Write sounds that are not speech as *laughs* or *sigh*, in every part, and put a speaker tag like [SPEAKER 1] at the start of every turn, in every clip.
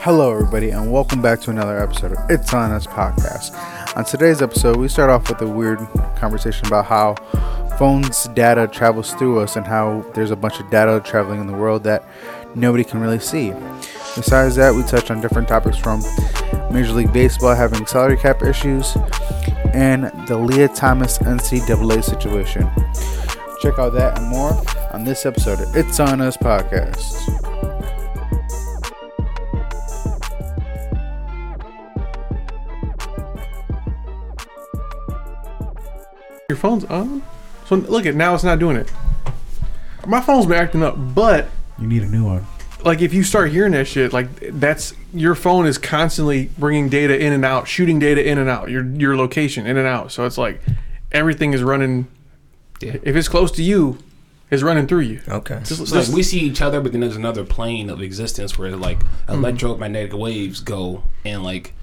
[SPEAKER 1] Hello, everybody, and welcome back to another episode of It's On Us podcast. On today's episode, we start off with a weird conversation about how phones' data travels through us and how there's a bunch of data traveling in the world that nobody can really see. Besides that, we touch on different topics from Major League Baseball having salary cap issues and the Leah Thomas NCAA situation. Check out that and more on this episode of It's On Us podcast.
[SPEAKER 2] Your phone's on? So look at now it's not doing it. My phone's been acting up, but
[SPEAKER 3] You need a new one.
[SPEAKER 2] like if you start hearing that shit, like that's your phone is constantly bringing data in and out, shooting data in and out, your your location in and out. So it's like everything is running.
[SPEAKER 4] Yeah.
[SPEAKER 2] If it's close to you, it's running through you.
[SPEAKER 4] Okay.
[SPEAKER 2] Just-
[SPEAKER 4] So like
[SPEAKER 2] just-
[SPEAKER 4] we see each other, but then there's another plane of existence where like
[SPEAKER 2] Mm-hmm.
[SPEAKER 4] electromagnetic waves go and like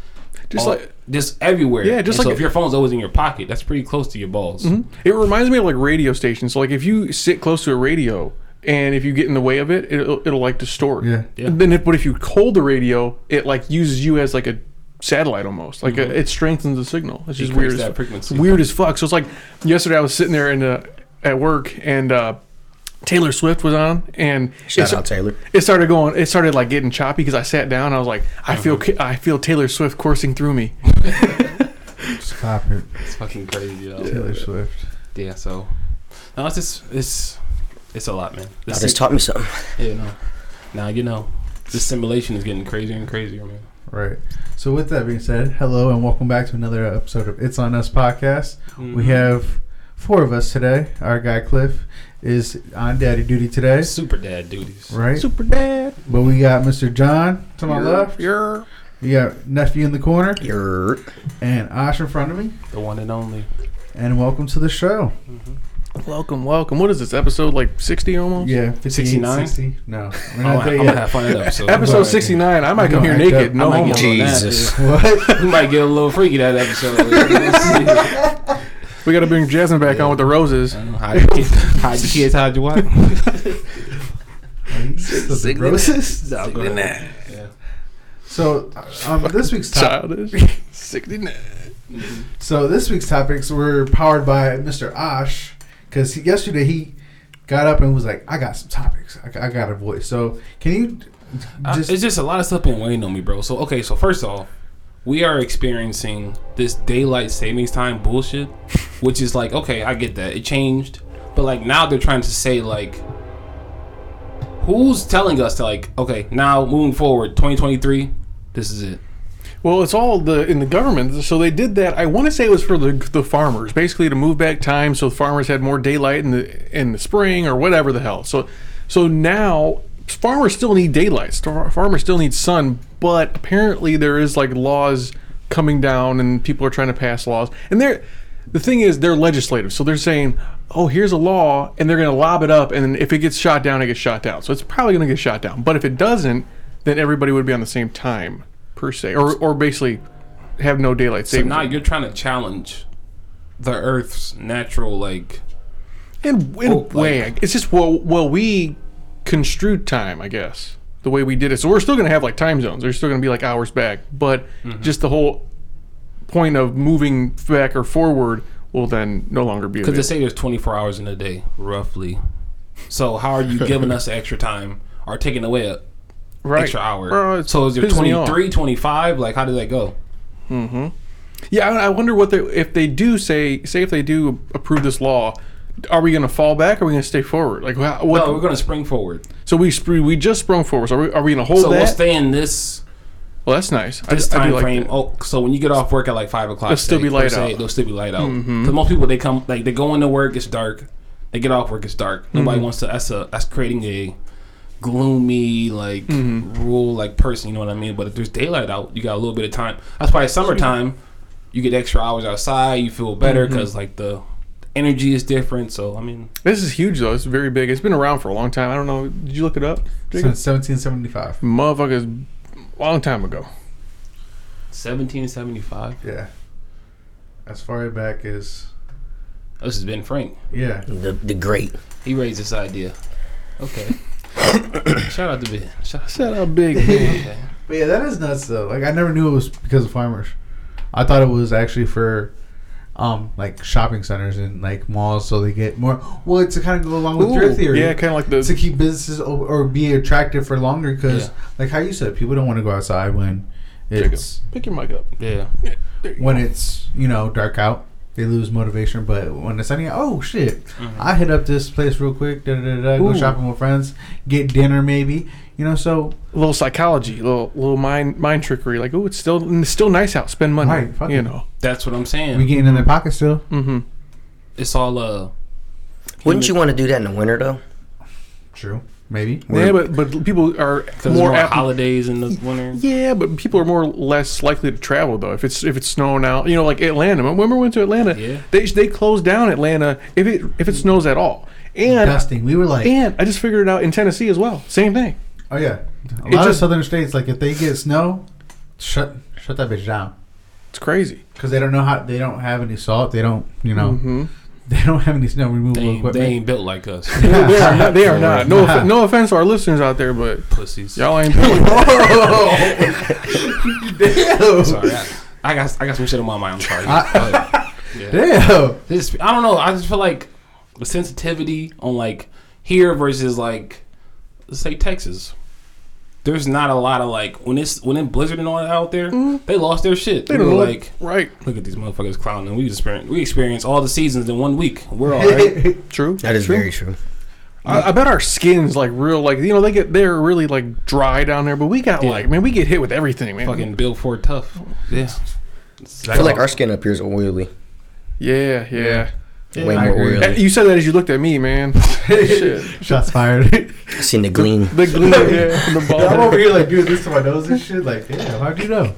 [SPEAKER 2] Just
[SPEAKER 4] all-
[SPEAKER 2] like-
[SPEAKER 4] just everywhere.
[SPEAKER 2] Yeah, just like-
[SPEAKER 4] And
[SPEAKER 2] Mm-hmm.
[SPEAKER 4] so if your phone's always in your pocket, that's pretty close to your balls.
[SPEAKER 2] It reminds me of like radio stations. So like if you sit close to a radio and if you get in the way of it, it'll, it'll like distort.
[SPEAKER 3] Yeah.
[SPEAKER 4] Yeah.
[SPEAKER 2] Then, if, but if you hold the radio, it like uses you as like a satellite almost. Like
[SPEAKER 3] Mm-hmm.
[SPEAKER 2] a, it strengthens the signal. It's just
[SPEAKER 4] Decrease
[SPEAKER 2] weird. As,
[SPEAKER 4] that
[SPEAKER 2] fu-
[SPEAKER 4] frequency.
[SPEAKER 2] Weird as fuck. So it's like yesterday I was sitting there in the, at work and uh, Taylor Swift was on and
[SPEAKER 5] Shout
[SPEAKER 2] it's-
[SPEAKER 5] out Taylor.
[SPEAKER 2] it started going. It started like getting choppy because I sat down. I was like,
[SPEAKER 4] Uh-huh.
[SPEAKER 2] I feel, ca- I feel Taylor Swift coursing through me.
[SPEAKER 3] Stop it.
[SPEAKER 4] It's fucking crazy. Though. Yeah.
[SPEAKER 3] Taylor Swift.
[SPEAKER 4] So no, it's just it's it's a lot, man.
[SPEAKER 5] Y'all
[SPEAKER 4] This
[SPEAKER 5] just taught me something.
[SPEAKER 4] you know. Now you know this simulation is getting crazier and crazier, man.
[SPEAKER 3] Right. So with that being said, hello and welcome back to another episode of It's on Us podcast.
[SPEAKER 2] Mm-hmm.
[SPEAKER 3] We have four of us today. Our guy Cliff is on daddy duty today,
[SPEAKER 4] super dad duties.
[SPEAKER 3] right?
[SPEAKER 2] Super dad.
[SPEAKER 3] But we got Mr. John to my left.
[SPEAKER 2] You're.
[SPEAKER 3] You got nephew in the corner
[SPEAKER 5] You're
[SPEAKER 3] and Ash in front of me.
[SPEAKER 4] The one and only.
[SPEAKER 3] And welcome to the show.
[SPEAKER 2] Welcome, welcome. What is this episode like sixty almost?
[SPEAKER 3] Yeah, 58,
[SPEAKER 4] 69?
[SPEAKER 3] 60? No, we're
[SPEAKER 2] Oh,
[SPEAKER 4] I'm,
[SPEAKER 3] not
[SPEAKER 4] gonna-
[SPEAKER 3] there
[SPEAKER 4] I'm gonna
[SPEAKER 3] yet.
[SPEAKER 4] have fun in that episode.
[SPEAKER 2] Episode
[SPEAKER 3] Right.
[SPEAKER 2] sixty nine. I might
[SPEAKER 3] I'm
[SPEAKER 2] come here
[SPEAKER 3] gonna act
[SPEAKER 2] naked.
[SPEAKER 3] up.
[SPEAKER 2] No
[SPEAKER 4] I might
[SPEAKER 2] homo.
[SPEAKER 4] get you.
[SPEAKER 5] Jesus.
[SPEAKER 3] *laughs*
[SPEAKER 2] *laughs*
[SPEAKER 3] What?
[SPEAKER 4] *laughs* We might get a little freaky that episode.
[SPEAKER 2] We got to bring Jasmine back on with the roses.
[SPEAKER 4] I don't know, Hide your kids, *laughs* hide your kids, hide your wife.
[SPEAKER 3] The roses?
[SPEAKER 4] Yeah.
[SPEAKER 3] So, um, this week's topic.
[SPEAKER 4] *laughs*
[SPEAKER 2] Childish. Sixty nine.
[SPEAKER 3] So this week's topics were powered by Mr. Osh because yesterday he got up and was like, "I got some topics. I, I got a voice." So can you
[SPEAKER 4] I-
[SPEAKER 3] just
[SPEAKER 4] it's just a lot of stuff been weighing on me, bro. So okay, so first off, we are experiencing this daylight savings time bullshit, which is like okay, I get that it changed, but like now they're trying to say like, who's telling us to like okay now moving forward 2023, this is it.
[SPEAKER 2] Well, it's all the in the government. So they did that. I want to say it was for the the farmers, basically to move back time so the farmers had more daylight in the in the spring or whatever the hell. So so now farmers still need daylight. Star- Farmers still need sun, but apparently there is like laws coming down and people are trying to pass laws. And they're the thing is they're legislative. So they're saying, "Oh, here's a law," and they're going to lob it up and if it gets shot down, it gets shot down. So it's probably going to get shot down. But if it doesn't, then everybody would be on the same time per se, or or basically have no daylight
[SPEAKER 4] So
[SPEAKER 2] savings.
[SPEAKER 4] now you're trying to challenge the Earth's natural like
[SPEAKER 2] in in a
[SPEAKER 4] Oh,
[SPEAKER 2] way, it's just well, well, we construed time, I guess, the way we did it. So we're still gonna have like time zones. There's still gonna be like hours back, but
[SPEAKER 4] Mm-hmm.
[SPEAKER 2] just the whole point of moving back or forward will then no longer be.
[SPEAKER 4] Because
[SPEAKER 2] available.
[SPEAKER 4] they say there's 24 hours in a day, roughly. So how are you giving us extra time or taking away an
[SPEAKER 2] right.
[SPEAKER 4] extra hour?
[SPEAKER 2] Bro, it's
[SPEAKER 4] so is there
[SPEAKER 2] pissing me off.
[SPEAKER 4] 23, 25? Like, how did that go?
[SPEAKER 2] Yeah, I I wonder what they if they do say say if they do approve this law. Are we going to fall back? Or are we going to stay forward? Like, wha- what?
[SPEAKER 4] No, we're going to spring forward.
[SPEAKER 2] so we spr- we just sprung forward. So are we, are we going to hold
[SPEAKER 4] So
[SPEAKER 2] that?
[SPEAKER 4] we'll stay in this
[SPEAKER 2] well, that's nice.
[SPEAKER 4] this
[SPEAKER 2] I, I
[SPEAKER 4] time
[SPEAKER 2] do like
[SPEAKER 4] frame.
[SPEAKER 2] that.
[SPEAKER 4] Oh, so when you get off work at like 5 o'clock,
[SPEAKER 2] It'll still
[SPEAKER 4] say,
[SPEAKER 2] be light
[SPEAKER 4] per se,
[SPEAKER 2] out. Mm-hmm.
[SPEAKER 4] They'll still be light out. Because most people, they come, like, they go into work, it's dark. They get off work, it's dark. Nobody
[SPEAKER 2] Mm-hmm.
[SPEAKER 4] wants to, that's, a, that's creating a gloomy, like,
[SPEAKER 2] Mm-hmm.
[SPEAKER 4] rule, like, person, you know what I mean? But if there's daylight out, you got a little bit of time. That's why it's summertime. you get extra hours outside. You feel better
[SPEAKER 2] Mm-hmm.
[SPEAKER 4] because like the energy is different. So I mean,
[SPEAKER 2] This is huge though. It's very big. It's been around for a long time. I don't know. Did you look it up? Jacob?
[SPEAKER 3] since 1775?
[SPEAKER 2] Motherfuckers, long time ago.
[SPEAKER 4] seventeen seventy five.
[SPEAKER 3] Yeah, as far back as
[SPEAKER 4] This is Ben Frank.
[SPEAKER 3] yeah.
[SPEAKER 5] the, the great.
[SPEAKER 4] He
[SPEAKER 2] *coughs*
[SPEAKER 4] raised this idea. Okay. Shout out to Ben. Shout out.
[SPEAKER 2] Shout out, big man.
[SPEAKER 4] Okay.
[SPEAKER 3] But yeah, that is nuts though. Like I never knew it was because of farmers. I thought it was actually for um like shopping centers and like malls so they get more well to kind of go along *laughs* with your
[SPEAKER 2] Ooh,
[SPEAKER 3] theory.
[SPEAKER 2] Yeah, kind of like the
[SPEAKER 3] to keep businesses o- or be attractive for longer because like how you said people don't want to go outside when
[SPEAKER 2] There you go.
[SPEAKER 3] it's
[SPEAKER 2] pick your mic up.
[SPEAKER 4] Yeah.
[SPEAKER 3] when it's you know dark out they lose motivation but when it's sunny oh shit i hit up this place real quick da, da, da, da, go
[SPEAKER 2] Mm-hmm. Ooh.
[SPEAKER 3] shopping with friends get dinner maybe you know so
[SPEAKER 2] A little psychology, a little little mind mind trickery. Like, oh, it's still it's still nice out. Spend money.
[SPEAKER 3] Right, fuck
[SPEAKER 2] you
[SPEAKER 3] it.
[SPEAKER 2] know.
[SPEAKER 4] That's what I'm
[SPEAKER 3] we
[SPEAKER 4] saying.
[SPEAKER 3] getting in their pocket still
[SPEAKER 2] Mm-hmm.
[SPEAKER 4] it's all uh.
[SPEAKER 5] Wouldn't you want to do that in the winter though?
[SPEAKER 3] true maybe
[SPEAKER 2] Yeah, but but people are
[SPEAKER 4] Because
[SPEAKER 2] more,
[SPEAKER 4] more
[SPEAKER 2] apt-
[SPEAKER 4] holidays in the winter.
[SPEAKER 2] Yeah, but people are more or less likely to travel though if it's if it's snowing out. You know, like Atlanta. When we went to Atlanta,
[SPEAKER 4] Yeah.
[SPEAKER 2] they they closed down Atlanta if it if it snows at all. And
[SPEAKER 3] dusting we were like
[SPEAKER 2] and I just figured it out in Tennessee as well. Same thing.
[SPEAKER 3] oh yeah a
[SPEAKER 2] It
[SPEAKER 3] lot of
[SPEAKER 2] just-
[SPEAKER 3] southern states like if they get snow shut shut that bitch down
[SPEAKER 2] It's crazy.
[SPEAKER 3] because they don't know how they don't have any salt they don't you know
[SPEAKER 2] Mm-hmm.
[SPEAKER 3] *laughs* they don't have any snow removal
[SPEAKER 4] They ain't,
[SPEAKER 3] equipment
[SPEAKER 4] they ain't built like us,
[SPEAKER 2] *laughs*
[SPEAKER 4] *laughs*
[SPEAKER 2] They are not. They are not. No, off- no offense to our listeners out there, but
[SPEAKER 4] pussies.
[SPEAKER 2] y'all ain't.
[SPEAKER 4] *laughs*
[SPEAKER 2] built-
[SPEAKER 3] Damn.
[SPEAKER 4] Sorry, I, *laughs* I got I got some shit on my mind. I'm sorry. Yeah.
[SPEAKER 5] *laughs*
[SPEAKER 3] Damn.
[SPEAKER 4] This I don't know. I just feel like the sensitivity on like here versus like let's say Texas. There's not a lot of like when it's when it blizzard and all that out there, they lost their shit.
[SPEAKER 2] They
[SPEAKER 4] We
[SPEAKER 2] don't
[SPEAKER 4] were
[SPEAKER 2] look
[SPEAKER 4] like,
[SPEAKER 2] right.
[SPEAKER 4] look at these motherfuckers clowning. We experience we experience all the seasons in one week. We're
[SPEAKER 3] *laughs*
[SPEAKER 4] all right.
[SPEAKER 2] True.
[SPEAKER 5] That is
[SPEAKER 2] true.
[SPEAKER 5] very true.
[SPEAKER 2] I, I bet our skins like real like you know they get they're really like dry down there, but we got
[SPEAKER 4] Yeah.
[SPEAKER 2] like man we get hit with everything man.
[SPEAKER 4] Fucking Bill Ford tough. Yeah.
[SPEAKER 5] I feel like our skin up here is oily.
[SPEAKER 2] yeah, yeah.
[SPEAKER 5] Way
[SPEAKER 3] I
[SPEAKER 5] more
[SPEAKER 3] agree. *laughs*
[SPEAKER 2] Eh,
[SPEAKER 5] oily.
[SPEAKER 2] You said that as you looked at me,
[SPEAKER 4] *laughs*
[SPEAKER 2] man. Shit.
[SPEAKER 3] Shots fired. *laughs*
[SPEAKER 5] I seen the gleam.
[SPEAKER 2] The glue, yeah,
[SPEAKER 4] *laughs*
[SPEAKER 2] the
[SPEAKER 3] I'm
[SPEAKER 2] ball.
[SPEAKER 3] over here like doing this to my nose and shit. Like, damn, how'd you know?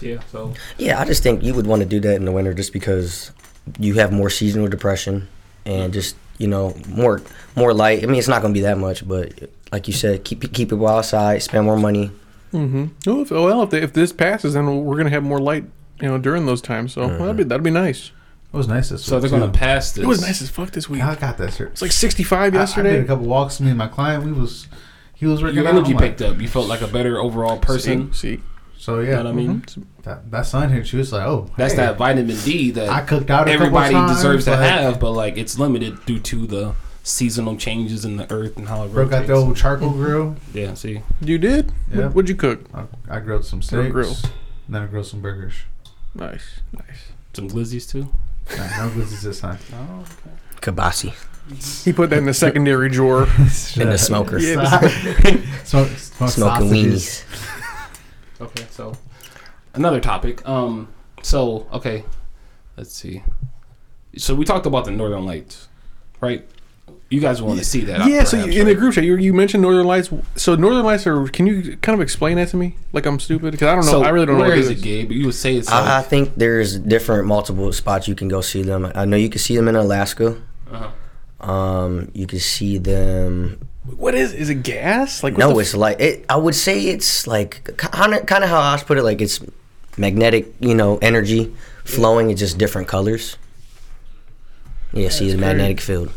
[SPEAKER 4] Yeah. So
[SPEAKER 5] Yeah, I just think you would want to do that in the winter just because you have more seasonal depression and just you know more more light. I mean, it's not going to be that much, but like you said, keep keep people outside, spend more money.
[SPEAKER 2] Mm-hmm. Oh, if, well, if, if this passes, then we're gonna have more light, you know, during those times. So that'd
[SPEAKER 4] Uh-huh.
[SPEAKER 2] be that'd be nice.
[SPEAKER 3] It was nice this
[SPEAKER 4] so
[SPEAKER 3] week,
[SPEAKER 4] they're gonna
[SPEAKER 3] too.
[SPEAKER 4] pass this.
[SPEAKER 2] It was nice as fuck this week.
[SPEAKER 3] I got that shirt.
[SPEAKER 2] It's like 65
[SPEAKER 3] I, I did
[SPEAKER 2] yesterday.
[SPEAKER 3] a couple walks. Me and my client, we was he was working
[SPEAKER 4] Your
[SPEAKER 3] out.
[SPEAKER 4] energy
[SPEAKER 3] I'm like-
[SPEAKER 4] picked up. You felt like a better overall person.
[SPEAKER 2] See, see.
[SPEAKER 3] So
[SPEAKER 4] You
[SPEAKER 3] yeah,
[SPEAKER 4] know what I mean?
[SPEAKER 3] that, that sun hit. She was like, oh,
[SPEAKER 4] That's
[SPEAKER 3] hey,
[SPEAKER 4] that vitamin D that
[SPEAKER 3] I cooked out. A
[SPEAKER 4] everybody
[SPEAKER 3] couple times,
[SPEAKER 4] deserves to
[SPEAKER 3] like,
[SPEAKER 4] have, but like it's limited due to the seasonal changes in the earth and how it
[SPEAKER 3] Broke out
[SPEAKER 4] rotates.
[SPEAKER 3] the old charcoal
[SPEAKER 4] *laughs*
[SPEAKER 3] grill.
[SPEAKER 4] yeah, see,
[SPEAKER 2] you did.
[SPEAKER 3] Yeah.
[SPEAKER 2] What, would you cook?
[SPEAKER 3] I, I grilled some
[SPEAKER 2] Your
[SPEAKER 3] steaks.
[SPEAKER 2] grill.
[SPEAKER 3] Then I grilled some burgers.
[SPEAKER 2] Nice, nice.
[SPEAKER 4] some glizzies too.
[SPEAKER 3] Nah, no glizzies this time.
[SPEAKER 4] Oh,
[SPEAKER 5] Kabasi
[SPEAKER 2] He put that in the secondary
[SPEAKER 4] *laughs*
[SPEAKER 2] drawer.
[SPEAKER 5] *laughs* in
[SPEAKER 3] *laughs*
[SPEAKER 5] the smoker,
[SPEAKER 2] Yeah.
[SPEAKER 3] Smoke, smoke
[SPEAKER 5] smoking
[SPEAKER 3] sausages.
[SPEAKER 5] weenies.
[SPEAKER 4] okay. Okay, so another topic. Um, so okay, let's see. So we talked about the Northern Lights, right? You guys want to see that?
[SPEAKER 2] yeah. So
[SPEAKER 4] perhaps,
[SPEAKER 2] you, in the
[SPEAKER 4] right?
[SPEAKER 2] group chat, you, you mentioned Northern Lights. So Northern Lights are. Can you kind of explain that to me? Like I'm stupid because I don't know.
[SPEAKER 4] So
[SPEAKER 2] I really don't know
[SPEAKER 4] where
[SPEAKER 2] what
[SPEAKER 4] is
[SPEAKER 2] it
[SPEAKER 4] it,
[SPEAKER 2] is.
[SPEAKER 4] Gabe? You would say it's
[SPEAKER 5] I, I
[SPEAKER 4] like,
[SPEAKER 5] think there's different multiple spots you can go see them. I know you can see them in Alaska.
[SPEAKER 2] Uh-huh.
[SPEAKER 4] uh
[SPEAKER 5] Um, you can see them
[SPEAKER 2] What is? Is it gas? Like what
[SPEAKER 5] No,
[SPEAKER 2] the
[SPEAKER 5] it's like it. I would say it's like kind of kind of how I put it. Like it's magnetic, you know, energy flowing in just different colors. Yeah, see the magnetic field.
[SPEAKER 2] f-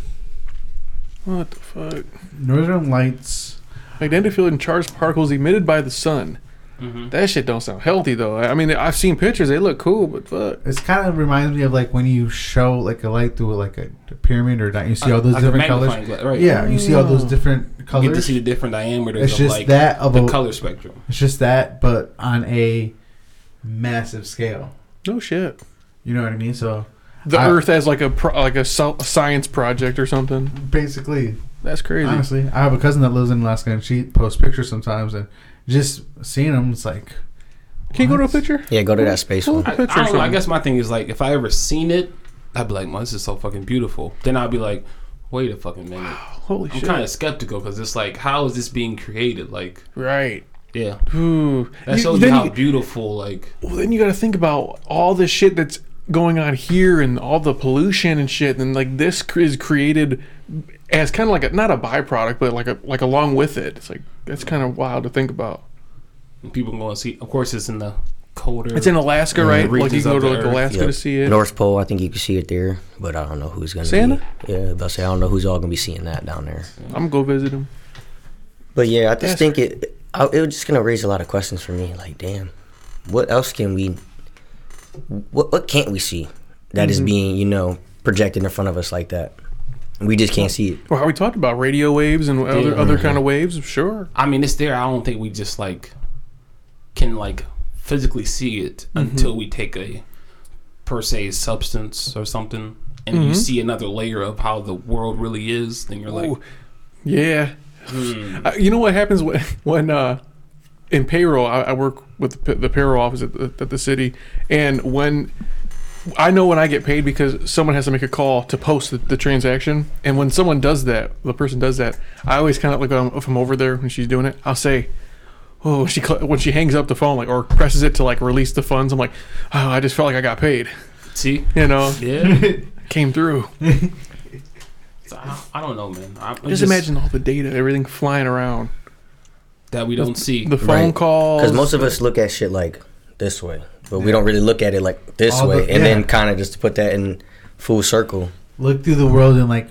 [SPEAKER 2] what the fuck?
[SPEAKER 3] Northern Lights.
[SPEAKER 2] Magnetic field and charged particles emitted by the sun.
[SPEAKER 4] Mm-hmm.
[SPEAKER 2] That shit don't sound healthy though. I I mean, I've seen pictures; they look cool, but fuck.
[SPEAKER 3] It's kind of reminds me of like when you show like a light through like a pyramid or not. You see all those different colors.
[SPEAKER 4] Glass, right?
[SPEAKER 3] Yeah, you see all those
[SPEAKER 5] Mm.
[SPEAKER 2] Oh.
[SPEAKER 3] different
[SPEAKER 4] You get to
[SPEAKER 3] colors.
[SPEAKER 4] see the different diameters
[SPEAKER 3] It's
[SPEAKER 4] of
[SPEAKER 3] just
[SPEAKER 4] like
[SPEAKER 3] that of
[SPEAKER 4] the
[SPEAKER 3] a-
[SPEAKER 4] color spectrum.
[SPEAKER 3] It's just that, but on a massive scale.
[SPEAKER 2] No shit.
[SPEAKER 3] You know what I mean? So
[SPEAKER 2] The
[SPEAKER 3] I-
[SPEAKER 2] Earth as like a pro, like a, so, a science project or something.
[SPEAKER 3] basically,
[SPEAKER 2] That's crazy.
[SPEAKER 3] honestly, I have a cousin that lives in Alaska, and she posts pictures sometimes, and just seeing them, it's like,
[SPEAKER 2] Can you go to a
[SPEAKER 3] what?
[SPEAKER 2] picture?
[SPEAKER 5] Yeah, go to that space
[SPEAKER 2] Pull
[SPEAKER 5] one.
[SPEAKER 2] up a
[SPEAKER 4] I, I
[SPEAKER 2] picture or
[SPEAKER 4] don't know. I
[SPEAKER 2] something.
[SPEAKER 4] guess my thing is like if I ever seen it, I'd be like, "Man, this is so fucking beautiful." Then I'd be like, "Wait a fucking minute."
[SPEAKER 2] Holy
[SPEAKER 4] I'm
[SPEAKER 2] shit!
[SPEAKER 4] kind of skeptical because it's like, how is this being created? Like,
[SPEAKER 2] right.
[SPEAKER 4] yeah,
[SPEAKER 2] Ooh.
[SPEAKER 4] that
[SPEAKER 2] You-
[SPEAKER 4] shows you
[SPEAKER 2] then
[SPEAKER 4] how
[SPEAKER 2] you-
[SPEAKER 4] beautiful. Like,
[SPEAKER 2] well, then you got to think about all the shit that's going on here and all the pollution and shit and like this cr- is created as kind of like a not a byproduct but like a like along with it it's like that's kind of wild to think about
[SPEAKER 4] people going to see. Of course, it's in the colder.
[SPEAKER 2] it's in alaska
[SPEAKER 4] the
[SPEAKER 2] right like you
[SPEAKER 4] regions
[SPEAKER 2] can go
[SPEAKER 4] of
[SPEAKER 2] to
[SPEAKER 4] the
[SPEAKER 2] like
[SPEAKER 4] earth,
[SPEAKER 2] alaska
[SPEAKER 5] Yep.
[SPEAKER 2] to see it
[SPEAKER 5] North Pole, I think you can see it there, but I don't know who's gonna. be-
[SPEAKER 2] Santa?
[SPEAKER 5] Yeah, but I say I don't know who's all gonna be seeing that down there.
[SPEAKER 2] i'm gonna go visit him
[SPEAKER 5] But yeah, I just
[SPEAKER 2] Yes.
[SPEAKER 5] think it. I, it was just gonna raise a lot of questions for me. Like, damn, what else can we? What what can't we see that
[SPEAKER 3] Mm-hmm.
[SPEAKER 5] is being you know projected in front of us like that? We just can't see it.
[SPEAKER 2] Well, how we talked about radio waves and other other kind of waves. Sure.
[SPEAKER 4] I mean, it's there. I don't think we just like can like physically see it
[SPEAKER 2] Mm-hmm.
[SPEAKER 4] until we take a per se substance or something, and
[SPEAKER 2] Mm-hmm.
[SPEAKER 4] you see another layer of how the world really is. Then you're like,
[SPEAKER 2] Ooh. Yeah.
[SPEAKER 5] Hmm.
[SPEAKER 2] Uh, you know what happens when, *laughs* when uh, in payroll, I, I work with the, p- the payroll office at the, at the city, and when I know when I get paid because someone has to make a call to post the, the transaction, and when someone does that, the person does that, I always kind of like um, if I'm over there when she's doing it, I'll say. Oh, she cl- when she hangs up the phone, like or presses it to like release the funds. I'm like, oh, I just felt like I got paid.
[SPEAKER 4] see,
[SPEAKER 2] You know, *laughs*
[SPEAKER 4] yeah.
[SPEAKER 2] came through.
[SPEAKER 4] So I, I don't know, man. I,
[SPEAKER 2] Just, imagine all the data, everything flying around.
[SPEAKER 4] that we don't see.
[SPEAKER 2] The phone
[SPEAKER 5] Right.
[SPEAKER 2] calls.
[SPEAKER 5] Because most of us look at shit like this way, but we don't really look at it like this
[SPEAKER 3] All the-
[SPEAKER 5] way, and then
[SPEAKER 3] yeah.
[SPEAKER 5] kind of just to put that in full circle.
[SPEAKER 3] Look through the world and like,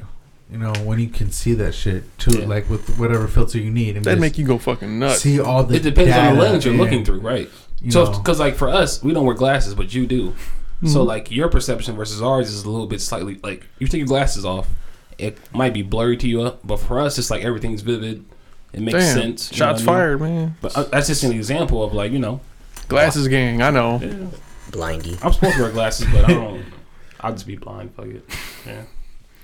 [SPEAKER 3] you know, when you can see that shit too,
[SPEAKER 4] Yeah.
[SPEAKER 3] like with whatever filter you need, and
[SPEAKER 2] That'd
[SPEAKER 3] just
[SPEAKER 2] make you go fucking nuts.
[SPEAKER 3] see all the.
[SPEAKER 4] it depends on
[SPEAKER 3] data
[SPEAKER 4] the lens you're
[SPEAKER 3] and,
[SPEAKER 4] looking through, right?
[SPEAKER 3] you
[SPEAKER 4] So,
[SPEAKER 3] know,
[SPEAKER 4] because like for us, we don't wear glasses, but you do.
[SPEAKER 2] Mm-hmm.
[SPEAKER 4] So like your perception versus ours is a little bit slightly like you take your glasses off, it might be blurry to you, uh, but for us, it's like everything's vivid. It makes
[SPEAKER 2] Damn.
[SPEAKER 4] sense. you know
[SPEAKER 2] Shots
[SPEAKER 4] what I mean?
[SPEAKER 2] fired, man.
[SPEAKER 4] But uh, that's just an example of like you know,
[SPEAKER 2] Glasses gang, I know.
[SPEAKER 5] Blindy.
[SPEAKER 4] I'm supposed to wear glasses, but I don't. I'll just be blind. Fuck it. Yeah.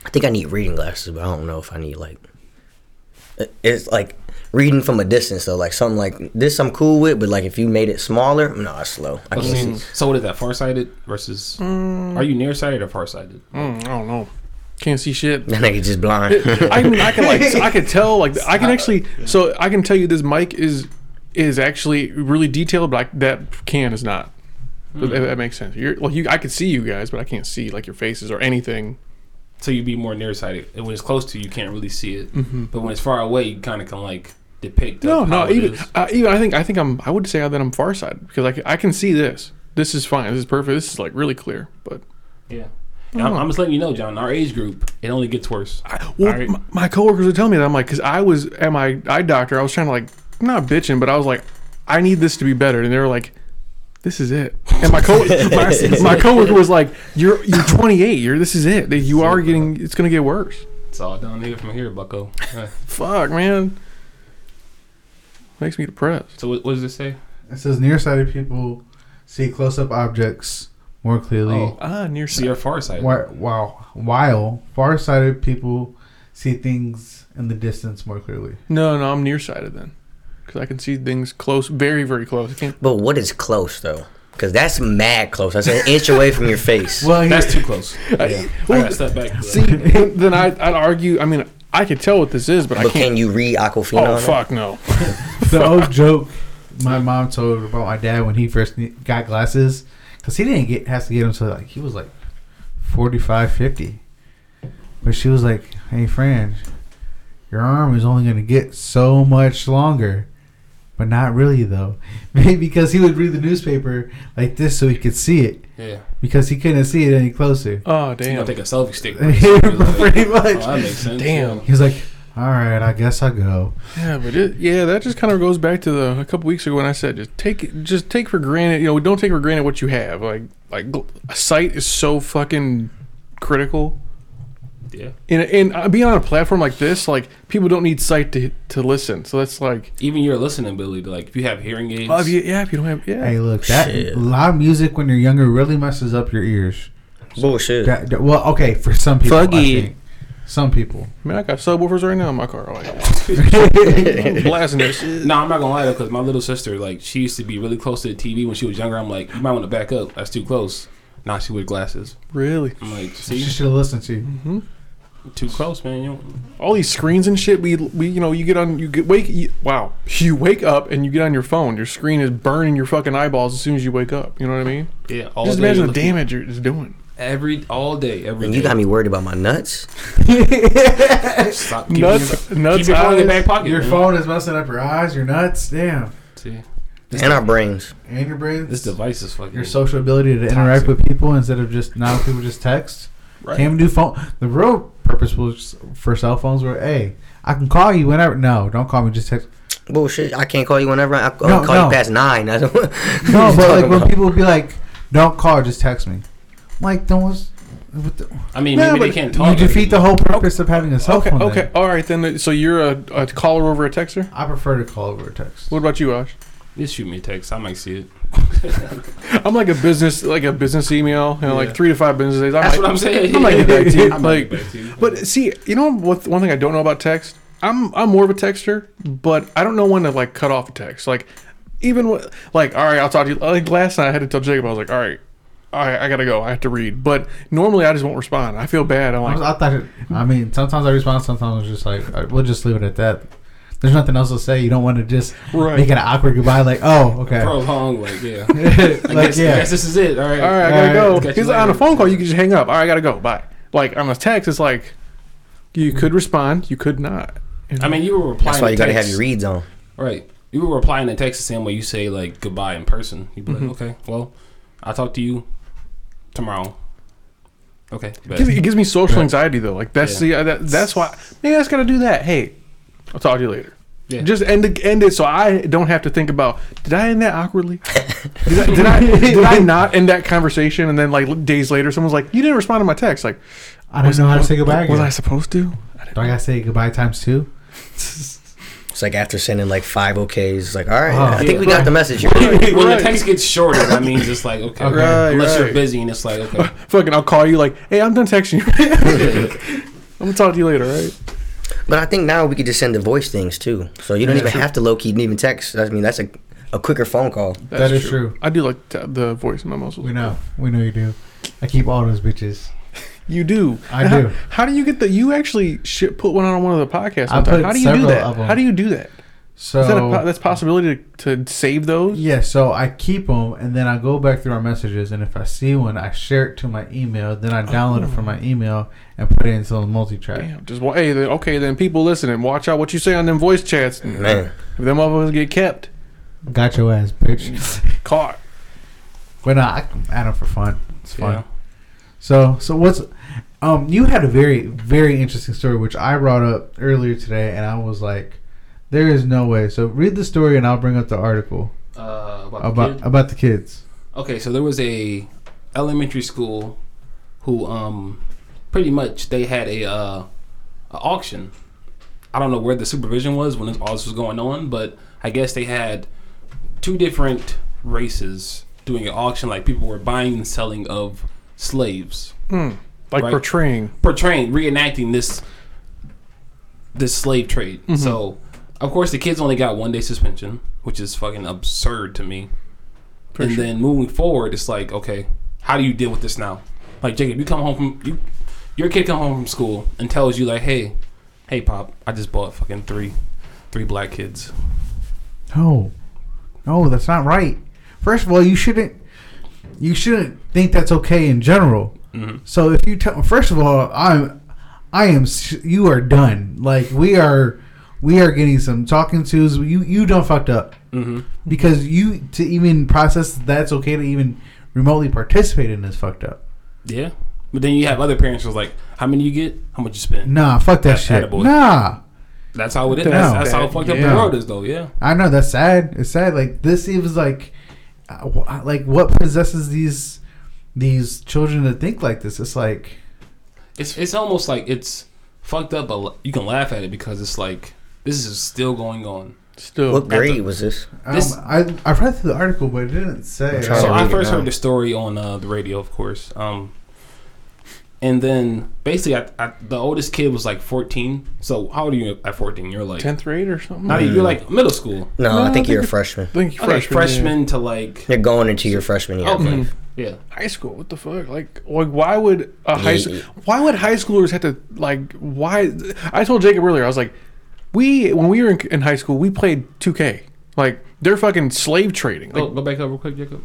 [SPEAKER 5] I think I need reading glasses, but I don't know if I need like. it- It's like reading from a distance though, like something like this I'm cool with, but like if you made it smaller, no, nah, it's slow. I
[SPEAKER 4] But
[SPEAKER 3] Mm-hmm.
[SPEAKER 5] can't
[SPEAKER 4] see,
[SPEAKER 5] see.
[SPEAKER 4] so what is that? Farsighted versus? Are you nearsighted or farsighted?
[SPEAKER 2] Mm, I don't know. Can't see shit.
[SPEAKER 5] That nigga just blind.
[SPEAKER 2] *laughs* I mean, I can like,
[SPEAKER 4] *laughs*
[SPEAKER 2] I can tell, like, I can actually. So I can tell you this mic is is actually really detailed, but I, that can is not. If
[SPEAKER 4] Hmm.
[SPEAKER 2] that makes sense. You're like you. I can see you guys, but I can't see like your faces or anything.
[SPEAKER 4] So you'd be more nearsighted. And when it's close to you, you can't really see it. But when it's far away, you kind of can like depict.
[SPEAKER 2] Mm-hmm. No,
[SPEAKER 4] of
[SPEAKER 2] no.
[SPEAKER 4] how it
[SPEAKER 2] Even,
[SPEAKER 4] is.
[SPEAKER 2] uh, even I think I think I'm. I would say that I'm farsighted because I can, I can see this. This is fine. This is perfect. This is like really clear. But
[SPEAKER 4] Yeah. And
[SPEAKER 2] Oh.
[SPEAKER 4] I'm, I'm just letting you know, John. Our age group, it only gets worse.
[SPEAKER 2] Well,
[SPEAKER 4] Alright.
[SPEAKER 2] my, my coworkers would tell me that I'm like, because I was at my eye doctor, I was trying to like, not bitching, but I was like, I need this to be better, and they were like, this is it. And my co my, my coworker was like, you're you're 28, you're this is it. That You are getting, it's gonna get worse.
[SPEAKER 4] It's all down here from here, Bucko. Yeah.
[SPEAKER 2] Fuck, man. Makes me depressed.
[SPEAKER 4] so what, what does it say?
[SPEAKER 3] It says nearsighted people see close-up objects more clearly.
[SPEAKER 4] Oh,
[SPEAKER 2] Ah, near
[SPEAKER 4] so you're farsighted.
[SPEAKER 3] Whi- Wow. While farsighted people see things in the distance more clearly.
[SPEAKER 2] No, no, I'm nearsighted then, because I can see things close, very, very close. I can't.
[SPEAKER 5] but what is close though? Because that's mad close. That's an inch away from your face.
[SPEAKER 3] Well, he,
[SPEAKER 2] *laughs*
[SPEAKER 4] That's too close. Yeah. I
[SPEAKER 2] Well,
[SPEAKER 4] gotta step
[SPEAKER 2] *laughs*
[SPEAKER 4] back.
[SPEAKER 2] See, then I, I'd argue. I mean, I could tell what this is, but, I
[SPEAKER 5] but
[SPEAKER 2] can't.
[SPEAKER 5] can you read Aquafina?
[SPEAKER 2] Oh
[SPEAKER 5] on it?
[SPEAKER 2] fuck no!
[SPEAKER 3] the old joke my mom told about my dad when he first ne- got glasses because he didn't get has to get them till like he was like 45 50 but she was like hey friend your arm is only going to get so much longer but not really though *laughs* maybe because he would read the newspaper like this so he could see it
[SPEAKER 4] Yeah.
[SPEAKER 3] because he couldn't see it any closer
[SPEAKER 2] Oh
[SPEAKER 4] You
[SPEAKER 2] damn!
[SPEAKER 4] gonna take a
[SPEAKER 2] *laughs*
[SPEAKER 4] selfie stick.
[SPEAKER 3] pretty
[SPEAKER 4] Oh, that
[SPEAKER 3] much
[SPEAKER 4] makes sense.
[SPEAKER 2] Damn.
[SPEAKER 3] he was like all right i guess i'll go
[SPEAKER 2] Yeah, but it, yeah, that just kind of goes back to the a couple weeks ago when I said just take just take for granted. You know, don't take for granted what you have. Like like gl- sight is so fucking critical.
[SPEAKER 4] Yeah.
[SPEAKER 2] And and uh, being on a platform like this, like people don't need sight to to listen. So that's like,
[SPEAKER 4] Even your listening ability, like if you have hearing aids,
[SPEAKER 2] oh, if you, yeah, if you don't have, yeah,
[SPEAKER 3] hey look that
[SPEAKER 5] Shit.
[SPEAKER 3] loud music when you're younger really messes up your ears
[SPEAKER 5] Bullshit.
[SPEAKER 3] That- that- well, okay, for some people,
[SPEAKER 5] Fuggy.
[SPEAKER 3] I think. Some people. *laughs*
[SPEAKER 2] man, I got subwoofers right now in my car. Like, I'm blasting
[SPEAKER 4] *laughs*
[SPEAKER 2] this.
[SPEAKER 4] No, I'm not gonna lie though, because my little sister, like, she used to be really close to the TV when she was younger. I'm like, you might want to back up. That's too close. Now she wears glasses.
[SPEAKER 2] Really,
[SPEAKER 4] I'm like,
[SPEAKER 3] She
[SPEAKER 4] see,
[SPEAKER 2] *laughs*
[SPEAKER 3] should have listened to you.
[SPEAKER 4] too close, man. You don't-
[SPEAKER 2] all these screens and shit. We we you know you get on you get wake you, wow you wake up and you get on your phone. Your screen is burning your fucking eyeballs as soon as you wake up. You know what I mean?
[SPEAKER 4] yeah, all
[SPEAKER 2] Just
[SPEAKER 4] day
[SPEAKER 2] imagine
[SPEAKER 4] you're
[SPEAKER 2] the
[SPEAKER 4] looking-
[SPEAKER 2] damage you're it's doing.
[SPEAKER 4] every all day, every
[SPEAKER 5] And you
[SPEAKER 4] day.
[SPEAKER 5] got me worried about my nuts.
[SPEAKER 4] Stop keeping your-
[SPEAKER 2] Nuts, nuts,
[SPEAKER 4] keep your phone in your
[SPEAKER 2] eyes.
[SPEAKER 4] back pocket.
[SPEAKER 3] Your
[SPEAKER 4] man.
[SPEAKER 3] phone is messing up your eyes, your nuts, damn.
[SPEAKER 4] See,
[SPEAKER 5] and our brains.
[SPEAKER 3] And your brains.
[SPEAKER 4] this device is fucking.
[SPEAKER 3] your social ability to interact with people instead of just now people just text.
[SPEAKER 2] Right.
[SPEAKER 3] Can't even do phone. The real purpose was for cell phones were, hey, I can call you whenever. No, don't call me. Just text.
[SPEAKER 5] Bullshit. I can't call you whenever. I, I only
[SPEAKER 3] No,
[SPEAKER 5] call
[SPEAKER 3] no.
[SPEAKER 5] you past nine. *laughs* I don't.
[SPEAKER 3] No, but like when
[SPEAKER 5] people.
[SPEAKER 3] people be like, "Don't call, just text me." I'm like, don't. Was, what the,
[SPEAKER 4] I mean,
[SPEAKER 2] Nah,
[SPEAKER 4] maybe they
[SPEAKER 2] but
[SPEAKER 4] can't
[SPEAKER 3] you
[SPEAKER 4] talk.
[SPEAKER 3] defeat the whole purpose of having a cell
[SPEAKER 2] Okay,
[SPEAKER 3] phone. then.
[SPEAKER 2] okay, all right then. So you're a, a caller over a texter.
[SPEAKER 3] I prefer to call over a text.
[SPEAKER 2] What about you, Ash?
[SPEAKER 4] Just shoot me a text. I might see it.
[SPEAKER 2] I'm like a business, like a business email. You know, like
[SPEAKER 4] Yeah.
[SPEAKER 2] three to five business days. I'm
[SPEAKER 4] That's
[SPEAKER 2] like,
[SPEAKER 4] what I'm saying. *laughs*
[SPEAKER 2] I might *laughs* get back to you.
[SPEAKER 4] I
[SPEAKER 2] Like,
[SPEAKER 4] might get back to you. *laughs*
[SPEAKER 2] But see, you know what? One thing I don't know about text. I'm I'm more of a texter, but I don't know when to like cut off a text. Like even when, like all right, I'll talk to you. Like last night, I had to tell Jacob. I was like, all right, all right, I gotta go. I have to read. But normally, I just won't respond. I feel bad. I'm
[SPEAKER 3] I, was,
[SPEAKER 2] like,
[SPEAKER 3] I thought. It, I mean, sometimes I respond. Sometimes I'm just like, "All right, we'll just leave it at that. There's nothing else to say. You don't want to just
[SPEAKER 2] Right.
[SPEAKER 3] make it an awkward goodbye. Like, oh, okay.
[SPEAKER 4] Pro long,
[SPEAKER 2] *laughs*
[SPEAKER 4] like yeah. I,
[SPEAKER 3] like,
[SPEAKER 4] guess, I
[SPEAKER 3] yeah.
[SPEAKER 4] guess this is it. All right.
[SPEAKER 2] all right, I
[SPEAKER 3] Alright,
[SPEAKER 2] gotta go.
[SPEAKER 4] catch you
[SPEAKER 2] Because on a
[SPEAKER 4] later.
[SPEAKER 2] phone call, you can just hang up. All right, I gotta go. Bye. Like on a text, it's like you could respond, you could not. you know?
[SPEAKER 4] I mean, you were replying.
[SPEAKER 5] That's why you
[SPEAKER 4] to
[SPEAKER 5] gotta have
[SPEAKER 4] texts.
[SPEAKER 5] your reads on.
[SPEAKER 4] Right. You were replying to text the same way you say like goodbye in person. You'd be
[SPEAKER 2] Mm-hmm.
[SPEAKER 4] like, okay, well, I'll talk to you tomorrow. Okay.
[SPEAKER 2] It
[SPEAKER 4] bet.
[SPEAKER 2] gives, it gives me social anxiety though. Like that's
[SPEAKER 4] Yeah.
[SPEAKER 2] the that, that's why maybe I just gotta do that. Hey, I'll talk to you later.
[SPEAKER 4] Yeah.
[SPEAKER 2] Just end it, end it, so I don't have to think about did I end that awkwardly? did, I, did I did I not end that conversation? And then like days later, someone's like, "You didn't respond to my text." Like,
[SPEAKER 3] I don't know how to say goodbye.
[SPEAKER 2] Was I
[SPEAKER 3] again.
[SPEAKER 2] supposed to? I didn't-
[SPEAKER 3] Do I gotta say goodbye times two?
[SPEAKER 5] It's like after sending like five OKs, it's like all right,
[SPEAKER 3] Oh.
[SPEAKER 5] I think we got the message.
[SPEAKER 4] *laughs* when
[SPEAKER 2] Right.
[SPEAKER 4] the text gets shorter, that means it's like okay,
[SPEAKER 3] Okay.
[SPEAKER 2] Right,
[SPEAKER 4] unless
[SPEAKER 2] right.
[SPEAKER 4] you're busy and it's like okay.
[SPEAKER 2] Fucking, I'll call you. Like, hey, I'm done texting you. I'm gonna talk to you *laughs* later, right?
[SPEAKER 5] But I think now we could just send the voice things too, so you don't even have to low key even text. I mean, that's a a quicker phone call.
[SPEAKER 3] That is true.
[SPEAKER 2] I do like t- the voice memos.
[SPEAKER 3] We know. We know you do. I keep all those bitches.
[SPEAKER 2] You do.
[SPEAKER 3] I
[SPEAKER 2] And how-
[SPEAKER 3] do.
[SPEAKER 2] How, do you get the? You actually shit put one on one of the podcasts.
[SPEAKER 3] I
[SPEAKER 2] one time.
[SPEAKER 3] put
[SPEAKER 2] How do you do
[SPEAKER 3] several
[SPEAKER 2] that?
[SPEAKER 3] of 'em.
[SPEAKER 2] How do you do that?
[SPEAKER 3] So
[SPEAKER 2] Is that a, po- that's possibility to, to save those?
[SPEAKER 3] Yeah, so I keep them and then I go back through our messages, and if I see one, I share it to my email. Then I download it from
[SPEAKER 2] Oh.
[SPEAKER 3] my email and put it into the multi-track.
[SPEAKER 2] Damn. Just wa- hey, then, okay, then people listening, watch out what you say on them voice chats.
[SPEAKER 5] Man,
[SPEAKER 2] If them motherfuckers get kept,
[SPEAKER 3] Got your ass,
[SPEAKER 2] *laughs*
[SPEAKER 3] bitch.
[SPEAKER 2] caught.
[SPEAKER 3] but nah, I can add them for fun. *laughs* It's fun.
[SPEAKER 4] Yeah.
[SPEAKER 3] So, so what's um? You had a very, very interesting story which I brought up earlier today, and I was like, "There is no way." So read the story, and I'll bring up the article
[SPEAKER 4] Uh, about, the
[SPEAKER 3] about
[SPEAKER 4] kid?
[SPEAKER 3] about the kids.
[SPEAKER 4] Okay, so there was a elementary school who um pretty much they had a uh a auction. I don't know where the supervision was when this all this was going on, but I guess they had two different races doing an auction like people were buying and selling of slaves.
[SPEAKER 2] Like
[SPEAKER 4] Right.
[SPEAKER 2] portraying.
[SPEAKER 4] Portraying reenacting this this slave trade. So, of course the kids only got 1 day suspension, which is fucking absurd to me and then moving forward, it's like, okay, how do you deal with this now? Like Jacob, you come home from you, your kid come home from school and tells you like, hey, hey pop, I just bought fucking three, three black kids.
[SPEAKER 3] No, no, that's not right. First of all, you shouldn't you shouldn't think that's okay in general. So if you tell, first of all, I'm I am s- you are done. Like we are we are getting some talking tos. You you done fucked up
[SPEAKER 4] Mm-hmm.
[SPEAKER 3] because you to even process that's okay to even remotely participate in this fucked up.
[SPEAKER 4] Yeah, but then you have other parents who's like, how many you get, how much you spend.
[SPEAKER 3] Nah, fuck that
[SPEAKER 4] That's
[SPEAKER 3] shit.
[SPEAKER 4] attaboy.
[SPEAKER 3] Nah.
[SPEAKER 4] That's how it is.
[SPEAKER 2] That's
[SPEAKER 4] That's, that's how
[SPEAKER 2] bad.
[SPEAKER 4] fucked up
[SPEAKER 2] Yeah.
[SPEAKER 4] the world is, though. Yeah,
[SPEAKER 3] I know that's sad. It's sad. Like this seems like, uh, wh- like what possesses these these children to think like this? It's like
[SPEAKER 4] it's it's almost like it's fucked up, but you can laugh at it because it's like this is still going on.
[SPEAKER 2] Still.
[SPEAKER 5] what grade was this?
[SPEAKER 3] um,
[SPEAKER 4] This-
[SPEAKER 3] I I read through the article, but it didn't say. uh,
[SPEAKER 5] trying
[SPEAKER 4] so
[SPEAKER 5] to
[SPEAKER 4] I
[SPEAKER 5] read it
[SPEAKER 4] first
[SPEAKER 5] now.
[SPEAKER 4] heard the story on uh, the radio, of course. Um, and then basically, I, I, the oldest kid was like 14. So how old are you at 14? You're like
[SPEAKER 2] 10th grade or something?
[SPEAKER 4] not even- you're like middle school,
[SPEAKER 5] No,
[SPEAKER 2] No,
[SPEAKER 5] I think
[SPEAKER 2] I
[SPEAKER 5] you're a
[SPEAKER 2] think-
[SPEAKER 5] freshman.
[SPEAKER 2] I think
[SPEAKER 4] okay,
[SPEAKER 2] freshman.
[SPEAKER 4] freshman,
[SPEAKER 2] yeah.
[SPEAKER 4] to like
[SPEAKER 5] You're going into your freshman year.
[SPEAKER 4] okay,
[SPEAKER 5] Okay.
[SPEAKER 4] yeah.
[SPEAKER 2] High school. What the fuck? Like, like why would a high
[SPEAKER 5] Yeah.
[SPEAKER 2] sc- why would high schoolers have to like why? I told Jacob earlier. I was like, we when we were in, in high school, we played 2K. Like they're fucking slave trading. Like,
[SPEAKER 4] Go, go back up real quick, Jacob.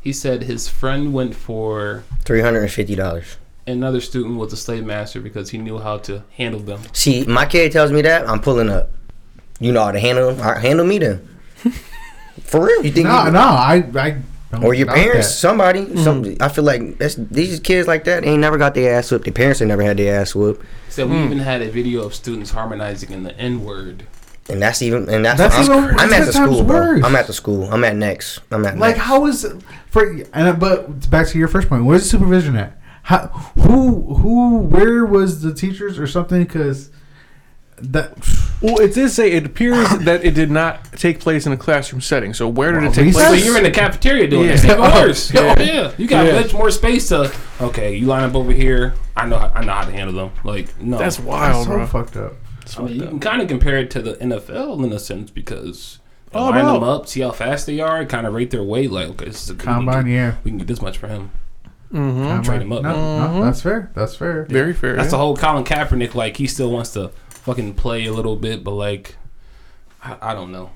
[SPEAKER 4] He said his friend went for
[SPEAKER 5] Three hundred and fifty dollars.
[SPEAKER 4] another student was a slave master because he knew how to handle them.
[SPEAKER 5] See, my kid tells me that I'm pulling up. You know how to handle him. All right, handle me *laughs* then. For real, you think?
[SPEAKER 3] No,
[SPEAKER 5] you- Mm-hmm.
[SPEAKER 3] no, I I don't
[SPEAKER 5] Or your
[SPEAKER 3] doubt
[SPEAKER 5] parents,
[SPEAKER 3] that.
[SPEAKER 5] somebody. Some, I feel like that's, these kids like that ain't never got their ass whipped.
[SPEAKER 4] Hmm.
[SPEAKER 5] Their parents ain't never had their ass whooped.
[SPEAKER 4] He said we even had a video of students harmonizing in the N word
[SPEAKER 5] And that's even and that's,
[SPEAKER 3] That's
[SPEAKER 5] I'm,
[SPEAKER 3] even-
[SPEAKER 5] I'm
[SPEAKER 3] that's
[SPEAKER 5] at the
[SPEAKER 3] ten times
[SPEAKER 5] school, bro.
[SPEAKER 3] worse.
[SPEAKER 5] I'm at the school. I'm at next. I'm at
[SPEAKER 3] Like
[SPEAKER 5] next.
[SPEAKER 3] how is for and uh, but back to your first point. Where's the supervision at? How who who where was the teachers or something? Because that *sighs*
[SPEAKER 2] Well, it did say it
[SPEAKER 3] *laughs*
[SPEAKER 2] appears that it did not take place in a classroom setting. So where did
[SPEAKER 3] Well,
[SPEAKER 2] it take
[SPEAKER 3] recess?
[SPEAKER 2] place?
[SPEAKER 4] So you're in the cafeteria doing
[SPEAKER 2] Yeah.
[SPEAKER 4] this. *laughs* Even worse.
[SPEAKER 2] Yeah.
[SPEAKER 4] Oh, Yeah. You got
[SPEAKER 2] Yeah.
[SPEAKER 4] much more space to. Okay, you line up over here. I know. How, I know how to handle them. Like no,
[SPEAKER 2] *laughs* That's
[SPEAKER 3] that's
[SPEAKER 2] wild,
[SPEAKER 3] so
[SPEAKER 2] bro.
[SPEAKER 3] fucked up.
[SPEAKER 2] That's
[SPEAKER 4] I mean, you
[SPEAKER 2] fucked
[SPEAKER 4] can
[SPEAKER 2] up.
[SPEAKER 4] kind of compare it to the NFL in a sense because you
[SPEAKER 2] Oh,
[SPEAKER 4] line
[SPEAKER 2] no.
[SPEAKER 4] them up, see how fast they are, kind of rate their weight. Like okay, this is a
[SPEAKER 3] Combine,
[SPEAKER 4] We can,
[SPEAKER 3] yeah.
[SPEAKER 4] get, we can get this much for him.
[SPEAKER 2] Mhm.
[SPEAKER 3] Combine.
[SPEAKER 4] trade him up.
[SPEAKER 3] No, no,
[SPEAKER 2] Mhm.
[SPEAKER 3] that's fair. That's fair.
[SPEAKER 2] Very fair.
[SPEAKER 4] That's
[SPEAKER 2] yeah.
[SPEAKER 4] the whole Colin Kaepernick. Like he still wants to fucking play a little bit, but like, I, I don't know.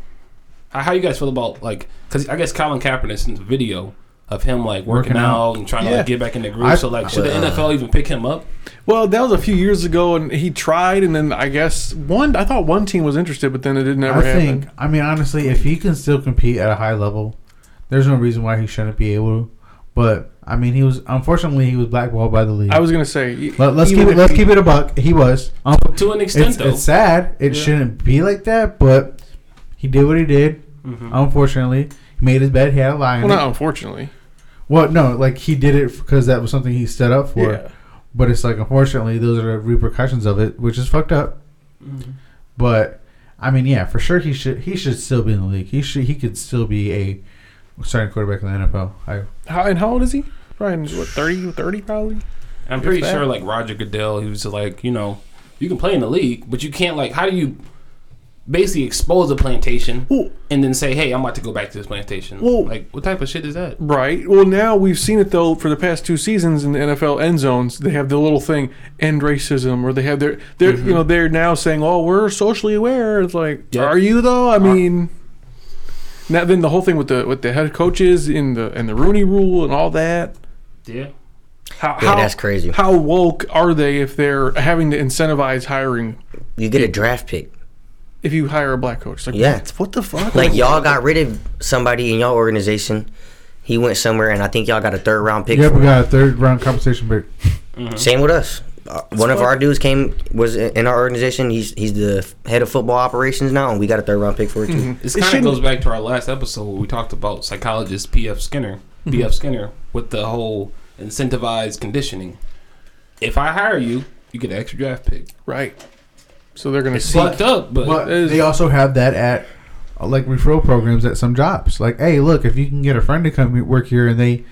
[SPEAKER 4] How, how you guys feel about like? Because I guess Colin Kaepernick's in the video of him like working,
[SPEAKER 3] Working
[SPEAKER 4] out,
[SPEAKER 3] out.
[SPEAKER 4] and trying to
[SPEAKER 2] Yeah.
[SPEAKER 4] like, get back in the groove.
[SPEAKER 3] I-
[SPEAKER 4] so like, should the
[SPEAKER 5] uh,
[SPEAKER 4] NFL even pick him up?
[SPEAKER 2] Well, that was a few years ago, and he tried, and then I guess one. I thought one team was interested, but then it didn't ever
[SPEAKER 3] I
[SPEAKER 2] happen.
[SPEAKER 3] think. I mean, honestly, if he can still compete at a high level, there's no reason why he shouldn't be able to. But I mean, he was unfortunately he was blackballed by the league.
[SPEAKER 2] I was gonna say.
[SPEAKER 3] Let, us
[SPEAKER 2] even
[SPEAKER 3] keep it,
[SPEAKER 2] if
[SPEAKER 3] let's
[SPEAKER 2] he-
[SPEAKER 3] keep it a buck. He was. Um,
[SPEAKER 4] To an extent,
[SPEAKER 3] it's,
[SPEAKER 4] though.
[SPEAKER 3] it's sad. It
[SPEAKER 2] Yeah.
[SPEAKER 3] shouldn't be like that, but he did what he did.
[SPEAKER 2] Mm-hmm.
[SPEAKER 4] Mhm.
[SPEAKER 3] Unfortunately, he made his bed. He had a lie.
[SPEAKER 2] Well,
[SPEAKER 3] in it.
[SPEAKER 2] not unfortunately.
[SPEAKER 3] Well, no, like he did it because that was something he stood up for.
[SPEAKER 2] Yeah.
[SPEAKER 3] But it's like unfortunately, those are the repercussions of it, which is fucked up.
[SPEAKER 4] Mhm.
[SPEAKER 3] But I mean, yeah, for sure he should he should still be in the league. He should he could still be a starting quarterback in the NFL. I
[SPEAKER 2] How, and how old is he? Ryan's what 30, 30 probably.
[SPEAKER 4] I'm pretty
[SPEAKER 2] If that-
[SPEAKER 4] sure like Roger Goodell, he was just like, you know, you can play in the league, but you can't like how do you basically expose a plantation
[SPEAKER 2] Well-
[SPEAKER 4] and then say, Hey, I'm about to go back to this plantation.
[SPEAKER 2] Well-
[SPEAKER 4] like what type of shit is that?
[SPEAKER 2] Right. Well, now we've seen it though for the past two seasons in the NFL end zones. They have the little thing end racism, or they have their they're you know they're now saying, "Oh, we're socially aware." It's like,
[SPEAKER 4] Yeah.
[SPEAKER 2] are you though? I mean, now then the whole thing with the with the head coaches in the and the Rooney Rule and all that.
[SPEAKER 4] Yeah.
[SPEAKER 2] How,
[SPEAKER 5] Yeah,
[SPEAKER 2] how
[SPEAKER 5] that's crazy.
[SPEAKER 2] How woke are they if they're having to incentivize hiring
[SPEAKER 5] you get a draft pick.
[SPEAKER 2] if you hire a black coach? Like,
[SPEAKER 5] Yeah.
[SPEAKER 2] what the fuck?
[SPEAKER 5] Like y'all got rid of somebody in y'all organization. He went somewhere, and I think y'all got a third round pick.
[SPEAKER 3] yep,
[SPEAKER 5] for
[SPEAKER 3] we
[SPEAKER 5] him.
[SPEAKER 3] got a third round compensation break.
[SPEAKER 5] Same with us. Uh, One of our dudes came was in in our organization. He's he's the f- head of football operations now, and we got a third round pick for it too.
[SPEAKER 4] This
[SPEAKER 2] It
[SPEAKER 4] kind of
[SPEAKER 2] shouldn't-
[SPEAKER 4] goes back to our last episode where we talked about psychologist P.F. Skinner,
[SPEAKER 2] Mm-hmm.
[SPEAKER 4] P.F. Skinner, with the whole incentivized conditioning. If I hire you, you get an extra draft pick.
[SPEAKER 2] right. So they're gonna
[SPEAKER 4] It's
[SPEAKER 2] see.
[SPEAKER 4] fucked up, but,
[SPEAKER 3] But
[SPEAKER 2] is-
[SPEAKER 3] they also have that at uh, like referral programs at some jobs. Like, hey, look, if you can get a friend to come work here and they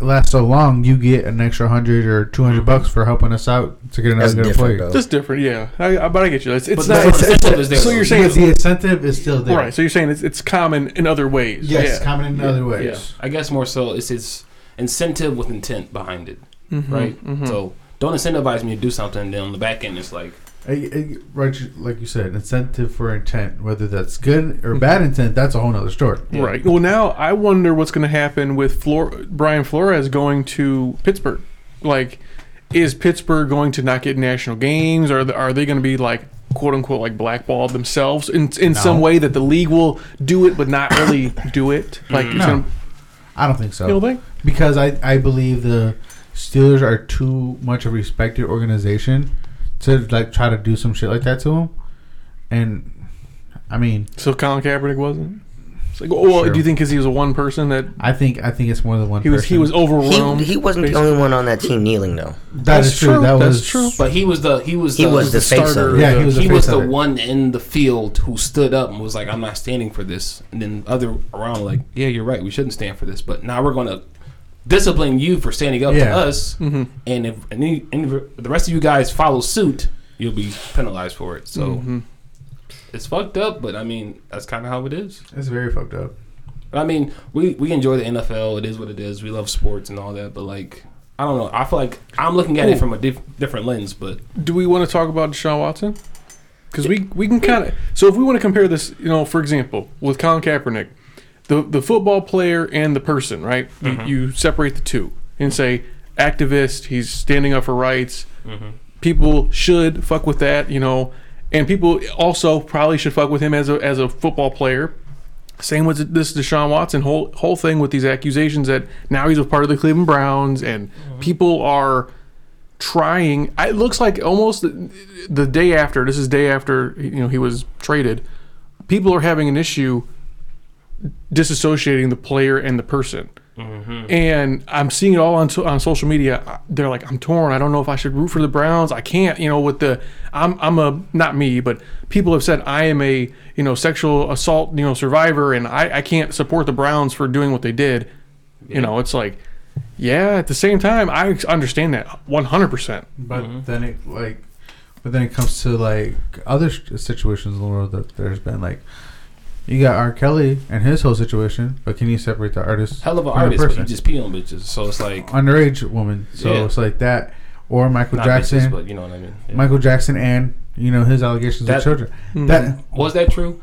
[SPEAKER 3] last so long, you get an extra hundred or two hundred bucks for helping us out to get
[SPEAKER 5] That's
[SPEAKER 3] another good
[SPEAKER 5] different,
[SPEAKER 3] player.
[SPEAKER 5] though.
[SPEAKER 2] Just different, yeah. I, I, but I get you. It's, it's
[SPEAKER 4] But
[SPEAKER 2] not.
[SPEAKER 4] that's-
[SPEAKER 2] it's-
[SPEAKER 4] incentive is there,
[SPEAKER 2] so you're
[SPEAKER 4] though.
[SPEAKER 2] saying
[SPEAKER 3] But the incentive is still there.
[SPEAKER 2] Right. So you're saying it's, it's common in other ways.
[SPEAKER 3] Yes,
[SPEAKER 2] Yeah.
[SPEAKER 3] common in other ways.
[SPEAKER 4] I guess more so it's his incentive with intent behind it,
[SPEAKER 2] Mm-hmm.
[SPEAKER 4] right? So don't incentivize me to do something, and then on the back end, it's like,
[SPEAKER 3] A- a- right, you- like you said, incentive for intent, whether that's good or bad intent, that's a whole nother story.
[SPEAKER 2] Mm-hmm. Right. Well, now I wonder what's going to happen with Flor- Brian Flores going to Pittsburgh. Like, is Pittsburgh going to not get national games? Or are they going to be like quote unquote like blackballed themselves in in some
[SPEAKER 3] No.
[SPEAKER 2] way that the league will do it but not really
[SPEAKER 3] *clears throat*
[SPEAKER 2] do it? Like, it's
[SPEAKER 3] Mm-hmm. No.
[SPEAKER 2] gonna,
[SPEAKER 3] I don't think
[SPEAKER 2] you
[SPEAKER 3] so
[SPEAKER 2] know, thing.
[SPEAKER 3] because I I believe the Steelers are too much a respected organization to like try to do some shit like that to them, and I mean
[SPEAKER 2] So Colin Kaepernick wasn't. It's like, well,
[SPEAKER 3] Sure.
[SPEAKER 2] do you think because he was a one person that
[SPEAKER 3] I think I think it's more than one.
[SPEAKER 2] he was he was
[SPEAKER 3] person.
[SPEAKER 2] overwhelmed?
[SPEAKER 5] He, he wasn't the only one on that team kneeling though.
[SPEAKER 3] That is
[SPEAKER 2] That's
[SPEAKER 3] true.
[SPEAKER 2] true,
[SPEAKER 3] That
[SPEAKER 2] that's
[SPEAKER 3] was
[SPEAKER 2] true.
[SPEAKER 4] but he was the he was
[SPEAKER 5] He
[SPEAKER 4] the,
[SPEAKER 5] was the face of it.
[SPEAKER 3] Yeah, he was the
[SPEAKER 4] he
[SPEAKER 3] face
[SPEAKER 4] was
[SPEAKER 3] of
[SPEAKER 4] the
[SPEAKER 3] it.
[SPEAKER 4] one in the field who stood up and was like, I'm not standing for this, and then other around like, yeah, you're right, we shouldn't stand for this, but now we're gonna discipline you for standing up to
[SPEAKER 3] Yeah.
[SPEAKER 4] us, and if and, any, and if the rest of you guys follow suit, you'll be penalized for it. So. It's fucked up, but I mean that's kind of how it is.
[SPEAKER 3] It's very fucked up.
[SPEAKER 4] I mean, we we enjoy the NFL. It is what it is. We love sports and all that, but like, I don't know. I feel like I'm looking at it from a diff- different lens, but
[SPEAKER 2] Do we want to talk about Deshaun Watson? Because we we can kind of so if we want to compare this, you know, for example, with Colin Kaepernick, the the football player and the person, right? You, you separate the two and say activist. He's standing up for rights. People should fuck with that, you know, and people also probably should fuck with him as a as a football player. Same with this Deshaun Watson whole whole thing with these accusations that now he's a part of the Cleveland Browns and people are trying. I- It looks like almost the, the day after. This is day after you know he was traded. people are having an issue disassociating the player and the person. And I'm seeing it all on so- on social media. I- They're like, I'm torn. I don't know if I should root for the Browns. I can't, you know, with the I'm I'm a not me, but people have said I am a you know sexual assault you know survivor, and I I can't support the Browns for doing what they did. You know, it's like, yeah. At the same time, I understand that 100. percent
[SPEAKER 3] But
[SPEAKER 4] Mm-hmm.
[SPEAKER 3] then it like, but then it comes to like other s- situations in the world that there's been like, you got R. Kelly and his whole situation, but can you separate the artist?
[SPEAKER 4] Hell of an
[SPEAKER 3] from the
[SPEAKER 4] artist, but you
[SPEAKER 3] person?
[SPEAKER 4] just pee on bitches. So it's like
[SPEAKER 3] underage woman, so
[SPEAKER 4] Yeah.
[SPEAKER 3] it's like that, or Michael
[SPEAKER 4] not
[SPEAKER 3] Jackson,
[SPEAKER 4] bitches, but you know what I mean. Yeah.
[SPEAKER 3] Michael Jackson, and you know his allegations
[SPEAKER 4] That-
[SPEAKER 3] with children. That
[SPEAKER 4] was that true?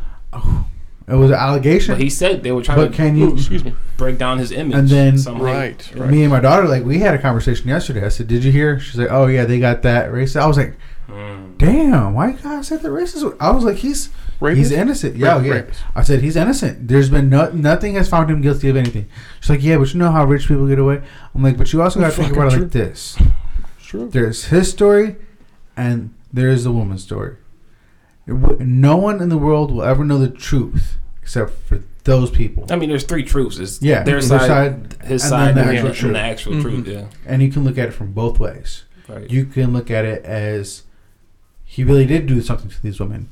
[SPEAKER 3] it was an allegation,
[SPEAKER 4] But
[SPEAKER 3] but,
[SPEAKER 4] he said they were trying to
[SPEAKER 3] can you?
[SPEAKER 2] Excuse me.
[SPEAKER 4] break down his image.
[SPEAKER 3] And then-
[SPEAKER 4] somehow.
[SPEAKER 2] Right. Right.
[SPEAKER 3] Me and my daughter, like, we had a conversation yesterday. I said, "Did you hear?" She's like, "Oh yeah, they got that racist." I was like,
[SPEAKER 4] Mm.
[SPEAKER 3] "Damn, why you guys said the racist?" I was like, "He's
[SPEAKER 2] Rapist?
[SPEAKER 3] he's innocent." Yeah,
[SPEAKER 2] Rape-
[SPEAKER 3] yeah.
[SPEAKER 2] rapist.
[SPEAKER 3] I said, "He's innocent. There's been no, nothing has found him guilty of anything." She's like, "Yeah, but you know how rich people get away." I'm like, "But you also got to think
[SPEAKER 2] Fucking
[SPEAKER 3] about it
[SPEAKER 2] true.
[SPEAKER 3] like this:
[SPEAKER 2] Sure.
[SPEAKER 3] there's his story, and there is the woman's story. It w- No one in the world will ever know the truth except for those people."
[SPEAKER 4] I mean, there's three truths. It's
[SPEAKER 3] Yeah,
[SPEAKER 4] their
[SPEAKER 3] their
[SPEAKER 4] side,
[SPEAKER 3] side,
[SPEAKER 4] his
[SPEAKER 3] and
[SPEAKER 4] side,
[SPEAKER 3] then the
[SPEAKER 4] and,
[SPEAKER 3] actual
[SPEAKER 4] the and
[SPEAKER 3] truth.
[SPEAKER 4] the actual
[SPEAKER 2] Mhm.
[SPEAKER 4] truth. Yeah,
[SPEAKER 3] And you can look at it from both ways.
[SPEAKER 4] right.
[SPEAKER 3] you can look at it as he really did do something to these women,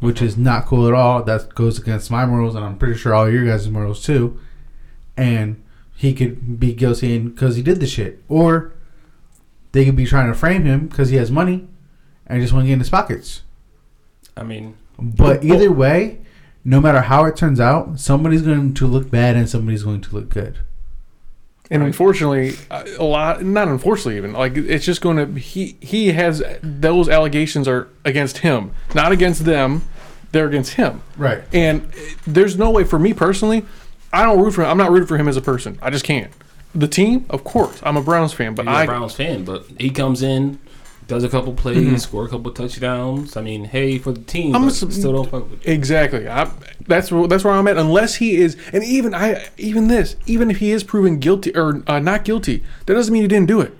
[SPEAKER 3] which is not cool at all. That goes against my morals, and I'm pretty sure all your guys' morals too. And he could be guilty because he did the shit, or they could be trying to frame him because he has money and just want to get in his pockets.
[SPEAKER 4] I mean,
[SPEAKER 3] But either way, no matter how it turns out, somebody's going to look bad and somebody's going to look good.
[SPEAKER 2] And unfortunately, uh, a lot not unfortunately even like it's just going to he he has those allegations are against him, not against them. They're against him.
[SPEAKER 3] Right.
[SPEAKER 2] And uh, there's no way for me personally. I don't root for him. I'm not rooting for him as a person. I just can't. The team, of course, I'm a Browns fan, but
[SPEAKER 4] he's a
[SPEAKER 2] I
[SPEAKER 4] Browns fan, but he comes in, does a couple plays, score a couple touchdowns. I mean, hey, for the team,
[SPEAKER 2] Mm-hmm. I'm
[SPEAKER 4] I'm
[SPEAKER 2] a sub-
[SPEAKER 4] still don't fuck with. It.
[SPEAKER 2] Exactly. I, that's where- that's where I'm at. Unless he is, and even I, even this, even if he is proven guilty or uh, not guilty, that doesn't mean he didn't do it.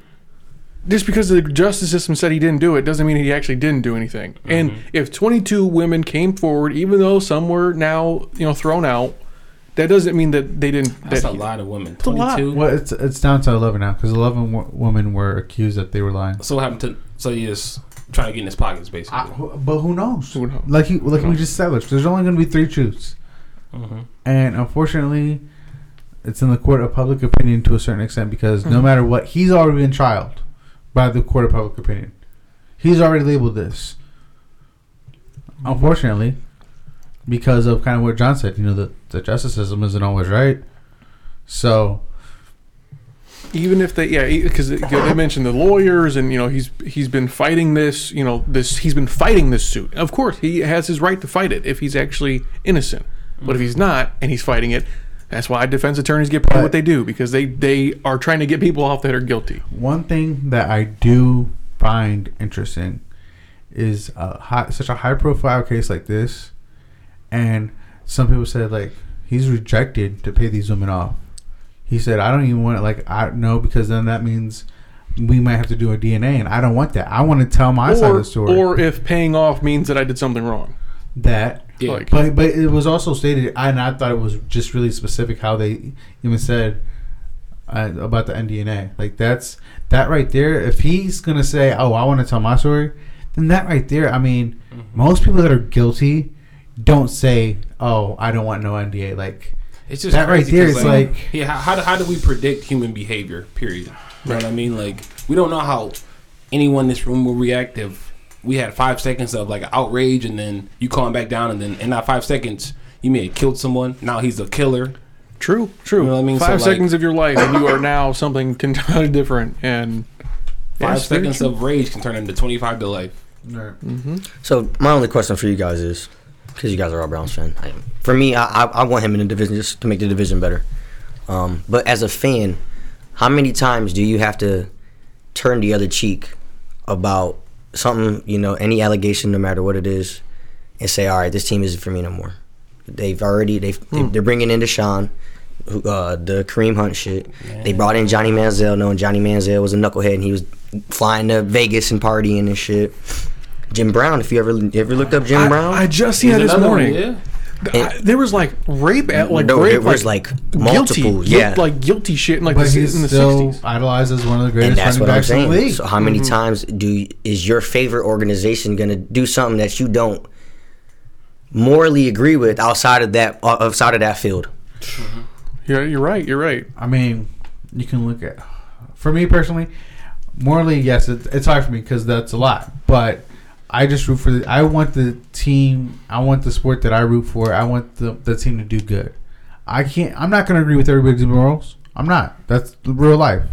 [SPEAKER 2] Just because the justice system said he didn't do it doesn't mean he actually didn't do anything. And if 22 women came forward, even though some were now you know thrown out, that doesn't mean that they didn't.
[SPEAKER 4] That's
[SPEAKER 2] that
[SPEAKER 4] a lot of women.
[SPEAKER 2] a lot.
[SPEAKER 4] Twenty-two.
[SPEAKER 3] Well, it's it's down to eleven now because eleven w- women were accused that they were lying.
[SPEAKER 4] So what happened to? So he is trying to get in his pockets, basically.
[SPEAKER 3] I, who- but who knows?
[SPEAKER 2] Who knows?
[SPEAKER 3] Like he, like we just established, there's only going to be three truths,
[SPEAKER 4] Mhm.
[SPEAKER 3] and unfortunately, it's in the court of public opinion to a certain extent because no
[SPEAKER 2] Hmm.
[SPEAKER 3] matter what, he's already been trialed by the court of public opinion. He's already labeled this.
[SPEAKER 2] Hmm.
[SPEAKER 3] Unfortunately, because of kind of what John said, you know, the, the justice system isn't always right. So
[SPEAKER 2] even if they yeah because you know, they mentioned the lawyers and you know he's he's been fighting this you know this he's been fighting this suit of course he has his right to fight it if he's actually innocent but if
[SPEAKER 4] Mm-hmm.
[SPEAKER 2] he's not and he's fighting it that's why defense attorneys get paid what they do because they they are trying to get people off that are guilty
[SPEAKER 3] One thing that I do find interesting is a high, such a high profile case like this, and some people said like he's rejected to pay these women off. He said I don't even want it. Like I no because then that means we might have to do a DNA, and I don't want that. I want to tell my side of
[SPEAKER 2] or,
[SPEAKER 3] the story.
[SPEAKER 2] or if paying off means that i did something wrong
[SPEAKER 3] that
[SPEAKER 4] Yeah.
[SPEAKER 2] like
[SPEAKER 3] but but it was also stated, and I thought it was just really specific how they even said uh, about the NDNA. Like that's that right there. If he's gonna say, "Oh, I want to tell my story," then that right there. I mean,
[SPEAKER 4] Mm-hmm.
[SPEAKER 3] most people that are guilty don't say, "Oh, I don't want no NDA." Like
[SPEAKER 4] It's just
[SPEAKER 3] That right
[SPEAKER 4] crazy
[SPEAKER 3] there
[SPEAKER 4] 'cause,
[SPEAKER 3] is like-
[SPEAKER 4] yeah. How, how do how do we predict human behavior? Period. You know what I mean? Like we don't know how anyone in this room will react if we had five seconds of like outrage and then you calm back down and then in that five seconds you may have killed someone. Now he's a killer.
[SPEAKER 2] true true
[SPEAKER 4] You know what I mean? So,
[SPEAKER 2] five
[SPEAKER 4] like-
[SPEAKER 2] seconds of your life and you are now something *laughs* entirely different and
[SPEAKER 4] Five
[SPEAKER 2] Yes, very
[SPEAKER 4] seconds
[SPEAKER 2] true.
[SPEAKER 4] of rage can turn into twenty five to life.
[SPEAKER 5] So my only question for you guys is, because you guys are all Browns fan, I, for me, I, I I want him in the division just to make the division better. Um, but as a fan, how many times do you have to turn the other cheek about something, you know, any allegation, no matter what it is, and say, all right, this team isn't for me no more. They've already they've
[SPEAKER 2] Hmm.
[SPEAKER 5] they're bringing in Deshaun, who, uh, the Kareem Hunt shit. They brought in Johnny Manziel, knowing Johnny Manziel was a knucklehead and he was flying to Vegas and partying and shit. Jim Brown. If you ever ever looked up Jim
[SPEAKER 2] I,
[SPEAKER 5] Brown,
[SPEAKER 2] I just seen it
[SPEAKER 4] There's
[SPEAKER 2] this
[SPEAKER 4] another one,
[SPEAKER 2] morning.
[SPEAKER 4] yeah.
[SPEAKER 2] Th- I- there was like rape, at, like
[SPEAKER 5] No,
[SPEAKER 2] rape,
[SPEAKER 5] there was, like, multiple,
[SPEAKER 2] guilty,
[SPEAKER 5] yeah.
[SPEAKER 2] like guilty shit in like
[SPEAKER 3] But
[SPEAKER 2] the,
[SPEAKER 3] he's
[SPEAKER 2] in the
[SPEAKER 3] still
[SPEAKER 2] 60s.
[SPEAKER 3] idolized as one of the
[SPEAKER 5] and
[SPEAKER 3] greatest
[SPEAKER 5] that's
[SPEAKER 3] running
[SPEAKER 5] what I'm
[SPEAKER 3] backs in the
[SPEAKER 5] saying. Mm-hmm.
[SPEAKER 3] league.
[SPEAKER 5] So how many times do is your favorite organization going to do something that you don't morally agree with outside of that uh, outside of that field?
[SPEAKER 2] Yeah, you're right. You're right.
[SPEAKER 3] I mean, you can look at. For me personally, morally, yes, it, it's hard for me because that's a lot. But I just root for the. I want the team. I want the sport that I root for. I want the, the team to do good. I can't. I'm not going to agree with everybody's morals. I'm not. That's the real life.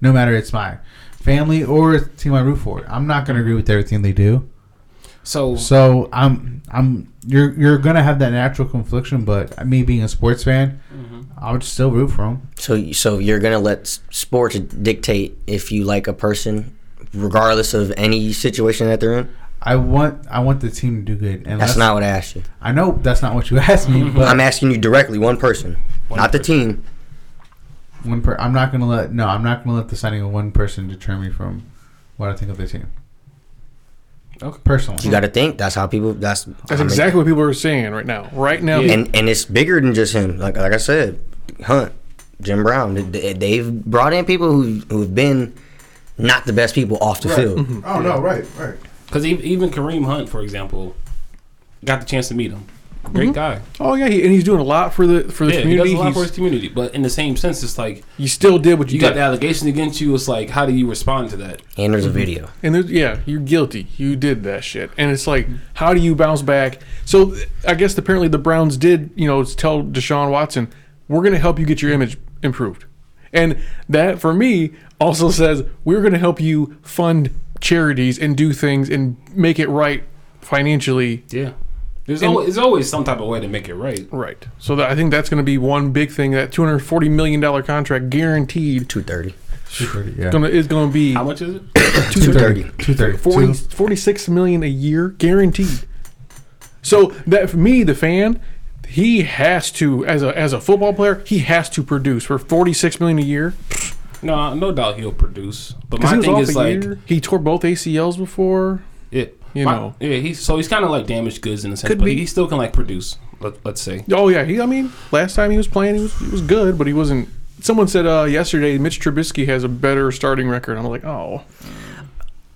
[SPEAKER 3] No matter it's my family or it's the team I root for. I'm not going to agree with everything they do.
[SPEAKER 4] So
[SPEAKER 3] So I'm I'm you're you're gonna have that natural confliction, but me being a sports fan, I would still root for him.
[SPEAKER 5] So so you're going to let s- sports dictate if you like a person, regardless of any situation that they're in.
[SPEAKER 3] I want I want the team to do good, and
[SPEAKER 5] That's not what I asked you.
[SPEAKER 3] I know that's not what you *laughs* asked me, but
[SPEAKER 5] I'm
[SPEAKER 3] I'm,
[SPEAKER 5] asking you directly, one person, not the team.
[SPEAKER 3] one per, I'm not gonna let no, I'm not gonna let the signing of one person deter me from what I think of the team.
[SPEAKER 4] Okay.
[SPEAKER 3] personally,
[SPEAKER 5] You got to think. That's how people. That's
[SPEAKER 2] That's exactly what people are saying right now. Right now,
[SPEAKER 4] Yeah.
[SPEAKER 5] and and it's bigger than just him. Like like I said, Hunt, Jim Brown, th- th- they've brought in people who who've been not the best people off the
[SPEAKER 1] Right.
[SPEAKER 5] field.
[SPEAKER 2] Mm-hmm.
[SPEAKER 1] Oh no, right, right.
[SPEAKER 4] Because e, even Kareem Hunt, for example, got the chance to meet him. Great
[SPEAKER 3] Mm-hmm.
[SPEAKER 4] guy.
[SPEAKER 2] oh yeah, he, and he's doing a lot for the for the
[SPEAKER 4] Yeah, he
[SPEAKER 2] community.
[SPEAKER 4] does a lot for
[SPEAKER 2] He's-
[SPEAKER 4] his community. But in the same sense, it's like
[SPEAKER 2] you still did what you,
[SPEAKER 4] you got
[SPEAKER 2] did.
[SPEAKER 4] the allegation against you. It's like, how do you respond to that?
[SPEAKER 5] And
[SPEAKER 2] Mm-hmm.
[SPEAKER 5] there's a video.
[SPEAKER 2] And there's, yeah, you're guilty. You did that shit. And it's like, how do you bounce back? So th- I guess apparently the Browns did, you know, tell Deshaun Watson, we're going to help you get your image improved. And that for me also says we're going to help you fund charities and do things and make it right financially.
[SPEAKER 4] Yeah. There's
[SPEAKER 2] And-
[SPEAKER 4] always, there's always some type of way to make it right.
[SPEAKER 2] Right. So that, I think that's going to be one big thing that $240 million contract guaranteed
[SPEAKER 5] Two thirty.
[SPEAKER 3] two thirty, yeah,
[SPEAKER 2] gonna, is going to be
[SPEAKER 4] How much is it? *coughs*
[SPEAKER 5] Two thirty.
[SPEAKER 3] two thirty,
[SPEAKER 2] 40, 46 million a year guaranteed so that for me the fan he has to as a as a football player he has to produce for 46 million a year
[SPEAKER 4] no, no doubt he'll produce. But
[SPEAKER 2] 'Cause
[SPEAKER 4] my
[SPEAKER 2] he was
[SPEAKER 4] thing
[SPEAKER 2] off
[SPEAKER 4] is
[SPEAKER 2] a
[SPEAKER 4] like,
[SPEAKER 2] year. he tore both acls before
[SPEAKER 4] yeah,
[SPEAKER 2] You
[SPEAKER 4] my-
[SPEAKER 2] know.
[SPEAKER 4] yeah. He's so he's kind of like damaged goods in a sense,
[SPEAKER 2] Could
[SPEAKER 4] but
[SPEAKER 2] be.
[SPEAKER 4] he still can like produce. Let, let's say.
[SPEAKER 2] oh yeah he i mean last time he was playing he was, he was good but he wasn't someone said uh yesterday mitch trubisky has a better starting record i'm like oh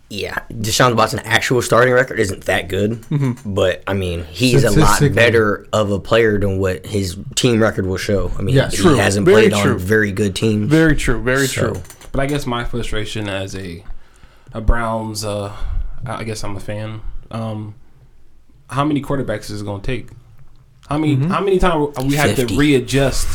[SPEAKER 5] Yeah, Deshaun Watson's actual starting record isn't that good,
[SPEAKER 2] Mm-hmm.
[SPEAKER 5] but I mean he's a lot
[SPEAKER 3] Statistically.
[SPEAKER 5] better of a player than what his team record will show. I mean,
[SPEAKER 3] Yeah,
[SPEAKER 5] he
[SPEAKER 2] true.
[SPEAKER 5] hasn't
[SPEAKER 2] Very
[SPEAKER 5] played
[SPEAKER 2] true.
[SPEAKER 5] on very good teams.
[SPEAKER 2] very true very
[SPEAKER 5] So,
[SPEAKER 2] true
[SPEAKER 4] But I guess my frustration as a a Browns, uh, I I guess I'm a fan. Um, how many quarterbacks is it going to take? How many how many times we have to
[SPEAKER 5] 50.
[SPEAKER 4] readjust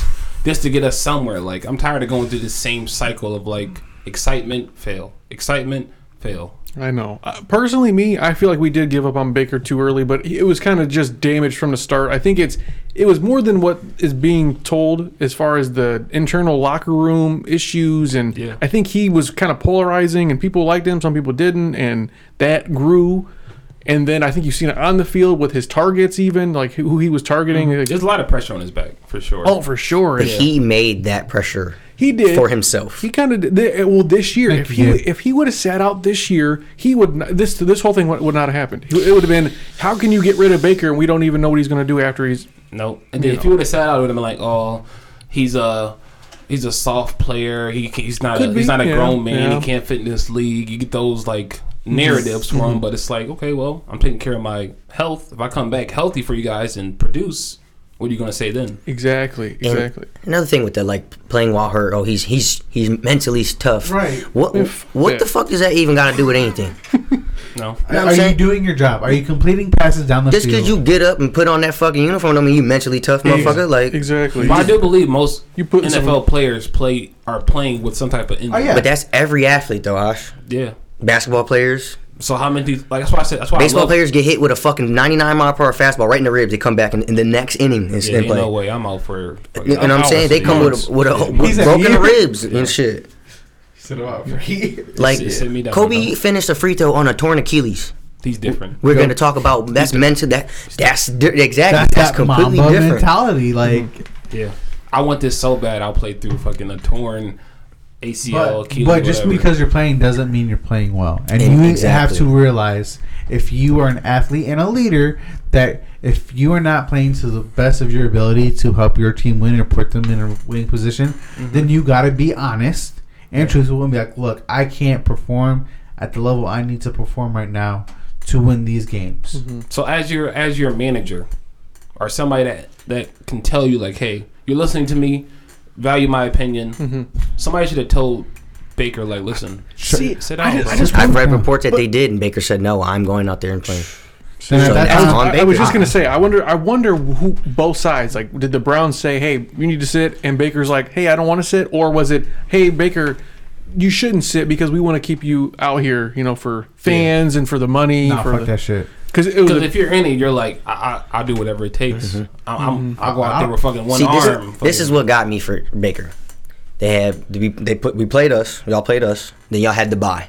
[SPEAKER 4] just to get us somewhere? Like I'm tired of going through this same cycle of like excitement, fail, excitement, fail.
[SPEAKER 2] I know. Uh, personally, me, I feel like we did give up on Baker too early, but he- it was kind of just damaged from the start. I think it's it was more than what is being told as far as the internal locker room issues, and
[SPEAKER 4] Yeah.
[SPEAKER 2] I think he was kind of polarizing, and people liked him, some people didn't, and that grew. And then I think you've seen it on the field with his targets, even like who he was targeting. Like,
[SPEAKER 4] There's a lot of pressure on his back for sure.
[SPEAKER 2] oh, for sure,
[SPEAKER 5] But he made that pressure
[SPEAKER 2] he did
[SPEAKER 5] for himself.
[SPEAKER 2] he kind of did. eh, Well, this year, if he
[SPEAKER 3] you.
[SPEAKER 2] if he would have sat out this year, he would not, this this whole thing would, would not have happened. It would have been how can you get rid of Baker and we don't even know what he's going to do after he's
[SPEAKER 4] Nope. And then if you would have sat out, it would have been like, oh, he's a he's a soft player. He can- he's not a,
[SPEAKER 2] Could be,
[SPEAKER 4] he's not a
[SPEAKER 2] yeah,
[SPEAKER 4] grown man.
[SPEAKER 2] yeah. Mm-hmm.
[SPEAKER 4] He can't fit in this league. You get those like narratives for him, but it's like, okay, well, I'm taking care of my health. If I come back healthy for you guys and produce, what are you gonna say then?
[SPEAKER 2] exactly exactly.
[SPEAKER 5] Another thing with that, like playing while hurt. Oh, he's he's he's mentally tough.
[SPEAKER 3] Right.
[SPEAKER 5] What what
[SPEAKER 2] yeah.
[SPEAKER 5] the fuck does that even got to do with anything?
[SPEAKER 4] No.
[SPEAKER 5] know what I'm
[SPEAKER 3] Are you
[SPEAKER 5] saying?
[SPEAKER 3] doing your job? Are you completing passes down the
[SPEAKER 5] Just
[SPEAKER 3] field?
[SPEAKER 5] because you get up and put on that fucking uniform, don't mean you mentally tough, motherfucker. Like,
[SPEAKER 2] exactly.
[SPEAKER 4] But I do believe most
[SPEAKER 2] You put
[SPEAKER 4] NFL
[SPEAKER 2] some-
[SPEAKER 4] players play are playing with some type of injury.
[SPEAKER 3] Oh, yeah.
[SPEAKER 5] but that's every athlete though, Ash.
[SPEAKER 4] yeah.
[SPEAKER 5] Basketball players,
[SPEAKER 4] So how many? Like that's why I said that's why I
[SPEAKER 5] baseball
[SPEAKER 4] love,
[SPEAKER 5] players get hit with a fucking 99 mile per hour fastball right in the ribs. They come back in, in the next inning and,
[SPEAKER 4] Yeah,
[SPEAKER 5] and
[SPEAKER 4] ain't
[SPEAKER 5] play.
[SPEAKER 4] no way I'm out for.
[SPEAKER 5] You know what I'm saying? They come with a, with a with
[SPEAKER 3] He's a
[SPEAKER 5] broken
[SPEAKER 3] year.
[SPEAKER 5] ribs and shit.
[SPEAKER 3] sit about for *laughs* here.
[SPEAKER 5] Like
[SPEAKER 4] it sent me down,
[SPEAKER 5] Kobe
[SPEAKER 4] bro.
[SPEAKER 5] finished a free throw on a torn Achilles.
[SPEAKER 4] He's different.
[SPEAKER 5] We're gonna talk about that's mental. That that's di- exactly
[SPEAKER 3] That's,
[SPEAKER 5] that's,
[SPEAKER 3] that
[SPEAKER 5] completely
[SPEAKER 3] Mamba
[SPEAKER 5] different.
[SPEAKER 3] mentality, like
[SPEAKER 4] Yeah. I want this so bad. I'll play through fucking a torn ACL,
[SPEAKER 3] But,
[SPEAKER 4] Achilles,
[SPEAKER 3] but just
[SPEAKER 4] whatever.
[SPEAKER 3] because you're playing doesn't mean you're playing well. And
[SPEAKER 5] And
[SPEAKER 3] you have
[SPEAKER 5] exactly.
[SPEAKER 3] to realize if you are an athlete and a leader that if you are not playing to the best of your ability to help your team win or put them in a winning position,
[SPEAKER 5] Mm-hmm.
[SPEAKER 3] then you got to be honest and truthful and be like, look, I can't perform at the level I need to perform right now to win these games.
[SPEAKER 5] Mm-hmm.
[SPEAKER 4] So as your as your manager or somebody that that can tell you like, hey, you're listening to me, value my opinion.
[SPEAKER 3] Mm-hmm.
[SPEAKER 4] Somebody should have told Baker like, listen,
[SPEAKER 2] See,
[SPEAKER 4] sit down.
[SPEAKER 2] I just,
[SPEAKER 4] bro.
[SPEAKER 2] I just
[SPEAKER 5] I've
[SPEAKER 2] want-
[SPEAKER 5] read reports that they did, and Baker said, "No, I'm going out there and playing."
[SPEAKER 3] Then at
[SPEAKER 5] So
[SPEAKER 3] that
[SPEAKER 5] that's
[SPEAKER 3] time-
[SPEAKER 5] on
[SPEAKER 2] I, I was just
[SPEAKER 5] Baker.
[SPEAKER 2] gonna say, I wonder, I wonder who both sides like. Did the Browns say, "Hey, you need to sit," and Baker's like, "Hey, I don't want to sit," or was it, "Hey, Baker, you shouldn't sit because we want to keep you out here, you know, for fans and for the money,
[SPEAKER 3] Nah,
[SPEAKER 2] for
[SPEAKER 3] fuck
[SPEAKER 2] the
[SPEAKER 3] that shit.
[SPEAKER 2] because it was
[SPEAKER 4] Because
[SPEAKER 2] a-
[SPEAKER 4] if you're in it, you're like, I, I, I'll do whatever it takes.
[SPEAKER 3] Mm-hmm.
[SPEAKER 4] I, I'm, I'll go out there with fucking one
[SPEAKER 5] See, this,
[SPEAKER 4] arm.
[SPEAKER 5] is, this is what got me for Baker. They had we, they put we played us. Y'all played us. Then y'all had to buy.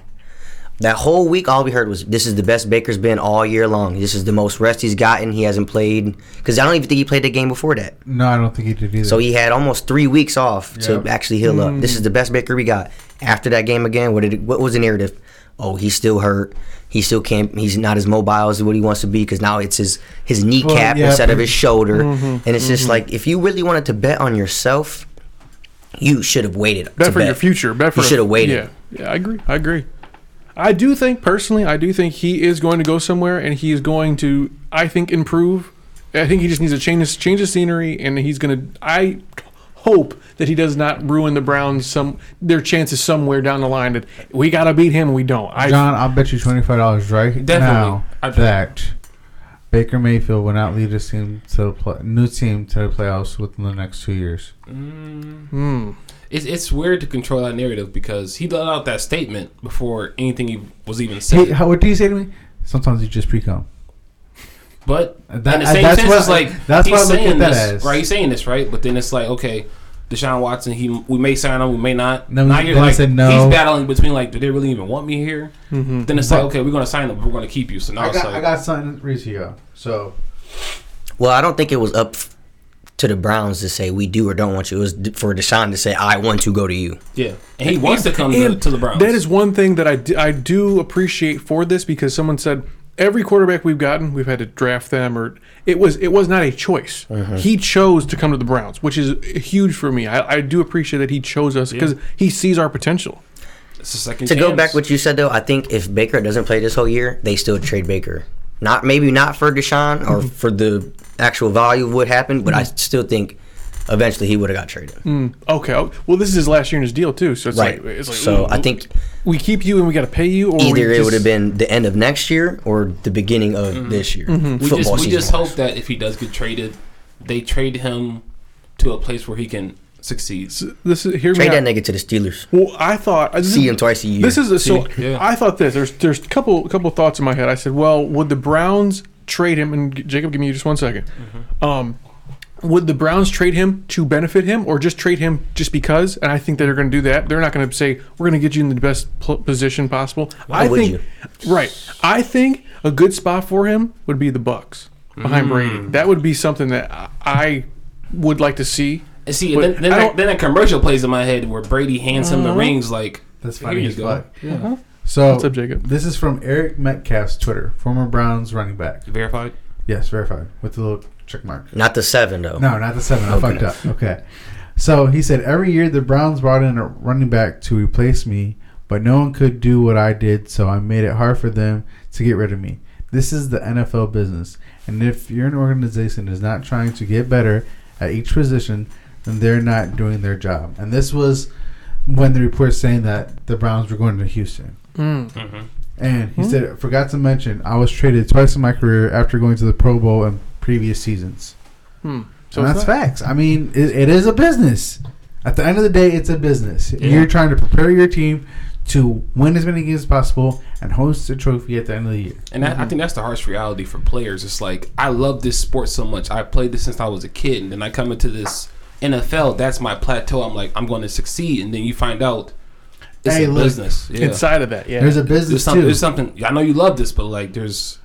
[SPEAKER 5] That whole week, all we heard was, "This is the best Baker's been all year long. This is the most rest he's gotten. He hasn't played because I don't even think he played the game before that.
[SPEAKER 3] No, I don't think he did either.
[SPEAKER 5] So he had almost three weeks off to
[SPEAKER 3] Yeah.
[SPEAKER 5] actually heal up. This is the best Baker we got. After that game again, what did it, what was the narrative? Oh, he's still hurt. He still can't. He's not as mobile as what he wants to be because now it's his his kneecap
[SPEAKER 3] yeah,
[SPEAKER 5] instead of
[SPEAKER 3] but-
[SPEAKER 5] his shoulder.
[SPEAKER 2] Mm-hmm.
[SPEAKER 5] and it's just like if you really wanted to bet on yourself, you should have waited. to
[SPEAKER 2] bet for your future. Bet for
[SPEAKER 5] You should have waited.
[SPEAKER 2] Yeah, yeah, I agree. I agree. I do think personally, I do think he is going to go somewhere, and he is going to, I think, improve. I think he just needs to change his change his scenery, and he's gonna. I hope that he does not ruin the Browns some their chances somewhere down the line that we gotta beat him. and We don't. I
[SPEAKER 3] John, I'll bet you twenty five dollars right
[SPEAKER 4] Definitely.
[SPEAKER 3] now
[SPEAKER 4] I bet.
[SPEAKER 3] that Baker Mayfield will not lead his team to the play, new team to the playoffs within the next two years.
[SPEAKER 2] Hmm.
[SPEAKER 4] it's, it's weird to control that narrative because he let out that statement before anything he was even said.
[SPEAKER 3] Hey, how, what do you say to me? Sometimes you just pre cum.
[SPEAKER 4] But
[SPEAKER 3] And that-
[SPEAKER 4] in the same
[SPEAKER 3] that's
[SPEAKER 4] sense,
[SPEAKER 3] what-
[SPEAKER 4] it's like
[SPEAKER 3] that's
[SPEAKER 4] he's
[SPEAKER 3] what I look at
[SPEAKER 4] saying
[SPEAKER 3] that
[SPEAKER 4] this,
[SPEAKER 3] as.
[SPEAKER 4] right? He's saying this, right? But then it's like, okay, Deshaun Watson, he we may sign him, we may not.
[SPEAKER 3] No,
[SPEAKER 4] now
[SPEAKER 3] he-
[SPEAKER 4] you're
[SPEAKER 3] then he
[SPEAKER 4] like,
[SPEAKER 3] said no.
[SPEAKER 4] he's battling between like, do they really even want me here?
[SPEAKER 5] Mm-hmm.
[SPEAKER 4] Then it's like,
[SPEAKER 3] But-
[SPEAKER 4] okay, we're gonna sign him, but we're gonna keep you. So now
[SPEAKER 3] I
[SPEAKER 4] it's
[SPEAKER 3] got,
[SPEAKER 4] like,
[SPEAKER 3] I got something to read to you. So
[SPEAKER 5] Well, I don't think it was up f- to the Browns to say we do or don't want you. It was d- for Deshaun to say I want to go to you.
[SPEAKER 4] yeah, and he wants to come to,
[SPEAKER 2] And
[SPEAKER 4] to the Browns.
[SPEAKER 2] That is one thing that I d- I do appreciate for this because someone said every quarterback we've gotten, we've had to draft them or it was it was not a choice.
[SPEAKER 5] Uh-huh.
[SPEAKER 2] He chose to come to the Browns, which is huge for me. I, I do appreciate that he chose us because he sees our potential.
[SPEAKER 4] it's a second
[SPEAKER 5] To go
[SPEAKER 4] chance.
[SPEAKER 5] back what you said though, I think if Baker doesn't play this whole year, they still trade Baker. Not maybe not for Deshaun or for the actual value of what happened, but I still think eventually he would have got traded.
[SPEAKER 2] Okay, oh, well this is his last year in his deal too, so it's
[SPEAKER 5] right.
[SPEAKER 2] like it's like
[SPEAKER 5] so
[SPEAKER 2] ooh,
[SPEAKER 5] I think
[SPEAKER 2] we keep you and we got to pay you, or we
[SPEAKER 5] either it
[SPEAKER 2] just-
[SPEAKER 5] would have been the end of next year or the beginning of this year.
[SPEAKER 4] Mm-hmm. we
[SPEAKER 5] Football
[SPEAKER 4] just we
[SPEAKER 5] season.
[SPEAKER 4] just hope that if he does get traded, they trade him to a place where he can succeed.
[SPEAKER 2] This is hear me.
[SPEAKER 5] Trade
[SPEAKER 2] out.
[SPEAKER 5] that nigga to the Steelers.
[SPEAKER 2] Well, I thought uh, this
[SPEAKER 5] See
[SPEAKER 2] is-
[SPEAKER 5] him twice a year.
[SPEAKER 2] This is a, so.
[SPEAKER 4] See? Yeah.
[SPEAKER 2] I thought this. There's there's a couple couple thoughts in my head. I said, well, would the Browns trade him? And G- Jacob, give me just one second.
[SPEAKER 4] Mm-hmm.
[SPEAKER 2] Um, would the Browns trade him to benefit him, or just trade him just because? And I think that they're going to do that. They're not going to say we're going to get you in the best pl- position possible. I
[SPEAKER 5] would
[SPEAKER 2] think, right? I think a good spot for him would be the Bucks
[SPEAKER 4] Mm.
[SPEAKER 2] behind Brady. That would be something that I- I would like to see.
[SPEAKER 4] And see,
[SPEAKER 2] But
[SPEAKER 4] and then then
[SPEAKER 2] I
[SPEAKER 4] that,
[SPEAKER 2] don't-
[SPEAKER 4] then that commercial plays in my head where Brady hands him
[SPEAKER 5] Mm-hmm.
[SPEAKER 4] the rings like.
[SPEAKER 3] that's
[SPEAKER 4] Here
[SPEAKER 3] funny
[SPEAKER 4] you
[SPEAKER 3] as
[SPEAKER 4] go.
[SPEAKER 3] fuck.
[SPEAKER 4] Yeah.
[SPEAKER 3] So
[SPEAKER 2] Uh-huh. What's up, Jacob?
[SPEAKER 3] this is from Eric Metcalf's Twitter, former Browns running back.
[SPEAKER 4] Verified.
[SPEAKER 3] Yes, verified with the little check mark.
[SPEAKER 5] Not the seven though.
[SPEAKER 3] No, not the seven. I
[SPEAKER 5] Okay.
[SPEAKER 3] fucked up. Okay. So he said every year the Browns brought in a running back to replace me, but no one could do what I did, so I made it hard for them to get rid of me. This is the NFL business, and if your organization is not trying to get better at each position, then they're not doing their job. And this was when the report saying that the Browns were going to Houston.
[SPEAKER 2] Mm.
[SPEAKER 3] And
[SPEAKER 5] Hmm?
[SPEAKER 3] he said, forgot to mention, I was traded twice in my career after going to the Pro Bowl in previous seasons.
[SPEAKER 2] Hmm. So
[SPEAKER 3] And
[SPEAKER 2] it's
[SPEAKER 3] that's
[SPEAKER 2] not-
[SPEAKER 3] facts. I mean, it, it is a business. At the end of the day, it's a business. You're trying to prepare your team to win as many games as possible and host a trophy at the end of the year.
[SPEAKER 4] And that, I think that's the harsh reality for players. It's like I love this sport so much. I played this since I was a kid, and then I come into this NFL. That's my plateau. I'm like I'm going to succeed, and then you find out it's
[SPEAKER 3] Hey,
[SPEAKER 4] a
[SPEAKER 3] look,
[SPEAKER 4] business. Yeah.
[SPEAKER 2] Inside of that, yeah.
[SPEAKER 3] Mm-hmm. There's a
[SPEAKER 4] there's
[SPEAKER 3] business
[SPEAKER 4] something.
[SPEAKER 3] too.
[SPEAKER 4] There's something. I know you love this, but like there's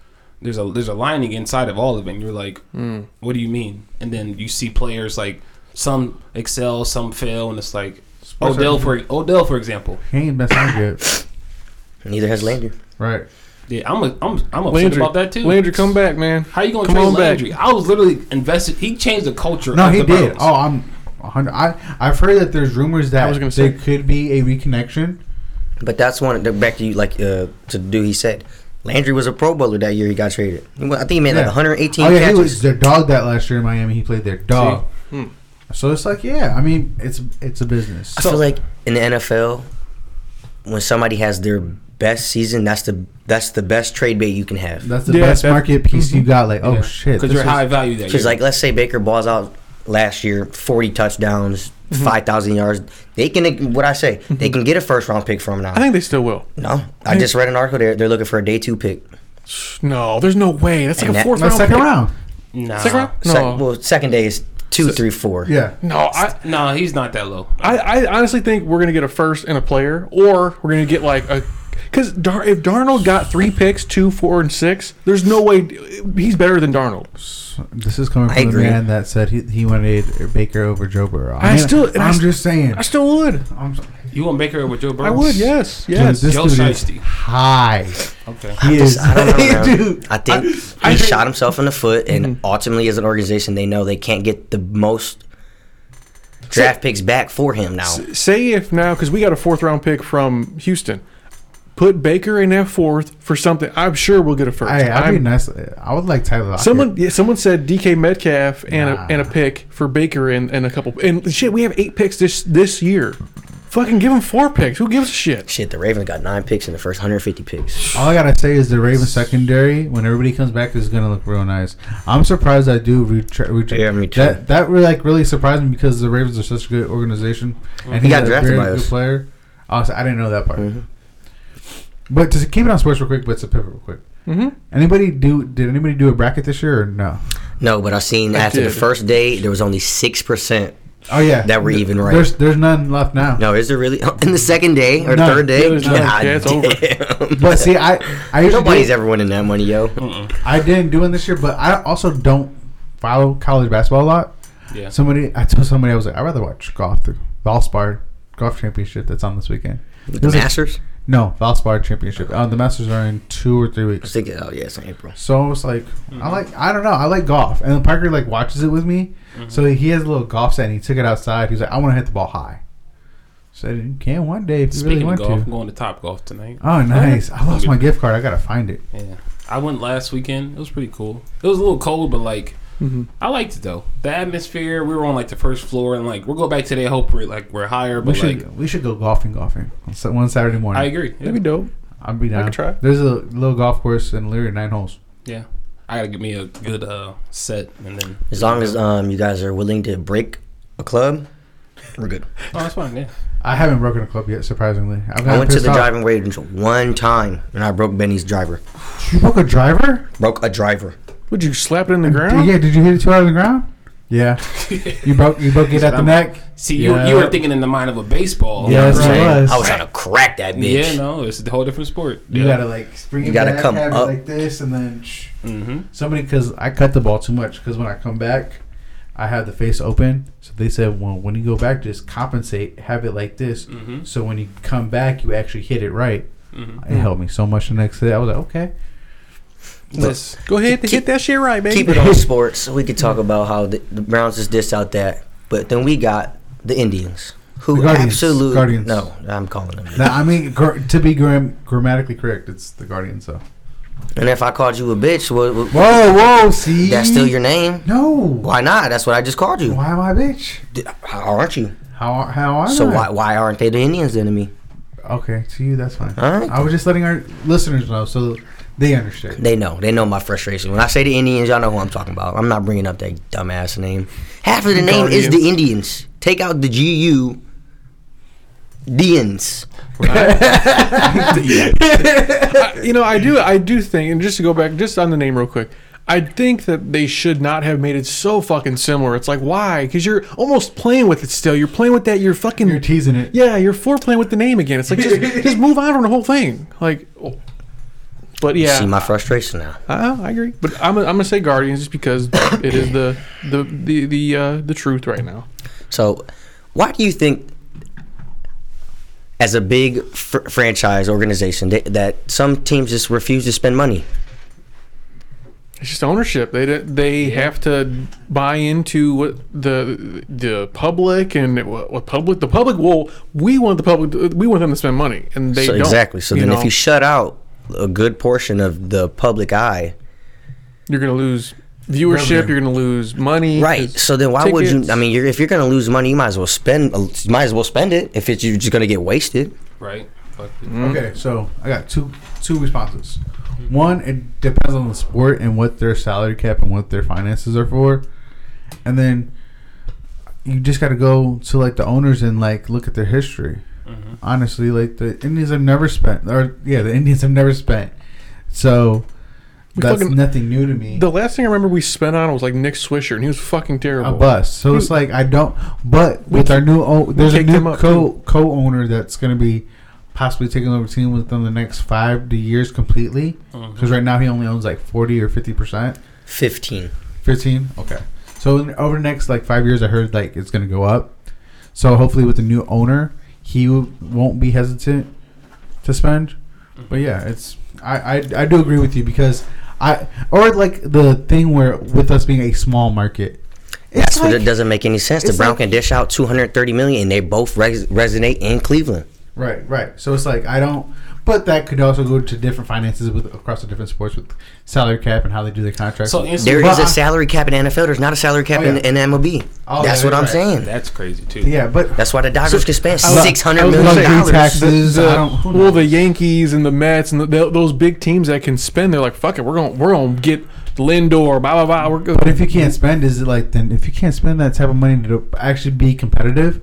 [SPEAKER 4] there's a there's a lining inside of all of it. And you're like,
[SPEAKER 2] Mm.
[SPEAKER 4] what do you mean? And then you see players like some excel, some fail, and it's like Odell for Odell for example.
[SPEAKER 3] He ain't been so good.
[SPEAKER 5] Neither has Landry.
[SPEAKER 2] *laughs*
[SPEAKER 3] Right.
[SPEAKER 4] Yeah, I'm a, I'm I'm upset
[SPEAKER 2] Landry,
[SPEAKER 4] about that too.
[SPEAKER 2] Landry, come back, man.
[SPEAKER 4] How you gonna
[SPEAKER 2] Come on
[SPEAKER 4] trade
[SPEAKER 2] back.
[SPEAKER 4] Landry? I was literally invested. He changed the culture.
[SPEAKER 3] No,
[SPEAKER 4] of
[SPEAKER 3] he
[SPEAKER 4] the
[SPEAKER 3] did.
[SPEAKER 4] Browns.
[SPEAKER 3] Oh, I'm 100. I I've heard that there's rumors that
[SPEAKER 2] I was gonna
[SPEAKER 3] there
[SPEAKER 2] say.
[SPEAKER 3] could be a reconnection.
[SPEAKER 5] But that's one. Back to you, like uh, to do. He said Landry was a Pro Bowler that year. He got traded. He went- I think he made like
[SPEAKER 3] Yeah.
[SPEAKER 5] 118
[SPEAKER 3] oh yeah,
[SPEAKER 5] catches.
[SPEAKER 3] he was their dog that last year in Miami. He played their dog.
[SPEAKER 2] See? Hmm.
[SPEAKER 3] So it's like, yeah, I mean, it's it's a business.
[SPEAKER 5] I feel like in the NFL, when somebody has their best season, that's the that's the best trade bait you can have.
[SPEAKER 3] That's the
[SPEAKER 2] Yeah,
[SPEAKER 3] best
[SPEAKER 2] that- mm-hmm.
[SPEAKER 3] market piece you got. Like, oh
[SPEAKER 2] Yeah.
[SPEAKER 3] shit,
[SPEAKER 4] because
[SPEAKER 3] this
[SPEAKER 4] you're
[SPEAKER 3] was-
[SPEAKER 4] high value that year.
[SPEAKER 5] Because like let's say Baker balls out last year, forty touchdowns,
[SPEAKER 2] Mm-hmm.
[SPEAKER 5] thousand yards. They can what I say. They can get a first round pick from now.
[SPEAKER 2] I think they still will.
[SPEAKER 5] no, I just read an article there. They're looking for a day two pick.
[SPEAKER 2] No, there's no way. That's like
[SPEAKER 5] And
[SPEAKER 2] a
[SPEAKER 5] that-
[SPEAKER 2] fourth
[SPEAKER 3] my
[SPEAKER 2] round.
[SPEAKER 3] second
[SPEAKER 2] pick.
[SPEAKER 3] round.
[SPEAKER 4] nah,
[SPEAKER 2] Second round?
[SPEAKER 5] Sec-
[SPEAKER 2] No.
[SPEAKER 5] well, second day is two, three, four.
[SPEAKER 3] Yeah,
[SPEAKER 2] No, I,
[SPEAKER 4] nah, he's not that low.
[SPEAKER 2] I, I honestly think we're gonna get a first and a player, or we're gonna get like a. Because Dar- if Darnold got three picks, two, four, and six, there's no way he's better than Darnold.
[SPEAKER 3] this is coming
[SPEAKER 5] I
[SPEAKER 3] from the
[SPEAKER 5] agree.
[SPEAKER 3] man that said he, he wanted Baker over Joe Burrow.
[SPEAKER 2] I still- and I
[SPEAKER 3] I'm
[SPEAKER 2] st-
[SPEAKER 3] just saying,
[SPEAKER 2] I still would.
[SPEAKER 3] I'm s-
[SPEAKER 4] You want Baker over Joe Burrow?
[SPEAKER 2] I would. Yes. Yes.
[SPEAKER 3] Dude, this
[SPEAKER 4] Joe
[SPEAKER 3] dude is
[SPEAKER 4] Shiesty.
[SPEAKER 3] high.
[SPEAKER 4] Okay.
[SPEAKER 3] He
[SPEAKER 5] I
[SPEAKER 3] is.
[SPEAKER 5] just- I
[SPEAKER 2] *laughs*
[SPEAKER 5] don't know. man.
[SPEAKER 3] Dude.
[SPEAKER 5] I think
[SPEAKER 2] I Mm-hmm.
[SPEAKER 5] he
[SPEAKER 2] think-
[SPEAKER 5] shot himself in the foot, and ultimately, as an organization, they know they can't get the most draft picks back for him now.
[SPEAKER 2] Say if now, because we got a fourth round pick from Houston, put Baker in that fourth for something. I'm sure we'll get a first.
[SPEAKER 3] Hey, I'd be
[SPEAKER 2] I'm-
[SPEAKER 3] nice. I would like Tyler. Lockett.
[SPEAKER 2] Someone, yeah, someone said DK Metcalf and
[SPEAKER 3] Nah.
[SPEAKER 2] a and a pick for Baker and, and a couple and shit. We have eight picks this this year. Fucking give him four picks. Who gives a shit?
[SPEAKER 5] Shit, the Ravens got nine picks in the first 150 picks.
[SPEAKER 3] All I gotta say is the Ravens secondary when everybody comes back is gonna look real nice. I'm surprised I do. Retra- retra-
[SPEAKER 5] Yeah, me too.
[SPEAKER 3] That that really like really surprised me because the Ravens are such a good organization and
[SPEAKER 5] He
[SPEAKER 3] he's
[SPEAKER 5] got
[SPEAKER 3] a
[SPEAKER 5] drafted
[SPEAKER 3] very
[SPEAKER 5] by
[SPEAKER 3] good
[SPEAKER 5] us.
[SPEAKER 3] player. Also, I didn't know that part.
[SPEAKER 5] Mhm.
[SPEAKER 3] But to keep it on sports real quick, but it's a pivot real quick.
[SPEAKER 2] Mm-hmm.
[SPEAKER 3] Anybody do? Did anybody do a bracket this year or no?
[SPEAKER 5] No, but I seen
[SPEAKER 2] I
[SPEAKER 5] after the
[SPEAKER 2] did.
[SPEAKER 5] first day there was only six percent.
[SPEAKER 3] Oh yeah,
[SPEAKER 5] That were even right.
[SPEAKER 3] There's there's none left now.
[SPEAKER 5] No, is there really? *laughs* In the second day or the
[SPEAKER 3] No,
[SPEAKER 5] third day?
[SPEAKER 2] yeah, there's none. Yeah, it's over.
[SPEAKER 5] damn.
[SPEAKER 3] But see, I I usually
[SPEAKER 5] Nobody's
[SPEAKER 3] do-
[SPEAKER 5] ever winning that money, yo.
[SPEAKER 3] I didn't do it this year, but I also don't follow college basketball a lot.
[SPEAKER 4] Yeah.
[SPEAKER 3] Somebody, I told somebody I was like, I'd rather watch golf, the Valspar golf championship that's on this weekend. It
[SPEAKER 5] The
[SPEAKER 3] was like-
[SPEAKER 5] Masters?
[SPEAKER 3] no, Valspar championship. Uh, the Masters are in two or three
[SPEAKER 5] I was
[SPEAKER 3] weeks.
[SPEAKER 5] thinking, oh, yeah, it's in April.
[SPEAKER 3] So it's like,
[SPEAKER 4] Mm-hmm.
[SPEAKER 3] I like, I don't know, I like golf, and then Parker like watches it with me. So
[SPEAKER 4] Mm-hmm.
[SPEAKER 3] he has a little golf set, and he took it outside. He's like, I want to hit the ball high. Said you can one day if you
[SPEAKER 4] Speaking
[SPEAKER 3] really
[SPEAKER 4] of
[SPEAKER 3] want
[SPEAKER 4] golf, I'm
[SPEAKER 3] to.
[SPEAKER 4] going to Top Golf tonight.
[SPEAKER 3] Oh, nice! I lost
[SPEAKER 4] Okay.
[SPEAKER 3] my gift card. I gotta find it.
[SPEAKER 4] Yeah, I went last weekend. It was pretty cool. It was a little cold, but like
[SPEAKER 3] Mm-hmm.
[SPEAKER 2] Mhm.
[SPEAKER 4] I liked it though. The atmosphere. We were on like the first floor, and like we'll go back today. I hope we're like we're higher,
[SPEAKER 3] We
[SPEAKER 4] but
[SPEAKER 3] should
[SPEAKER 4] like
[SPEAKER 3] we should go golfing, golfing on Sa- one Saturday morning.
[SPEAKER 4] I agree.
[SPEAKER 2] That'd be
[SPEAKER 4] Yeah.
[SPEAKER 2] dope.
[SPEAKER 3] I'll be down.
[SPEAKER 2] could try.
[SPEAKER 3] There's a little golf course in Leary, nine holes.
[SPEAKER 4] Yeah. I gotta get me a good uh set, and then
[SPEAKER 5] As long as um you guys are willing to break a club, we're good.
[SPEAKER 4] oh, that's fine. Yeah,
[SPEAKER 3] I haven't broken a club yet, surprisingly. I've
[SPEAKER 5] I
[SPEAKER 3] gotten
[SPEAKER 5] went to
[SPEAKER 3] pissed
[SPEAKER 5] the
[SPEAKER 3] off.
[SPEAKER 5] driving range one time and I broke Benny's driver.
[SPEAKER 3] You broke a driver?
[SPEAKER 5] Broke a driver.
[SPEAKER 2] Would you slap it in the ground?
[SPEAKER 3] Yeah. Did you hit it two out of the ground? *laughs* Yeah. you broke. You broke it at the
[SPEAKER 4] I'm-
[SPEAKER 3] neck.
[SPEAKER 4] see, you, you
[SPEAKER 3] Yeah.
[SPEAKER 4] were thinking in the mind of a
[SPEAKER 3] Yes,
[SPEAKER 4] baseball. you know what I'm
[SPEAKER 3] I
[SPEAKER 4] saying?
[SPEAKER 3] was.
[SPEAKER 5] I was trying to crack that bitch.
[SPEAKER 4] Yeah, no, it's a whole different sport.
[SPEAKER 3] You
[SPEAKER 4] yeah.
[SPEAKER 3] gotta like spring it
[SPEAKER 5] You gotta
[SPEAKER 3] back,
[SPEAKER 5] come
[SPEAKER 3] have it
[SPEAKER 5] up.
[SPEAKER 3] like this, and then shh.
[SPEAKER 4] hmm
[SPEAKER 3] somebody because I cut the ball too much. Because when I come back, I have the face open. So they said, well, when you go back, just compensate, have it like this.
[SPEAKER 4] Mhm.
[SPEAKER 3] So when you come back, you actually hit it right.
[SPEAKER 4] hmm
[SPEAKER 3] It helped me so much the next day. I was like, okay.
[SPEAKER 4] Yes.
[SPEAKER 2] Go ahead and get that shit right, baby.
[SPEAKER 5] Keep it on sports so we could talk about how the, the Browns just dissed out that. But then we got the Indians, who
[SPEAKER 3] The Guardians.
[SPEAKER 5] absolutely
[SPEAKER 3] Guardians.
[SPEAKER 5] no, I'm calling them.
[SPEAKER 3] Now, I mean, gr- to be gram- grammatically correct, it's the Guardian. So.
[SPEAKER 5] And if I called you a bitch, well, well,
[SPEAKER 3] Whoa, whoa, see.
[SPEAKER 5] that's still your name.
[SPEAKER 3] No.
[SPEAKER 5] Why not? That's what I just called you.
[SPEAKER 3] Why am I a bitch?
[SPEAKER 5] D- How aren't you?
[SPEAKER 3] How are- how am
[SPEAKER 5] So
[SPEAKER 3] I?
[SPEAKER 5] why why aren't they the Indians then to me?
[SPEAKER 3] Okay, to you that's fine.
[SPEAKER 5] All right.
[SPEAKER 3] I was just letting our listeners know so they understand.
[SPEAKER 5] They know. They know my frustration. When I say the Indians, y'all know who I'm talking about. I'm not bringing up that dumbass name. Half of the name is the Indians. Take out the G U. Dians.
[SPEAKER 2] *laughs* I- you know, I do, I do think, and just to go back, just on the name real quick, I think that they should not have made it so fucking similar. It's like why? Because you're almost playing with it still. You're playing with that. You're fucking.
[SPEAKER 3] You're teasing it.
[SPEAKER 2] yeah, you're foreplaying with the name again. It's like
[SPEAKER 5] *laughs*
[SPEAKER 2] just, just move on from the whole thing. Like, oh. but yeah,
[SPEAKER 5] See my frustration now.
[SPEAKER 2] I, I agree. But I'm, I'm gonna say Guardians just because it is the the the the, uh, the truth right now.
[SPEAKER 5] So, why do you think as a big fr- franchise organization that, that some teams just refuse to spend money.
[SPEAKER 2] It's just ownership. They di- they have to buy into what the the public and what, what public the public. Well, we want the public. to- We want them to spend money, and they
[SPEAKER 5] so,
[SPEAKER 2] don't.
[SPEAKER 5] exactly. So then,
[SPEAKER 2] know,
[SPEAKER 5] if you shut out a good portion of the public eye,
[SPEAKER 2] you're going to lose viewership. You're going to lose money.
[SPEAKER 5] right?
[SPEAKER 2] 'cause
[SPEAKER 5] So then, why would
[SPEAKER 2] tickets-
[SPEAKER 5] you? I mean, you're, if you're going to lose money, you might as well spend. You might as well spend it if it's, you're just going to get wasted.
[SPEAKER 4] right? Fuck it.
[SPEAKER 5] Mm-hmm.
[SPEAKER 2] Mm-hmm.
[SPEAKER 3] Okay, so I got two two responses. One, it depends on the sport and what their salary cap and what their finances are for, and then you just got to go to like the owners and like look at their history.
[SPEAKER 4] Mm-hmm.
[SPEAKER 3] Honestly, like the Indians have never spent, or yeah, the Indians have never spent. So
[SPEAKER 2] We
[SPEAKER 3] that's
[SPEAKER 2] fucking-
[SPEAKER 3] nothing new to me.
[SPEAKER 2] the last thing I remember we spent on was like Nick Swisher, and he was fucking
[SPEAKER 3] a
[SPEAKER 2] terrible.
[SPEAKER 3] bus. So it's like I don't. But with our new o- there's a
[SPEAKER 2] kicked him
[SPEAKER 3] new
[SPEAKER 2] up,
[SPEAKER 3] co co owner that's going to be possibly taking over the team within the next five to years completely.
[SPEAKER 2] Uh-huh.
[SPEAKER 3] Because right now he only owns like forty or fifty percent,
[SPEAKER 5] Fifteen.
[SPEAKER 3] fifteen. Okay. So in, over the next like five years, I heard like it's going to go up. So hopefully with the new owner, he w- won't be hesitant to spend.
[SPEAKER 2] Mm-hmm.
[SPEAKER 3] But yeah, it's I, I I do agree with you because. I, or like the thing where with us being a small market, it's
[SPEAKER 5] That's what
[SPEAKER 3] like-
[SPEAKER 5] it doesn't make any sense. The
[SPEAKER 3] it's
[SPEAKER 5] Brown
[SPEAKER 3] like-
[SPEAKER 5] can dish out 230 million, and they both res- resonate in Cleveland.
[SPEAKER 3] Right, right. So it's like I don't, but that could also go to different finances with across the different sports with salary cap and how they do their contracts.
[SPEAKER 4] So in
[SPEAKER 5] There
[SPEAKER 4] some-
[SPEAKER 5] is
[SPEAKER 3] But I-
[SPEAKER 5] a salary cap in NFL. There's not a salary cap
[SPEAKER 3] Oh, yeah.
[SPEAKER 5] in, in MLB.
[SPEAKER 3] Oh,
[SPEAKER 5] That's
[SPEAKER 3] that
[SPEAKER 5] what
[SPEAKER 3] is
[SPEAKER 5] I'm
[SPEAKER 3] right.
[SPEAKER 5] saying.
[SPEAKER 4] that's crazy too.
[SPEAKER 3] yeah, but
[SPEAKER 5] That's why the Dodgers can spend
[SPEAKER 3] I was-
[SPEAKER 5] six
[SPEAKER 3] I
[SPEAKER 5] hundred
[SPEAKER 3] was gonna
[SPEAKER 5] million
[SPEAKER 3] say,
[SPEAKER 5] dollars.
[SPEAKER 3] tax- Taxes,
[SPEAKER 2] The-
[SPEAKER 3] I don't- who
[SPEAKER 2] well, uh, the
[SPEAKER 3] knows?
[SPEAKER 2] Yankees and the Mets and the, th those big teams that can spend, they're like, "Fuck it, we're going, we're going to get Lindor, blah blah blah." We're
[SPEAKER 3] but
[SPEAKER 2] going.
[SPEAKER 3] if you can't spend, is it like then if you can't spend that type of money to actually be competitive,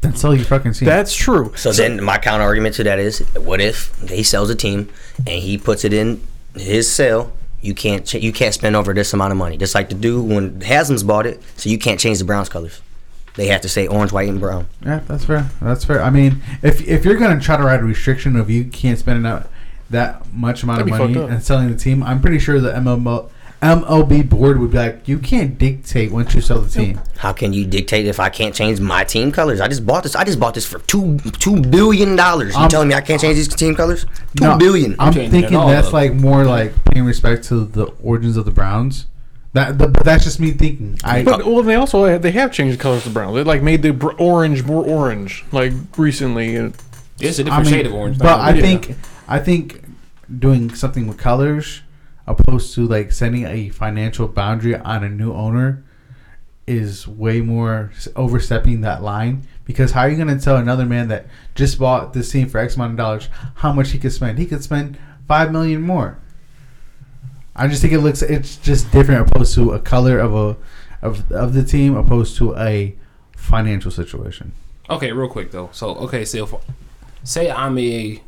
[SPEAKER 3] then sell your fucking team.
[SPEAKER 2] That's true.
[SPEAKER 5] So then my counter argument to that is, what if he sells a team and he puts it in his sale? You can't ch- you can't spend over this amount of money. Just like the dude when Haslam's bought it, so you can't change the Browns colors. They have to say orange, white, and brown.
[SPEAKER 3] yeah, that's fair. That's fair. I mean, if if you're gonna try to write a restriction of you can't spend that that much amount of
[SPEAKER 2] That'd be
[SPEAKER 3] money
[SPEAKER 2] fucked up.
[SPEAKER 3] and selling the team, I'm pretty sure the MMO. MLB board would be like, you can't dictate once you sell the team.
[SPEAKER 5] How can you dictate if I can't change my team colors? I just bought this. I just bought this for two two billion dollars. You
[SPEAKER 3] I'm-
[SPEAKER 5] telling me I can't change these team colors? Two
[SPEAKER 3] No,
[SPEAKER 5] billion.
[SPEAKER 3] I'm
[SPEAKER 4] Changing
[SPEAKER 3] thinking
[SPEAKER 4] it all
[SPEAKER 3] that's
[SPEAKER 4] up.
[SPEAKER 3] like more like paying respect to the origins of the Browns. That, the, but that's just me thinking. I
[SPEAKER 2] But well, they also have, they have changed the colors to brown. They like made the br- orange more orange, like recently. uh, And
[SPEAKER 4] It's a
[SPEAKER 3] I
[SPEAKER 4] different
[SPEAKER 3] mean,
[SPEAKER 4] shade of orange.
[SPEAKER 3] but I
[SPEAKER 2] Yeah.
[SPEAKER 3] think I think doing something with colors opposed to like setting a financial boundary on a new owner is way more s- overstepping that line because how are you going to tell another man that just bought this team for X amount of dollars how much he could spend? He could spend five million more. I just think it looks it's just different opposed to a color of a of of the team opposed to a financial situation.
[SPEAKER 4] Okay, real quick though. So okay, so if, say I'm a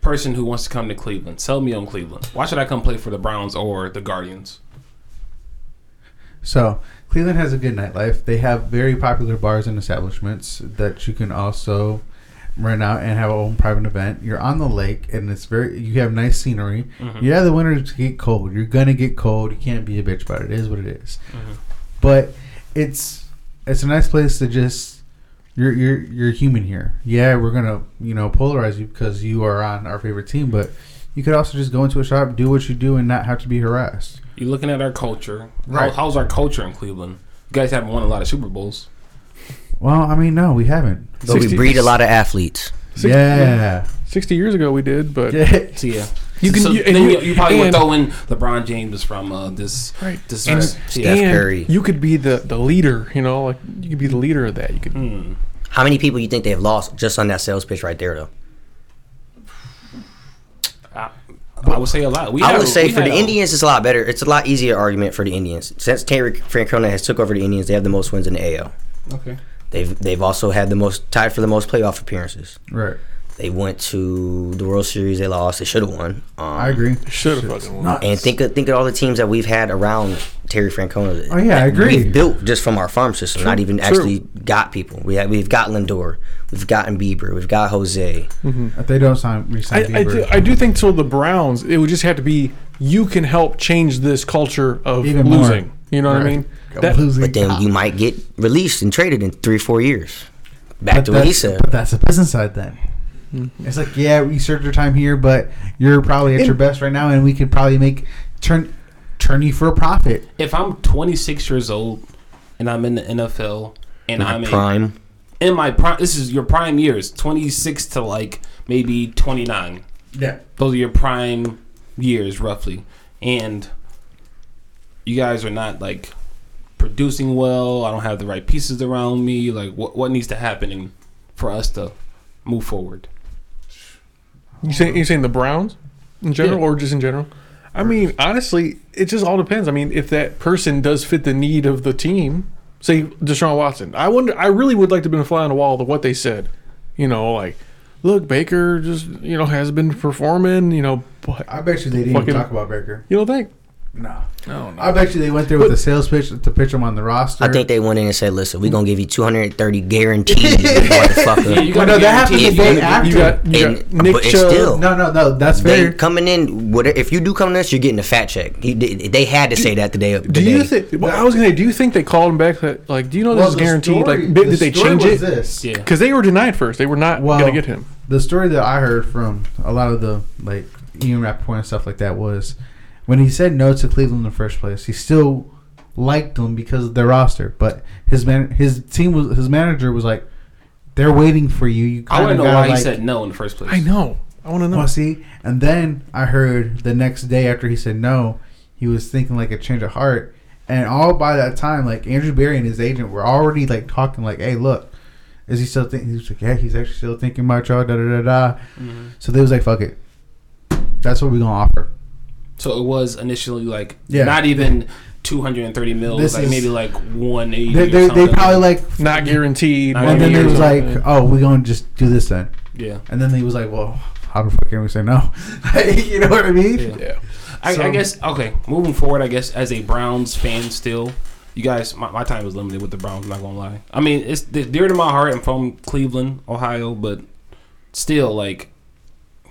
[SPEAKER 4] person who wants to come to Cleveland. Sell me on Cleveland. Why should I come play for the Browns or the Guardians?
[SPEAKER 3] So Cleveland has a good nightlife. They have very popular bars and establishments that you can also rent out and have a own private event. You're on the lake and it's very you have nice scenery. Yeah, the winters get cold. You're gonna get cold. You can't be a bitch about it. It is what it is. But it's it's a nice place to just you're you're you're human here. Yeah, we're gonna you know polarize you because you are on our favorite team, but you could also just go into a shop, do what you do, and not have to be harassed.
[SPEAKER 4] You're looking at our culture.
[SPEAKER 3] Right.
[SPEAKER 4] How, how's our culture in Cleveland? You guys haven't won a lot of Super Bowls.
[SPEAKER 3] Well, I mean, no, we haven't.
[SPEAKER 5] So we
[SPEAKER 2] 60
[SPEAKER 5] breed a lot of athletes.
[SPEAKER 2] Six-
[SPEAKER 3] yeah.
[SPEAKER 2] Sixty years ago, we did, but
[SPEAKER 3] Yeah.
[SPEAKER 4] So yeah,
[SPEAKER 2] You can-
[SPEAKER 4] So
[SPEAKER 2] you-
[SPEAKER 4] then
[SPEAKER 2] and
[SPEAKER 4] you,
[SPEAKER 2] you-
[SPEAKER 4] you probably
[SPEAKER 2] and-
[SPEAKER 4] would throw in LeBron James is from uh, this
[SPEAKER 2] Right.
[SPEAKER 4] this
[SPEAKER 2] And-
[SPEAKER 4] yeah.
[SPEAKER 5] Steph
[SPEAKER 2] and
[SPEAKER 5] Curry.
[SPEAKER 2] you could be the the leader. You know, like you could be the leader of that. You could.
[SPEAKER 3] Mm.
[SPEAKER 4] Hmm.
[SPEAKER 5] How many people you think they've lost just on that sales pitch right there, though?
[SPEAKER 4] I, I would say a lot. We
[SPEAKER 5] I
[SPEAKER 4] had-
[SPEAKER 5] would say
[SPEAKER 4] we
[SPEAKER 5] for
[SPEAKER 4] had
[SPEAKER 5] the
[SPEAKER 4] a-
[SPEAKER 5] Indians, it's a lot better. It's a lot easier argument for the Indians since Terry Francona has took over the Indians. They have the most wins in the AL.
[SPEAKER 4] Okay.
[SPEAKER 5] They've they've also had the most tied for the most playoff appearances.
[SPEAKER 3] Right.
[SPEAKER 5] They went to the World Series. They lost. They should have won. Um,
[SPEAKER 3] I agree.
[SPEAKER 2] Should have fucking won.
[SPEAKER 5] And think of, think of all the teams that we've had around Terry Francona.
[SPEAKER 3] Oh, yeah, I agree.
[SPEAKER 5] We've built just from our farm system, not even actually got people. We have, we've got Lindor, we've gotten Bieber, we've got Jose.
[SPEAKER 3] If they don't sign resign
[SPEAKER 2] I, I, do,
[SPEAKER 3] Bieber,
[SPEAKER 2] I do think so. The Browns, it would just have to be you can help change this culture of
[SPEAKER 3] Even more.
[SPEAKER 2] losing. You know what I
[SPEAKER 3] Right.
[SPEAKER 2] mean?
[SPEAKER 3] I'm
[SPEAKER 2] That-
[SPEAKER 3] losing.
[SPEAKER 5] But then you might get released and traded in three four years. Back
[SPEAKER 3] But
[SPEAKER 5] to what he
[SPEAKER 3] that's,
[SPEAKER 5] said.
[SPEAKER 3] but that's the business side then.
[SPEAKER 2] Mm-hmm.
[SPEAKER 3] It's like, yeah, we served your time here, but you're probably at your best right now, and we could probably make turn turn you for a profit.
[SPEAKER 4] If I'm 26 years old and I'm in the NFL and I'm a-
[SPEAKER 5] prime.
[SPEAKER 4] in my prime, this is your prime years, 26 to like maybe 29.
[SPEAKER 3] Yeah.
[SPEAKER 4] Those are your prime years, roughly. And you guys are not like producing well. I don't have the right pieces around me. Like, what what needs to happen in- for us to move forward?
[SPEAKER 2] You saying you saying the Browns in general,
[SPEAKER 4] Yeah.
[SPEAKER 2] or just in general? I mean, honestly, it just all depends. I mean, if that person does fit the need of the team, say Deshaun Watson, I wonder. I really would like to have been a fly on the wall to what they said. You know, like, look, Baker just you know has been performing. You know, but
[SPEAKER 3] I bet you they didn't
[SPEAKER 2] Fucking-
[SPEAKER 3] even talk about Baker.
[SPEAKER 2] you don't think?
[SPEAKER 3] No.
[SPEAKER 2] No, no.
[SPEAKER 3] I bet you they went there with a sales pitch to pitch him on the roster.
[SPEAKER 5] I think they went in and said, "Listen, we're gonna give you 230
[SPEAKER 3] *laughs*
[SPEAKER 5] guaranteed, motherfucker."
[SPEAKER 4] Yeah, you
[SPEAKER 3] Well,
[SPEAKER 4] gotta
[SPEAKER 3] no, that happened
[SPEAKER 4] guarantee
[SPEAKER 3] the
[SPEAKER 4] it.
[SPEAKER 3] day
[SPEAKER 4] You gotta-
[SPEAKER 3] after.
[SPEAKER 2] You got, you got
[SPEAKER 5] And-
[SPEAKER 2] Nick
[SPEAKER 5] but it's
[SPEAKER 2] Chubb.
[SPEAKER 5] still-
[SPEAKER 3] no, no, no. That's
[SPEAKER 5] They
[SPEAKER 3] fair.
[SPEAKER 5] coming in, what if you do come in this, you're getting a fat check. You, they, they had to say that the day. The
[SPEAKER 2] Do you
[SPEAKER 5] day.
[SPEAKER 2] think? Well, I was gonna. Do you think they called him back? Like, like do you know this
[SPEAKER 3] Well,
[SPEAKER 2] is
[SPEAKER 3] the
[SPEAKER 2] guaranteed?
[SPEAKER 3] story-
[SPEAKER 2] like, did,
[SPEAKER 3] the
[SPEAKER 2] did they
[SPEAKER 3] story
[SPEAKER 2] change
[SPEAKER 3] was
[SPEAKER 2] it?
[SPEAKER 3] This.
[SPEAKER 4] Yeah.
[SPEAKER 2] Because they were denied first. They were not
[SPEAKER 3] Well,
[SPEAKER 2] gonna get him.
[SPEAKER 3] the story that I heard from a lot of the like Ian Rappaport and stuff like that was when he said no to Cleveland in the first place, he still liked them because of their roster. But his man, his team was his manager was like, "They're waiting for you." You
[SPEAKER 4] I
[SPEAKER 3] kind
[SPEAKER 4] want
[SPEAKER 3] of
[SPEAKER 4] to know
[SPEAKER 3] gotta
[SPEAKER 4] why
[SPEAKER 3] like,
[SPEAKER 4] he said no in the first place.
[SPEAKER 2] I know. I want to know.
[SPEAKER 3] Well, see, and then I heard the next day after he said no, he was thinking like a change of heart, and all by that time, like Andrew Barry and his agent were already like talking, like, "Hey, look, is he still thinking?" He was like, "Yeah, he's actually still thinking about y'all." Da da da da.
[SPEAKER 4] Mm-hmm.
[SPEAKER 3] So they was like, "Fuck it, that's what we gonna offer."
[SPEAKER 4] So it was initially like
[SPEAKER 3] Yeah.
[SPEAKER 4] not even 230 mils,
[SPEAKER 3] This
[SPEAKER 4] like
[SPEAKER 3] is-
[SPEAKER 4] maybe like 180.
[SPEAKER 3] They,
[SPEAKER 4] or
[SPEAKER 3] they, they
[SPEAKER 4] something.
[SPEAKER 3] probably like,
[SPEAKER 2] not guaranteed.
[SPEAKER 4] Not
[SPEAKER 3] and then they
[SPEAKER 4] years
[SPEAKER 3] was
[SPEAKER 4] old,
[SPEAKER 3] like,
[SPEAKER 2] yeah.
[SPEAKER 3] "Oh, we gonna just do this then,"
[SPEAKER 4] yeah.
[SPEAKER 3] and then they was like, "Well, how the fuck can we say no?" *laughs* you know what I mean?
[SPEAKER 4] Yeah.
[SPEAKER 2] yeah.
[SPEAKER 4] I, I
[SPEAKER 3] So-
[SPEAKER 4] guess okay. Moving forward, I guess as a Browns fan, still, you guys, my, my time is limited with the Browns. I'm not gonna lie. I mean, it's they're dear to my heart. I'm from Cleveland, Ohio, but still, like,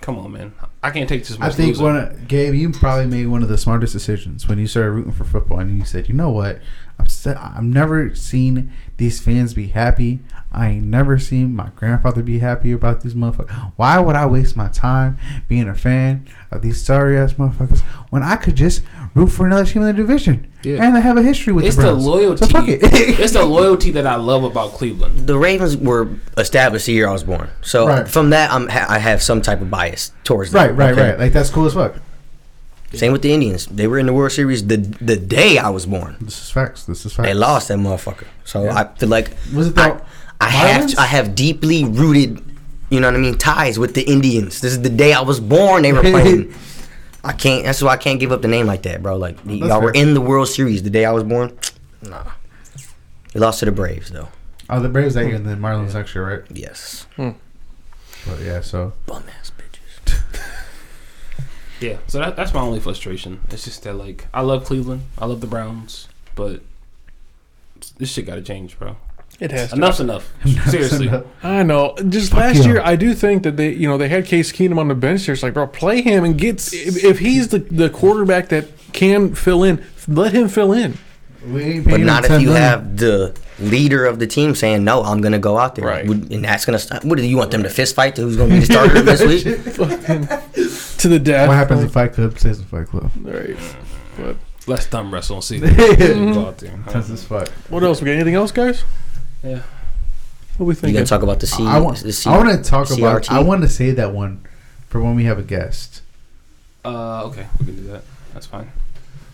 [SPEAKER 4] come on, man, I can't take this. Much
[SPEAKER 3] I think
[SPEAKER 4] losing.
[SPEAKER 3] one, of- Gabe, you probably made one of the smartest decisions when you started rooting for football, and you said, "You know what? I'm se- I've never seen these fans be happy. I ain't never seen my grandfather be happy about these motherfuckers. Why would I waste my time being a fan of these sorry ass motherfuckers when I could just root for another team in the division
[SPEAKER 4] Yeah.
[SPEAKER 3] and I have a history with
[SPEAKER 4] it's
[SPEAKER 3] the
[SPEAKER 4] the
[SPEAKER 3] Browns?
[SPEAKER 4] loyalty.
[SPEAKER 3] So *laughs* fuck it.
[SPEAKER 4] it's the loyalty that I love about Cleveland.
[SPEAKER 5] the Ravens were established the year I was born, so
[SPEAKER 3] Right.
[SPEAKER 5] from that, I'm ha- I have some type of bias towards them.
[SPEAKER 3] right, right,
[SPEAKER 5] okay?
[SPEAKER 3] right. Like that's cool as fuck.
[SPEAKER 5] Same with the Indians. They were in the World Series the the day I was born.
[SPEAKER 3] This is facts. This is facts.
[SPEAKER 5] They lost that motherfucker. So
[SPEAKER 3] Yeah.
[SPEAKER 5] I feel like
[SPEAKER 3] Was it
[SPEAKER 5] I,
[SPEAKER 3] the
[SPEAKER 5] I have
[SPEAKER 3] Lions?
[SPEAKER 5] I have deeply rooted, you know what I mean, ties with the Indians. This is the day I was born.
[SPEAKER 3] *laughs*
[SPEAKER 5] They were playing. I can't. That's why I can't give up the name like that, bro. Like y- y'all were
[SPEAKER 3] Oh, fair.
[SPEAKER 5] in the World Series the day I was born. Nah, we lost to the Braves though.
[SPEAKER 3] Oh, the Braves that year, and then Marlins next year, right?
[SPEAKER 5] Yes,
[SPEAKER 3] But yeah, so
[SPEAKER 5] bum ass bitches.
[SPEAKER 4] Yeah, so that, that's my only frustration. It's just that like I love Cleveland, I love the Browns, but this shit got to change, bro.
[SPEAKER 2] It has. To.
[SPEAKER 3] *laughs*
[SPEAKER 4] Enough's enough. Seriously.
[SPEAKER 2] I know. Just
[SPEAKER 3] Fuck
[SPEAKER 2] last
[SPEAKER 3] yeah.
[SPEAKER 2] year, I do think that they, you know, they had Case Keenum on the bench. There, it's like, bro, play him and get. If, if he's the the quarterback that can fill in, let him fill in.
[SPEAKER 3] We ain't
[SPEAKER 5] But
[SPEAKER 3] paying
[SPEAKER 5] not
[SPEAKER 3] him
[SPEAKER 5] if
[SPEAKER 3] 10
[SPEAKER 5] you
[SPEAKER 3] million.
[SPEAKER 5] have the leader of the team saying no. I'm gonna go out there,
[SPEAKER 2] Right.
[SPEAKER 5] Would- and that's gonna stop. What do you want them to fist fight? To who's gonna be the starter
[SPEAKER 3] *laughs*
[SPEAKER 5] this week?
[SPEAKER 2] Fucking to the death.
[SPEAKER 3] What happens in Fight Club stays in Fight Club.
[SPEAKER 2] All right.
[SPEAKER 4] Let's thumb wrestle and see. Go out there.
[SPEAKER 3] *laughs* Tense as fuck.
[SPEAKER 2] What else? We got anything else, guys?
[SPEAKER 4] Yeah.
[SPEAKER 2] What we
[SPEAKER 5] You
[SPEAKER 2] thinking?
[SPEAKER 5] gonna talk about the C?
[SPEAKER 3] I want.
[SPEAKER 5] the C
[SPEAKER 3] I want to talk about.
[SPEAKER 5] CRT?
[SPEAKER 3] I want to say that one for when we have a guest.
[SPEAKER 4] Uh, okay, we can do that. That's fine.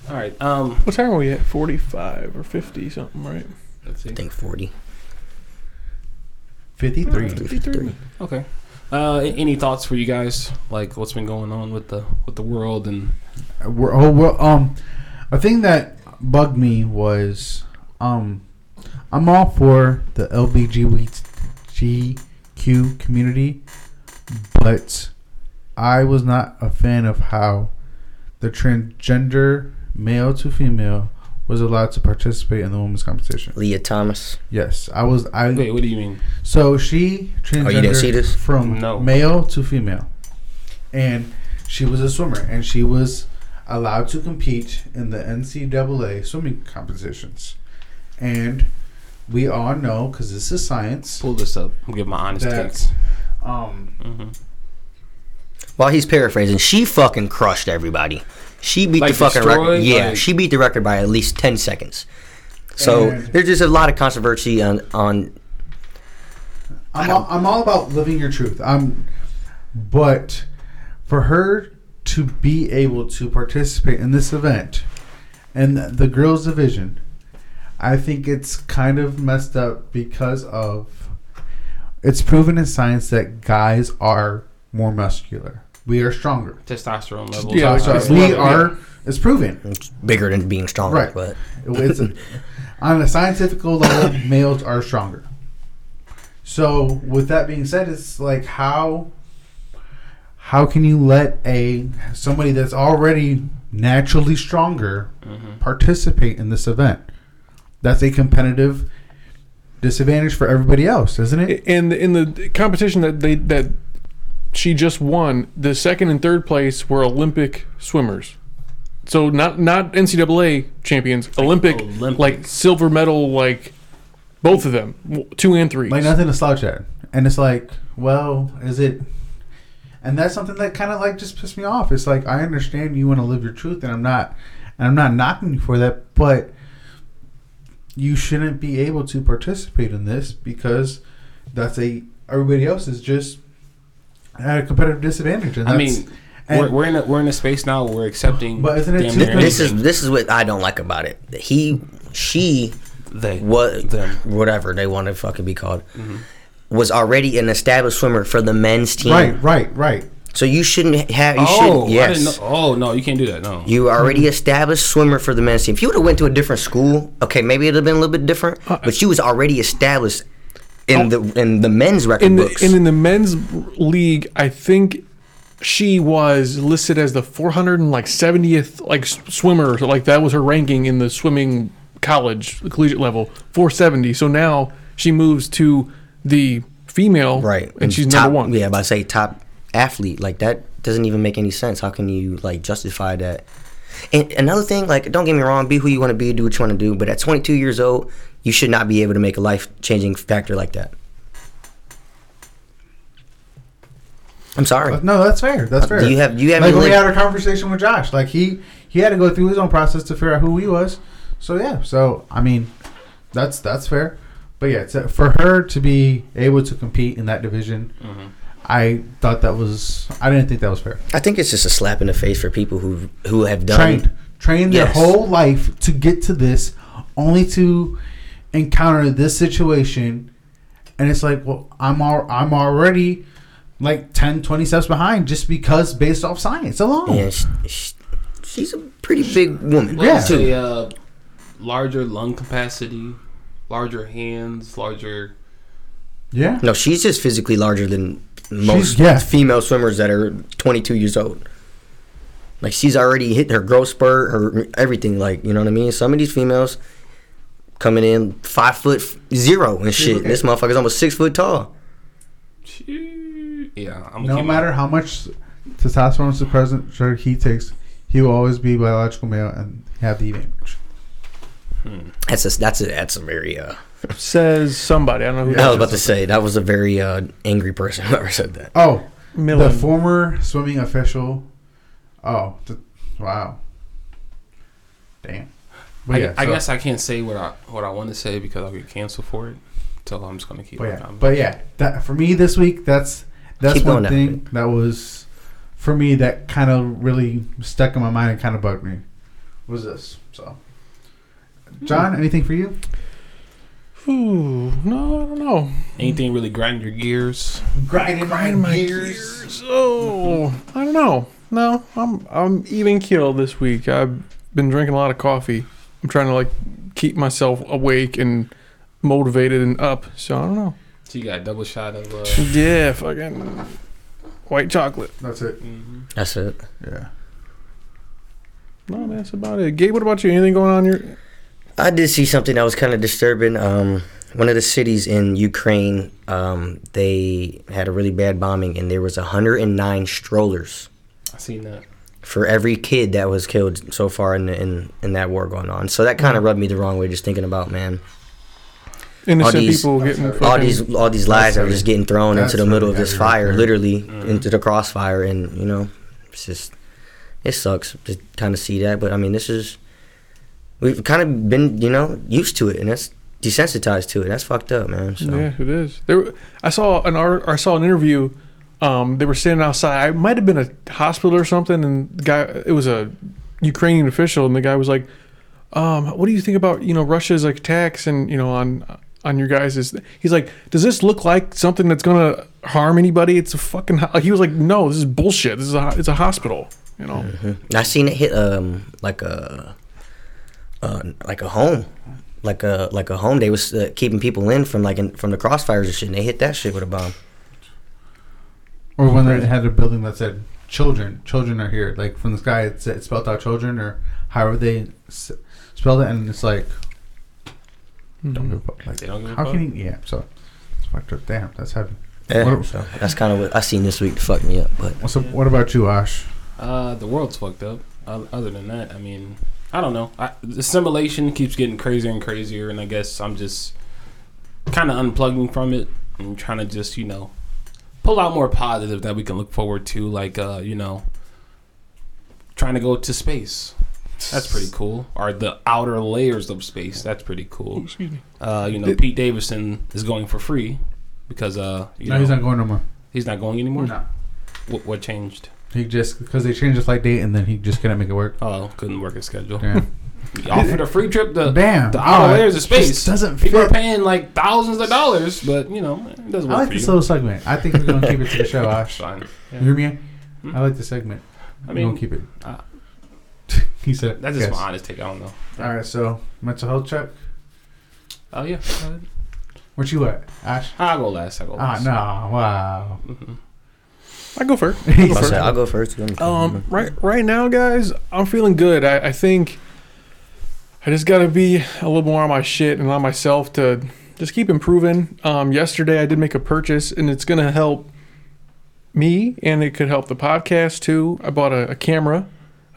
[SPEAKER 4] All right. Um,
[SPEAKER 2] what time are we at? Forty-five or fifty something, right?
[SPEAKER 4] let's see.
[SPEAKER 5] I think 40.
[SPEAKER 3] Fifty-three.
[SPEAKER 2] Fifty-three.
[SPEAKER 4] Okay. Uh, a- any thoughts for you guys? Like what's been going on with the with the world and
[SPEAKER 3] We're, oh well. Um, a thing that bugged me was um, I'm all for the LBGTQ community, but I was not a fan of how the transgender male to female was allowed to participate in the women's competition.
[SPEAKER 5] Leah Thomas.
[SPEAKER 3] Yes, I was. I
[SPEAKER 4] wait, what do you mean?
[SPEAKER 3] so she transgendered
[SPEAKER 5] Oh, you didn't see this?
[SPEAKER 3] from
[SPEAKER 4] No.
[SPEAKER 3] male to female, and she was a swimmer, and she was allowed to compete in the NCAA swimming competitions. And we all know, because this is science,
[SPEAKER 4] Pull this up. I'll give my honest
[SPEAKER 3] that
[SPEAKER 4] takes. Mm-hmm.
[SPEAKER 3] Um,
[SPEAKER 5] While he's paraphrasing, she fucking crushed everybody. She beat
[SPEAKER 4] Like
[SPEAKER 5] the fucking record.
[SPEAKER 4] destroyed,
[SPEAKER 5] Yeah,
[SPEAKER 4] like-
[SPEAKER 5] she beat the record by at least ten seconds. So
[SPEAKER 3] And-
[SPEAKER 5] there's just a lot of controversy on on.
[SPEAKER 3] I'm all, I'm all about living your truth. I'm, but for her to be able to participate in this event and the girls' division, I think it's kind of messed up because of it's proven in science that guys are more muscular. We are stronger.
[SPEAKER 4] Testosterone levels.
[SPEAKER 2] Yeah,
[SPEAKER 4] are
[SPEAKER 2] like
[SPEAKER 3] So
[SPEAKER 4] high.
[SPEAKER 2] just-
[SPEAKER 3] we
[SPEAKER 2] yeah.
[SPEAKER 3] are. It's proven.
[SPEAKER 5] It's bigger than being stronger,
[SPEAKER 3] Right.
[SPEAKER 5] but
[SPEAKER 3] *laughs* It's on a scientific level, males are stronger. So, with that being said, it's like how how can you let a somebody that's already naturally stronger participate in this event? That's a competitive disadvantage for everybody else, isn't it?
[SPEAKER 2] And in the competition that they that she just won, the second and third place were Olympic swimmers. So not not NCAA champions, Olympic,
[SPEAKER 4] Olympics.
[SPEAKER 2] like silver medal, like both of them, w- two and three.
[SPEAKER 3] like nothing to slouch at. And it's like, well, is it? And that's something that kind of like just pissed me off. It's like I understand you want to live your truth, and I'm not, and I'm not knocking you for that, but you shouldn't be able to participate in this because that's a everybody else is just at a competitive disadvantage. And
[SPEAKER 4] I
[SPEAKER 3] that's-
[SPEAKER 4] mean,
[SPEAKER 3] and-
[SPEAKER 4] we're, we're in a, we're in a space now where we're accepting.
[SPEAKER 3] But isn't it
[SPEAKER 4] damn
[SPEAKER 3] too-
[SPEAKER 4] near
[SPEAKER 5] this is
[SPEAKER 4] anything.
[SPEAKER 5] this is what I don't like about it. He she
[SPEAKER 4] they
[SPEAKER 5] what
[SPEAKER 4] them. Mm-hmm.
[SPEAKER 5] whatever they want to fucking be called was already an established swimmer for the men's team.
[SPEAKER 3] right, right, right.
[SPEAKER 5] So you shouldn't have. You should
[SPEAKER 4] Oh, I
[SPEAKER 5] yes.
[SPEAKER 4] didn't know- oh no, you can't do that. No.
[SPEAKER 5] You
[SPEAKER 2] Mm-hmm.
[SPEAKER 5] already established swimmer for the men's team. If you would have went to a different school, okay, maybe it'd have been a little bit different.
[SPEAKER 2] Uh,
[SPEAKER 5] but you was already established in the in the men's record
[SPEAKER 2] Oh. in the,
[SPEAKER 5] books.
[SPEAKER 2] and in the men's league, I think she was listed as the 470th like s- swimmer. So like that was her ranking in the swimming college the collegiate level, 470. So now she moves to the female,
[SPEAKER 5] right,
[SPEAKER 2] And she's
[SPEAKER 5] top,
[SPEAKER 2] number one.
[SPEAKER 5] Yeah, but I say top athlete like that doesn't even make any sense. How can you like justify that? And another thing, like, don't get me wrong, be who you want to be, do what you want to do. But at 22 years old, you should not be able to make a life changing factor like that. I'm
[SPEAKER 2] Uh,
[SPEAKER 5] sorry.
[SPEAKER 3] But no, that's fair. That's fair.
[SPEAKER 5] Do you have? Do you have?
[SPEAKER 3] like
[SPEAKER 5] any
[SPEAKER 3] when we
[SPEAKER 5] link-
[SPEAKER 3] had a conversation with Josh, like he he had to go through his own process to figure out who he was. So yeah, so I mean, that's that's fair. But yeah, to, for her to be able to compete in that division,
[SPEAKER 5] Mm-hmm.
[SPEAKER 3] I thought that was I didn't think that was fair.
[SPEAKER 5] I think it's just a slap in the face for people who who have done.
[SPEAKER 3] Trained, trained
[SPEAKER 5] yes.
[SPEAKER 3] their whole life to get to this, only to encounter this situation, and it's like, well, I'm al- I'm already like 10, 20 steps behind just because based off science alone.
[SPEAKER 5] Yeah, sh sh she's a pretty big woman.
[SPEAKER 4] Well,
[SPEAKER 3] Yeah.
[SPEAKER 4] it's a, uh, larger lung capacity, larger hands, larger.
[SPEAKER 3] yeah.
[SPEAKER 5] No, she's just physically larger than most
[SPEAKER 3] She's- yeah.
[SPEAKER 5] female swimmers that are 22 years old. Like she's already hit her growth spurt, her everything. Like you know what I mean. Some of these females coming in five foot f- zero and shit. This motherfucker's almost six foot tall.
[SPEAKER 4] Yeah, I'm
[SPEAKER 3] No
[SPEAKER 4] keep-
[SPEAKER 3] matter how much testosterone suppressant he takes, he will always be biological male and have the advantage.
[SPEAKER 5] That's a that's a that's a very. Uh,
[SPEAKER 2] Says somebody. I don't know who.
[SPEAKER 5] I was about to say that was a very uh, angry person *laughs* whoever said that.
[SPEAKER 3] Oh,
[SPEAKER 2] Millen.
[SPEAKER 3] the former swimming official. Oh, th- wow. Damn. But
[SPEAKER 4] I,
[SPEAKER 3] yeah,
[SPEAKER 4] I
[SPEAKER 3] so-
[SPEAKER 4] guess I can't say what I what I want to say because I'll get canceled for it. So I'm just gonna keep.
[SPEAKER 3] But
[SPEAKER 4] my
[SPEAKER 3] yeah,
[SPEAKER 4] comment.
[SPEAKER 3] but yeah, that for me this week. That's that's
[SPEAKER 5] Keep
[SPEAKER 3] one
[SPEAKER 5] going,
[SPEAKER 3] thing that was for me that kind of really stuck in my mind and kind of bugged me. Was this so?
[SPEAKER 4] Hmm.
[SPEAKER 3] John, anything for you?
[SPEAKER 2] Ooh, no, I don't know.
[SPEAKER 4] anything really grind your gears.
[SPEAKER 3] Grinding, grinding my
[SPEAKER 2] Oh, I don't know. No, I'm I'm even killed this week. I've been drinking a lot of coffee. I'm trying to like keep myself awake and motivated and up. So I don't know.
[SPEAKER 4] So you got a double shot of. Uh,
[SPEAKER 2] Yeah, fucking white chocolate.
[SPEAKER 3] That's it.
[SPEAKER 4] mhm.
[SPEAKER 5] That's it.
[SPEAKER 3] Yeah.
[SPEAKER 2] No, that's about it. Gabe, what about you? Anything going on your?
[SPEAKER 5] I did see something that was kind of disturbing. Um, one of the cities in Ukraine, um, they had a really bad bombing, and there was 109 strollers
[SPEAKER 4] I seen that.
[SPEAKER 5] for every kid that was killed so far in in, in that war going on. So that kind of rubbed me the wrong way just thinking about man.
[SPEAKER 2] Innocent
[SPEAKER 5] these-
[SPEAKER 2] people getting
[SPEAKER 5] all
[SPEAKER 2] fucking-
[SPEAKER 5] these all these lies that are just getting thrown into the
[SPEAKER 3] That's
[SPEAKER 5] middle of
[SPEAKER 3] what
[SPEAKER 5] this
[SPEAKER 3] got me
[SPEAKER 5] fire,
[SPEAKER 3] right there.
[SPEAKER 5] literally into the crossfire, and you know, it's just it sucks to kind of see that. But I mean, this is we've kind of been you know used to it, and that's desensitized to it. That's fucked up, man. So
[SPEAKER 2] Yeah, it is. There, I saw an art, I saw an interview. Um, they were standing outside. I might have been a hospital or something, and the guy, it was a Ukrainian official, and the guy was like, um, "What do you think about you know Russia's like attacks and you know on on your guys?" Is he's like, "Does this look like something that's gonna harm anybody?" It's a fucking. ho-" Like, he was like, "No, this is bullshit. This is a ho- it's a hospital." You know,
[SPEAKER 5] Mm-hmm. I seen it hit um like a uh, like a home. Like a like a home, they was uh, keeping people in from like in, from the crossfires and shit. And they hit that shit with a bomb.
[SPEAKER 3] Or when they had a building that said "children," children are here. Like from the sky, it, said, it spelled out "children" or however they s- spelled it, and it's like,
[SPEAKER 5] Mm-hmm.
[SPEAKER 3] don't give a fuck. Like,
[SPEAKER 4] They Mm-hmm. don't give a
[SPEAKER 3] how
[SPEAKER 4] fuck?
[SPEAKER 3] can you? Yeah, so it's fucked up. Damn, that's heavy.
[SPEAKER 5] Yeah,
[SPEAKER 3] What-
[SPEAKER 5] so that's kind of what I seen this week. to Fuck me up, but
[SPEAKER 3] What's up? What about you, Ash?
[SPEAKER 4] Uh, the world's fucked up. O- Other than that, I mean, I don't know. I, the assimilation keeps getting crazier and crazier, and I guess I'm just kind of unplugging from it and trying to just, you know, pull out more positive that we can look forward to, like, uh, you know, trying to go to space. That's pretty cool. Or the outer layers of space. That's pretty cool.
[SPEAKER 2] excuse me.
[SPEAKER 4] Uh, you know,
[SPEAKER 2] Did-
[SPEAKER 4] Pete Davidson is going for free because uh, you
[SPEAKER 3] no,
[SPEAKER 4] know,
[SPEAKER 3] he's not going no more.
[SPEAKER 4] going anymore. What, what changed?
[SPEAKER 3] He just because they changed the flight date and then he just couldn't make it work.
[SPEAKER 4] Oh, couldn't work his schedule.
[SPEAKER 3] Damn,
[SPEAKER 4] He offered a free trip to
[SPEAKER 3] Damn.
[SPEAKER 4] *laughs* the outer
[SPEAKER 3] Oh,
[SPEAKER 4] layers of
[SPEAKER 3] it
[SPEAKER 4] space.
[SPEAKER 3] just doesn't
[SPEAKER 4] People are
[SPEAKER 3] fit.
[SPEAKER 4] paying like thousands of dollars, but you know it doesn't
[SPEAKER 3] I
[SPEAKER 4] work
[SPEAKER 3] like
[SPEAKER 4] for
[SPEAKER 3] this
[SPEAKER 4] you.
[SPEAKER 3] little segment. I think we're gonna keep it
[SPEAKER 4] *laughs*
[SPEAKER 3] to the show, Ash. You
[SPEAKER 4] Fine.
[SPEAKER 3] hear me?
[SPEAKER 4] Hmm?
[SPEAKER 3] I like the segment.
[SPEAKER 4] I
[SPEAKER 3] we're gonna
[SPEAKER 4] mean,
[SPEAKER 3] keep it.
[SPEAKER 4] uh,
[SPEAKER 3] *laughs* he said,
[SPEAKER 4] that's just
[SPEAKER 3] yes.
[SPEAKER 4] my honest take. I don't know.
[SPEAKER 3] All right, so mental health check.
[SPEAKER 4] Oh yeah,
[SPEAKER 3] What you at, Ash?
[SPEAKER 4] I'll go last. I'll go
[SPEAKER 3] Ah,
[SPEAKER 4] last.
[SPEAKER 3] no, wow.
[SPEAKER 4] Mhm.
[SPEAKER 2] I go
[SPEAKER 5] *laughs*
[SPEAKER 2] first.
[SPEAKER 5] I said, I'll go first. Let me-
[SPEAKER 2] Um, right, right now, guys, I'm feeling good. I, I think I just got to be a little more on my shit and on myself to just keep improving. Um, yesterday, I did make a purchase, and it's gonna help me, and it could help the podcast too. I bought a, a camera,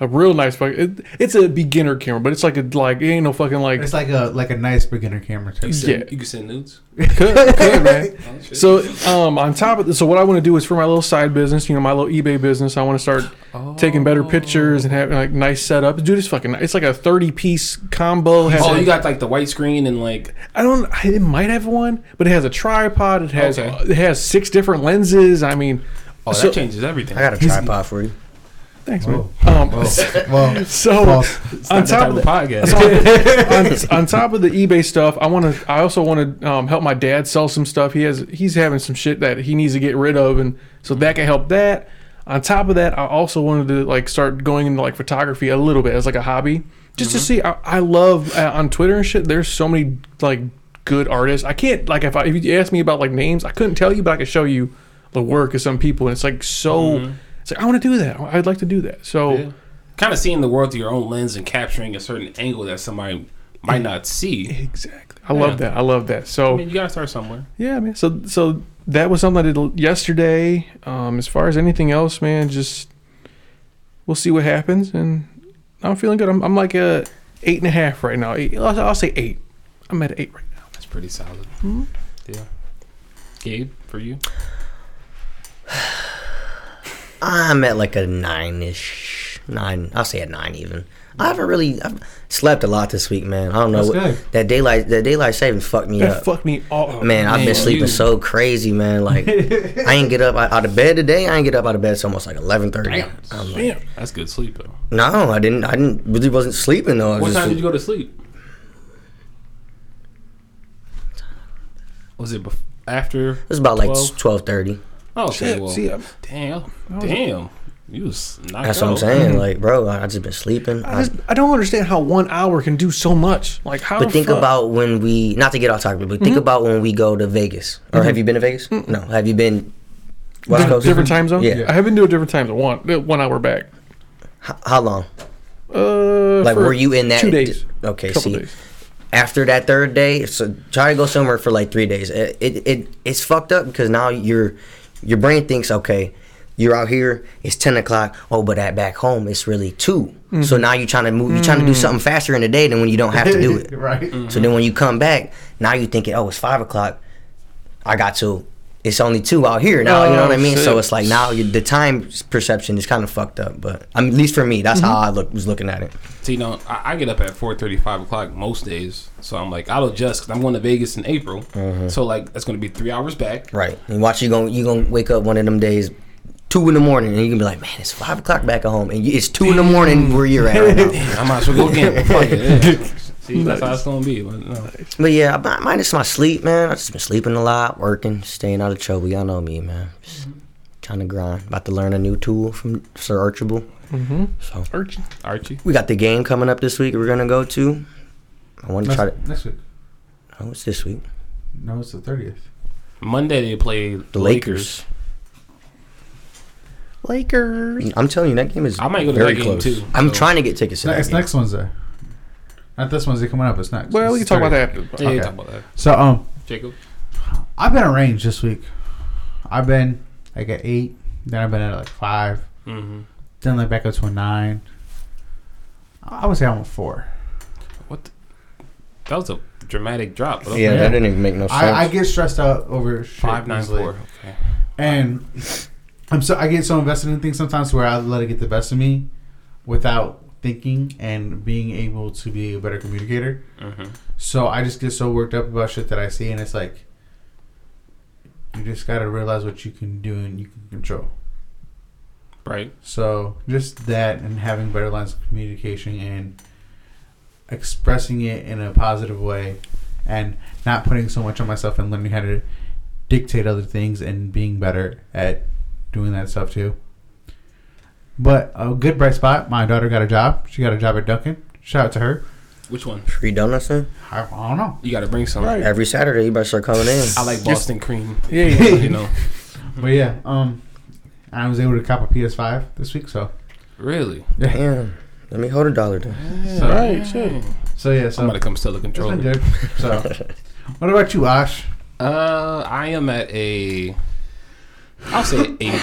[SPEAKER 2] a real nice. fuck- It, it's a beginner camera, but it's like a like it ain't no fucking like
[SPEAKER 3] It's like a like a nice beginner camera
[SPEAKER 4] You,
[SPEAKER 3] type.
[SPEAKER 4] send,
[SPEAKER 2] Yeah.
[SPEAKER 4] you can send nudes.
[SPEAKER 2] could,
[SPEAKER 4] *laughs*
[SPEAKER 2] could man.
[SPEAKER 4] Oh, shit.
[SPEAKER 2] So, um, on top of this, so what I want to do is for my little side business, you know, my little eBay business, I want to start taking better
[SPEAKER 4] Oh.
[SPEAKER 2] pictures and having like nice setups. Dude, it's fucking, it's like a thirty piece combo. Has
[SPEAKER 4] oh,
[SPEAKER 2] a-
[SPEAKER 4] you got like the white screen and like
[SPEAKER 2] I don't, I, it might have one, but it has a tripod. It has,
[SPEAKER 4] Okay.
[SPEAKER 2] it has six different lenses. I mean,
[SPEAKER 4] oh
[SPEAKER 2] So-
[SPEAKER 4] that changes everything.
[SPEAKER 5] I got a tripod for you.
[SPEAKER 2] thanks,
[SPEAKER 3] Whoa.
[SPEAKER 2] man. Um,
[SPEAKER 3] *laughs* Well,
[SPEAKER 2] *laughs* so
[SPEAKER 3] false.
[SPEAKER 2] on
[SPEAKER 4] That's the
[SPEAKER 2] top of
[SPEAKER 4] type
[SPEAKER 2] the, *laughs*
[SPEAKER 4] podcast.
[SPEAKER 2] on, on top of the eBay stuff, I want to. I also want to um, help my dad sell some stuff. He has. He's having some shit that he needs to get rid of, and so that can help that. On top of that, I also wanted to like start going into like photography a little bit as like a hobby, just to see. I, I love uh, on Twitter and shit. There's so many like good artists. I can't like if I, if you ask me about like names, I couldn't tell you, but I could show you the work of some people, and it's like so. It's like I want to do that. I'd like to do that. So.
[SPEAKER 4] Yeah. Kind of seeing the world through your own lens and capturing a certain angle that somebody might not see.
[SPEAKER 2] Exactly. I love
[SPEAKER 4] Yeah.
[SPEAKER 2] that. I love that. So
[SPEAKER 4] I mean, you gotta start somewhere.
[SPEAKER 2] Yeah, man. So so that was something I did l- yesterday. Um, as far as anything else, man, just we'll see what happens. And I'm feeling good. I'm, I'm like a eight and a half right now. Eight, I'll, I'll say eight. I'm at eight right now.
[SPEAKER 4] That's pretty solid.
[SPEAKER 2] Mhm.
[SPEAKER 4] Yeah. Gabe, for you.
[SPEAKER 5] I'm at like a nine ish, nine. I'll say a nine even. I haven't really I've slept a lot this week, man. I don't know
[SPEAKER 3] That's
[SPEAKER 5] what,
[SPEAKER 3] good.
[SPEAKER 5] that daylight. That daylight saving fucked me
[SPEAKER 2] That
[SPEAKER 5] up,
[SPEAKER 2] fucked me all.
[SPEAKER 5] man. I've
[SPEAKER 4] Man,
[SPEAKER 5] been sleeping
[SPEAKER 4] you-
[SPEAKER 5] so crazy, man.
[SPEAKER 4] *laughs*
[SPEAKER 5] Like I ain't get up out, out of bed today. I ain't get up out of bed. It's almost like eleven thirty.
[SPEAKER 4] Damn.
[SPEAKER 5] I'm like,
[SPEAKER 2] Damn.
[SPEAKER 4] That's good sleep though.
[SPEAKER 5] no, I didn't. I didn't really wasn't sleeping though. I was
[SPEAKER 4] What
[SPEAKER 5] just-
[SPEAKER 4] time did you go to sleep? Was it bef- after?
[SPEAKER 5] It was about like
[SPEAKER 4] 12?
[SPEAKER 5] twelve thirty.
[SPEAKER 4] Oh, okay.
[SPEAKER 2] Shit.
[SPEAKER 4] Well,
[SPEAKER 2] See, I'm,
[SPEAKER 4] damn,
[SPEAKER 2] was-
[SPEAKER 4] damn, you was knocked
[SPEAKER 5] That's what I'm
[SPEAKER 4] out.
[SPEAKER 5] saying. Like, bro, I, I just been sleeping.
[SPEAKER 2] I
[SPEAKER 5] I-
[SPEAKER 2] just I don't understand how one hour can do so much. Like how.
[SPEAKER 5] But think
[SPEAKER 2] Oh, fuck-
[SPEAKER 5] about when we not to get off topic, but think about when we go to Vegas. Or have you been to Vegas? No. Have you been West
[SPEAKER 2] different,
[SPEAKER 5] Coast?
[SPEAKER 2] different time zone.
[SPEAKER 5] Yeah.
[SPEAKER 2] I have been to a different time zone. One uh, one hour back.
[SPEAKER 5] H- how long?
[SPEAKER 2] Uh,
[SPEAKER 5] Like
[SPEAKER 2] for
[SPEAKER 5] were you in that?
[SPEAKER 2] two days?
[SPEAKER 5] Okay.
[SPEAKER 2] Couple
[SPEAKER 5] see,
[SPEAKER 2] days.
[SPEAKER 5] after that third day, so try to go somewhere for like three days. It, it, it it's fucked up because now your your brain thinks okay. You're out here, it's ten o'clock. Oh, but at back home, it's really 2
[SPEAKER 2] Mm-hmm.
[SPEAKER 5] So now you're trying to move. You're trying to do something faster in the day than when you don't have to do it.
[SPEAKER 3] right.
[SPEAKER 5] So
[SPEAKER 2] Mm-hmm.
[SPEAKER 5] then when you come back, now you're thinking, oh, it's five o'clock. I got to. It's only two out here now. you know what I
[SPEAKER 2] Oh,
[SPEAKER 5] mean? So
[SPEAKER 2] shit.
[SPEAKER 5] it's like now you the time perception is kind of fucked up. But I mean, at least for me, that's
[SPEAKER 2] Mm-hmm.
[SPEAKER 5] how I look, was looking at it.
[SPEAKER 4] So you know, I, I get up at four thirty, five o'clock most days. So I'm like, I'll adjust because I'm going to Vegas in April.
[SPEAKER 5] Uh-huh.
[SPEAKER 4] So like, that's going to be three hours back.
[SPEAKER 5] Right. And watch you going you gonna wake up one of them days, two in the morning, and you gonna be like, man, it's five o'clock back at home, and you, it's two in the morning where you're at. Right
[SPEAKER 2] *laughs*
[SPEAKER 5] now.
[SPEAKER 4] I might as well
[SPEAKER 5] *laughs*
[SPEAKER 4] go again. Fuck it, yeah. See, that's how it's going to be. But no.
[SPEAKER 5] But yeah, mi- minus my sleep, man. I've just been sleeping a lot, working, staying out of trouble. Y'all know me, man. Just
[SPEAKER 2] Mm-hmm.
[SPEAKER 5] trying to grind. About to learn a new tool from Sir Archibald.
[SPEAKER 2] Mm-hmm.
[SPEAKER 5] So
[SPEAKER 2] Archie.
[SPEAKER 4] Archie.
[SPEAKER 5] we got the game coming up this week. We're gonna go to. I want to try to.
[SPEAKER 3] Next, next week.
[SPEAKER 5] Oh, it's this week.
[SPEAKER 3] No, it's the thirtieth.
[SPEAKER 4] Monday they play
[SPEAKER 5] The Lakers. Lakers. I'm telling you, that game is.
[SPEAKER 4] I might go to
[SPEAKER 5] very
[SPEAKER 4] that game
[SPEAKER 5] close.
[SPEAKER 4] too.
[SPEAKER 5] I'm
[SPEAKER 4] So-
[SPEAKER 5] trying to get tickets to that.
[SPEAKER 3] It's
[SPEAKER 5] game.
[SPEAKER 3] next Wednesday. Not this Wednesday coming up. It's next.
[SPEAKER 2] Well, we can
[SPEAKER 3] It's
[SPEAKER 2] talk about
[SPEAKER 3] 30th.
[SPEAKER 2] that after.
[SPEAKER 4] Yeah,
[SPEAKER 3] Okay.
[SPEAKER 4] talk about that.
[SPEAKER 3] So, um,
[SPEAKER 4] Jacob.
[SPEAKER 3] I've been arranged this week. I've been like at eight. Then I've been at like five.
[SPEAKER 4] hmm
[SPEAKER 3] Then like back up to a nine. I would say I'm a four.
[SPEAKER 4] That was a dramatic drop. but okay.
[SPEAKER 5] Yeah,
[SPEAKER 3] Yeah.
[SPEAKER 5] that didn't even make no sense.
[SPEAKER 3] I, I get stressed out over shit
[SPEAKER 4] Five nine
[SPEAKER 3] easily.
[SPEAKER 4] four. Okay.
[SPEAKER 3] and I'm so I get so invested in things sometimes where I let it get the best of me without thinking and being able to be a better communicator.
[SPEAKER 4] Mm-hmm.
[SPEAKER 3] So I just get so worked up about shit that I see, and it's like you just gotta realize what you can do and you can control.
[SPEAKER 4] Right.
[SPEAKER 3] So just that, and having better lines of communication and expressing it in a positive way, and not putting so much on myself and learning how to dictate other things and being better at doing that stuff too. But a good bright spot. My daughter got a job. She got a job at Dunkin'. Shout out to her.
[SPEAKER 4] Which one?
[SPEAKER 5] free donuts in
[SPEAKER 3] I, I don't know,
[SPEAKER 4] You got to bring some.
[SPEAKER 2] Right.
[SPEAKER 5] every Saturday. You better start coming in.
[SPEAKER 4] I like Boston cream.
[SPEAKER 2] Yeah, yeah.
[SPEAKER 4] *laughs* you know.
[SPEAKER 3] but yeah. Um, I was able to cop a PS5 this week, so
[SPEAKER 4] Really.
[SPEAKER 5] Damn. Let me hold a dollar then.
[SPEAKER 3] so,
[SPEAKER 2] Right. Sure.
[SPEAKER 3] so yeah. So
[SPEAKER 4] I'm about to come steal the
[SPEAKER 3] it's been
[SPEAKER 4] controller.
[SPEAKER 3] good. So, what about you, Ash?
[SPEAKER 4] Uh, I am at a. I'll say eight.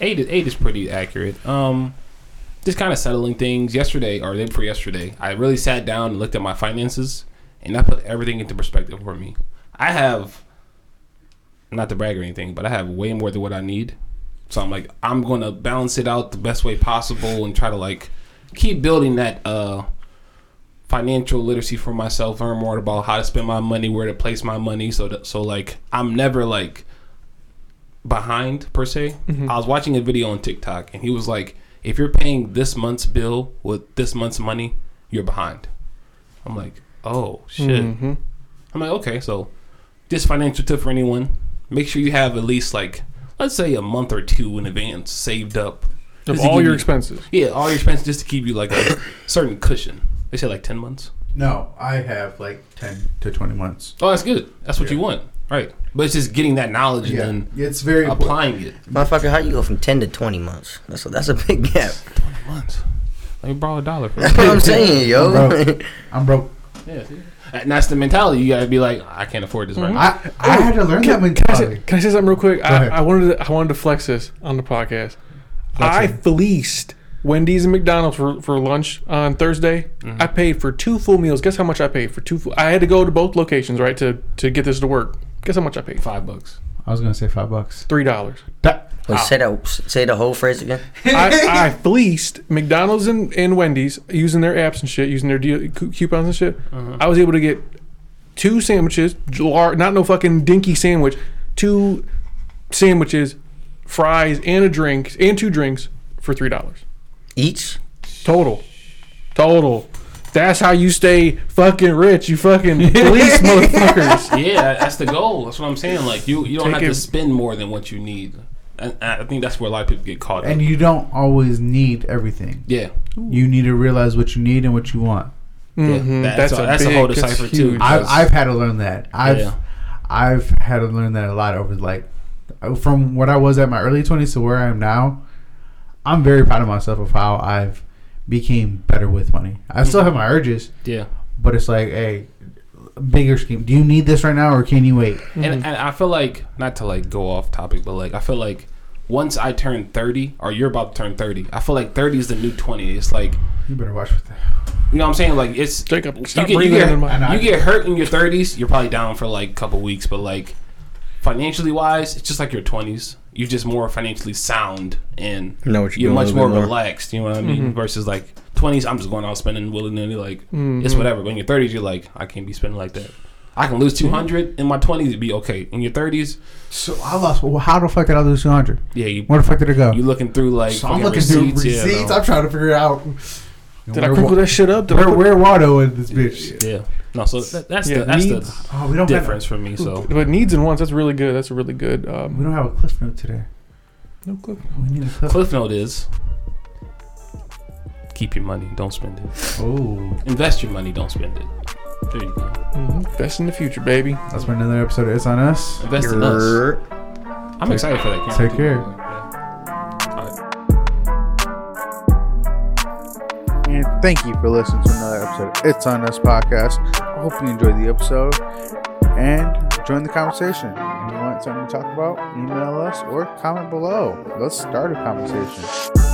[SPEAKER 4] Eight is eight is pretty accurate. Um, just kind of settling things. Yesterday or the day before yesterday, I really sat down and looked at my finances, and that put everything into perspective for me. I have, not to brag or anything, but I have way more than what I need. So I'm like, I'm gonna balance it out the best way possible and try to like keep building that uh financial literacy for myself, learn more about how to spend my money, where to place my money, so that, so like I'm never like behind per se.
[SPEAKER 2] Mm-hmm.
[SPEAKER 4] I was watching a video on TikTok and he was like, if you're paying this month's bill with this month's money, you're behind. I'm like, oh shit.
[SPEAKER 2] Mhm.
[SPEAKER 4] I'm like, okay, so just financial tip for anyone: make sure you have at least like, let's say a month or two in advance saved up
[SPEAKER 2] Of
[SPEAKER 4] Just to
[SPEAKER 2] all
[SPEAKER 4] give
[SPEAKER 2] your
[SPEAKER 4] you-
[SPEAKER 2] expenses.
[SPEAKER 4] Yeah, all your expenses just to keep you like a *coughs* certain cushion. They say like ten months.
[SPEAKER 3] No, I have like ten to twenty months.
[SPEAKER 4] Oh, that's good. That's what you want, right? But it's just getting that knowledge and then
[SPEAKER 3] it's very important.
[SPEAKER 4] applying it.
[SPEAKER 5] Motherfucker, how you go from ten to twenty months? That's a, that's a big gap. *laughs*
[SPEAKER 4] Twenty months. Let me borrow a dollar. For
[SPEAKER 5] That's what I'm saying, yo.
[SPEAKER 3] Bro. I'm broke.
[SPEAKER 4] yeah, see? and that's the mentality. You gotta be like, I can't afford this
[SPEAKER 2] Mm-hmm.
[SPEAKER 4] right now.
[SPEAKER 3] I I had to learn that
[SPEAKER 2] Oh, Can I, say,
[SPEAKER 3] mentality.
[SPEAKER 2] can I say something real quick?
[SPEAKER 3] Go ahead.
[SPEAKER 2] I, I wanted to, I wanted to flex this on the podcast. I fleeced Wendy's and McDonald's for, for lunch on Thursday.
[SPEAKER 4] Mm-hmm.
[SPEAKER 2] I paid for two full meals. Guess how much I paid for two? Full, I had to go to both locations right to to get this to work. Guess how much I paid?
[SPEAKER 4] Five bucks.
[SPEAKER 3] I was gonna say five bucks.
[SPEAKER 2] Three dollars.
[SPEAKER 5] *laughs* Wait, say that. Say the whole phrase again.
[SPEAKER 4] *laughs*
[SPEAKER 2] I, I fleeced McDonald's and, and Wendy's using their apps and shit, using their deal, cu- coupons and shit.
[SPEAKER 4] Uh-huh.
[SPEAKER 2] I was able to get two sandwiches, lar- not no fucking dinky sandwich, two sandwiches, fries, and a drink, and two drinks for three dollars
[SPEAKER 5] Each.
[SPEAKER 2] total, total. That's how you stay fucking rich. You
[SPEAKER 4] *laughs*
[SPEAKER 2] fucking fleece motherfuckers.
[SPEAKER 4] Yeah, that's the goal. That's what I'm saying. Like you, you don't
[SPEAKER 2] Take
[SPEAKER 4] have
[SPEAKER 2] it-
[SPEAKER 4] to spend more than what you need. And and I think that's where a lot of people get caught up.
[SPEAKER 3] And you don't always need everything.
[SPEAKER 4] yeah,
[SPEAKER 3] You need to realize what you need and what you want.
[SPEAKER 2] Mhm,
[SPEAKER 4] That- so that's a whole decipher too.
[SPEAKER 2] huge.
[SPEAKER 3] I've,
[SPEAKER 4] Yes.
[SPEAKER 3] I've had to learn that. I've
[SPEAKER 4] Yeah.
[SPEAKER 3] I've had to learn that a lot over like from what I was at my early twenties to where I am now. I'm very proud of myself of how I've became better with money. I still have my urges,
[SPEAKER 4] yeah.
[SPEAKER 3] but it's like, hey, bigger scheme. Do you
[SPEAKER 2] Mm-hmm.
[SPEAKER 3] need this right now, or can you wait?
[SPEAKER 4] And, and I feel like not to like go off topic, but like I feel like once I turn 30, or you're about to turn 30, I feel like 30 is the new 20. It's like,
[SPEAKER 3] You better watch with that.
[SPEAKER 4] you know what I'm saying? Like, it's.
[SPEAKER 2] Jacob,
[SPEAKER 4] You
[SPEAKER 2] stop
[SPEAKER 4] get, you,
[SPEAKER 2] breathing
[SPEAKER 4] get,
[SPEAKER 2] in my.
[SPEAKER 3] I-
[SPEAKER 4] you get hurt in your 30s, you're probably down for like a couple weeks, but like financially wise, it's just like your 20s. You're just more financially sound and
[SPEAKER 5] You know what you're
[SPEAKER 4] you're
[SPEAKER 5] doing a
[SPEAKER 4] much
[SPEAKER 5] little
[SPEAKER 4] more
[SPEAKER 5] bit more.
[SPEAKER 4] relaxed. You know what I mean? Versus like 20s, I'm just going out spending willy nilly. Like it's whatever. But in your 30s, you're like, I can't be spending like that. I can lose 200 in my 20s, it'd be okay. In your 30s,
[SPEAKER 3] So I lost. Well, how the fuck did I lose 200?
[SPEAKER 4] yeah, you
[SPEAKER 3] Where the fuck did it go?
[SPEAKER 4] you looking through like
[SPEAKER 3] so I'm
[SPEAKER 4] fucking
[SPEAKER 3] looking
[SPEAKER 4] receipts.
[SPEAKER 3] through
[SPEAKER 4] yeah,
[SPEAKER 3] receipts.
[SPEAKER 4] no.
[SPEAKER 3] I'm trying to figure out.
[SPEAKER 2] Did I
[SPEAKER 3] where
[SPEAKER 2] crinkle
[SPEAKER 3] Wa-
[SPEAKER 2] that shit up? Did I
[SPEAKER 3] where,
[SPEAKER 2] put-
[SPEAKER 3] where Waldo in this bitch?
[SPEAKER 4] yeah. No, so that, that's
[SPEAKER 2] Yeah,
[SPEAKER 4] the that's
[SPEAKER 2] needs.
[SPEAKER 4] the
[SPEAKER 3] Oh, we don't
[SPEAKER 4] difference for me. So
[SPEAKER 2] But needs and wants, that's really good. That's a really good.
[SPEAKER 3] have. We
[SPEAKER 2] Um,
[SPEAKER 3] don't have a cliff note today.
[SPEAKER 2] no clip.
[SPEAKER 3] We need a cliff.
[SPEAKER 4] Cliff note is keep your money, don't spend it.
[SPEAKER 3] Oh,
[SPEAKER 4] Invest your money, don't spend it. There you go.
[SPEAKER 2] Mhm. Best in the future, baby.
[SPEAKER 3] that's been another episode. of It's on us.
[SPEAKER 4] Invest in us.
[SPEAKER 5] Grrr.
[SPEAKER 4] I'm excited for that. camera,
[SPEAKER 3] take
[SPEAKER 4] too.
[SPEAKER 3] care.
[SPEAKER 4] All right.
[SPEAKER 1] And thank you for listening to another episode. of It's on us podcast. I hope you enjoyed the episode and join the conversation. If you want something to talk about, email us or comment below. Let's start a conversation.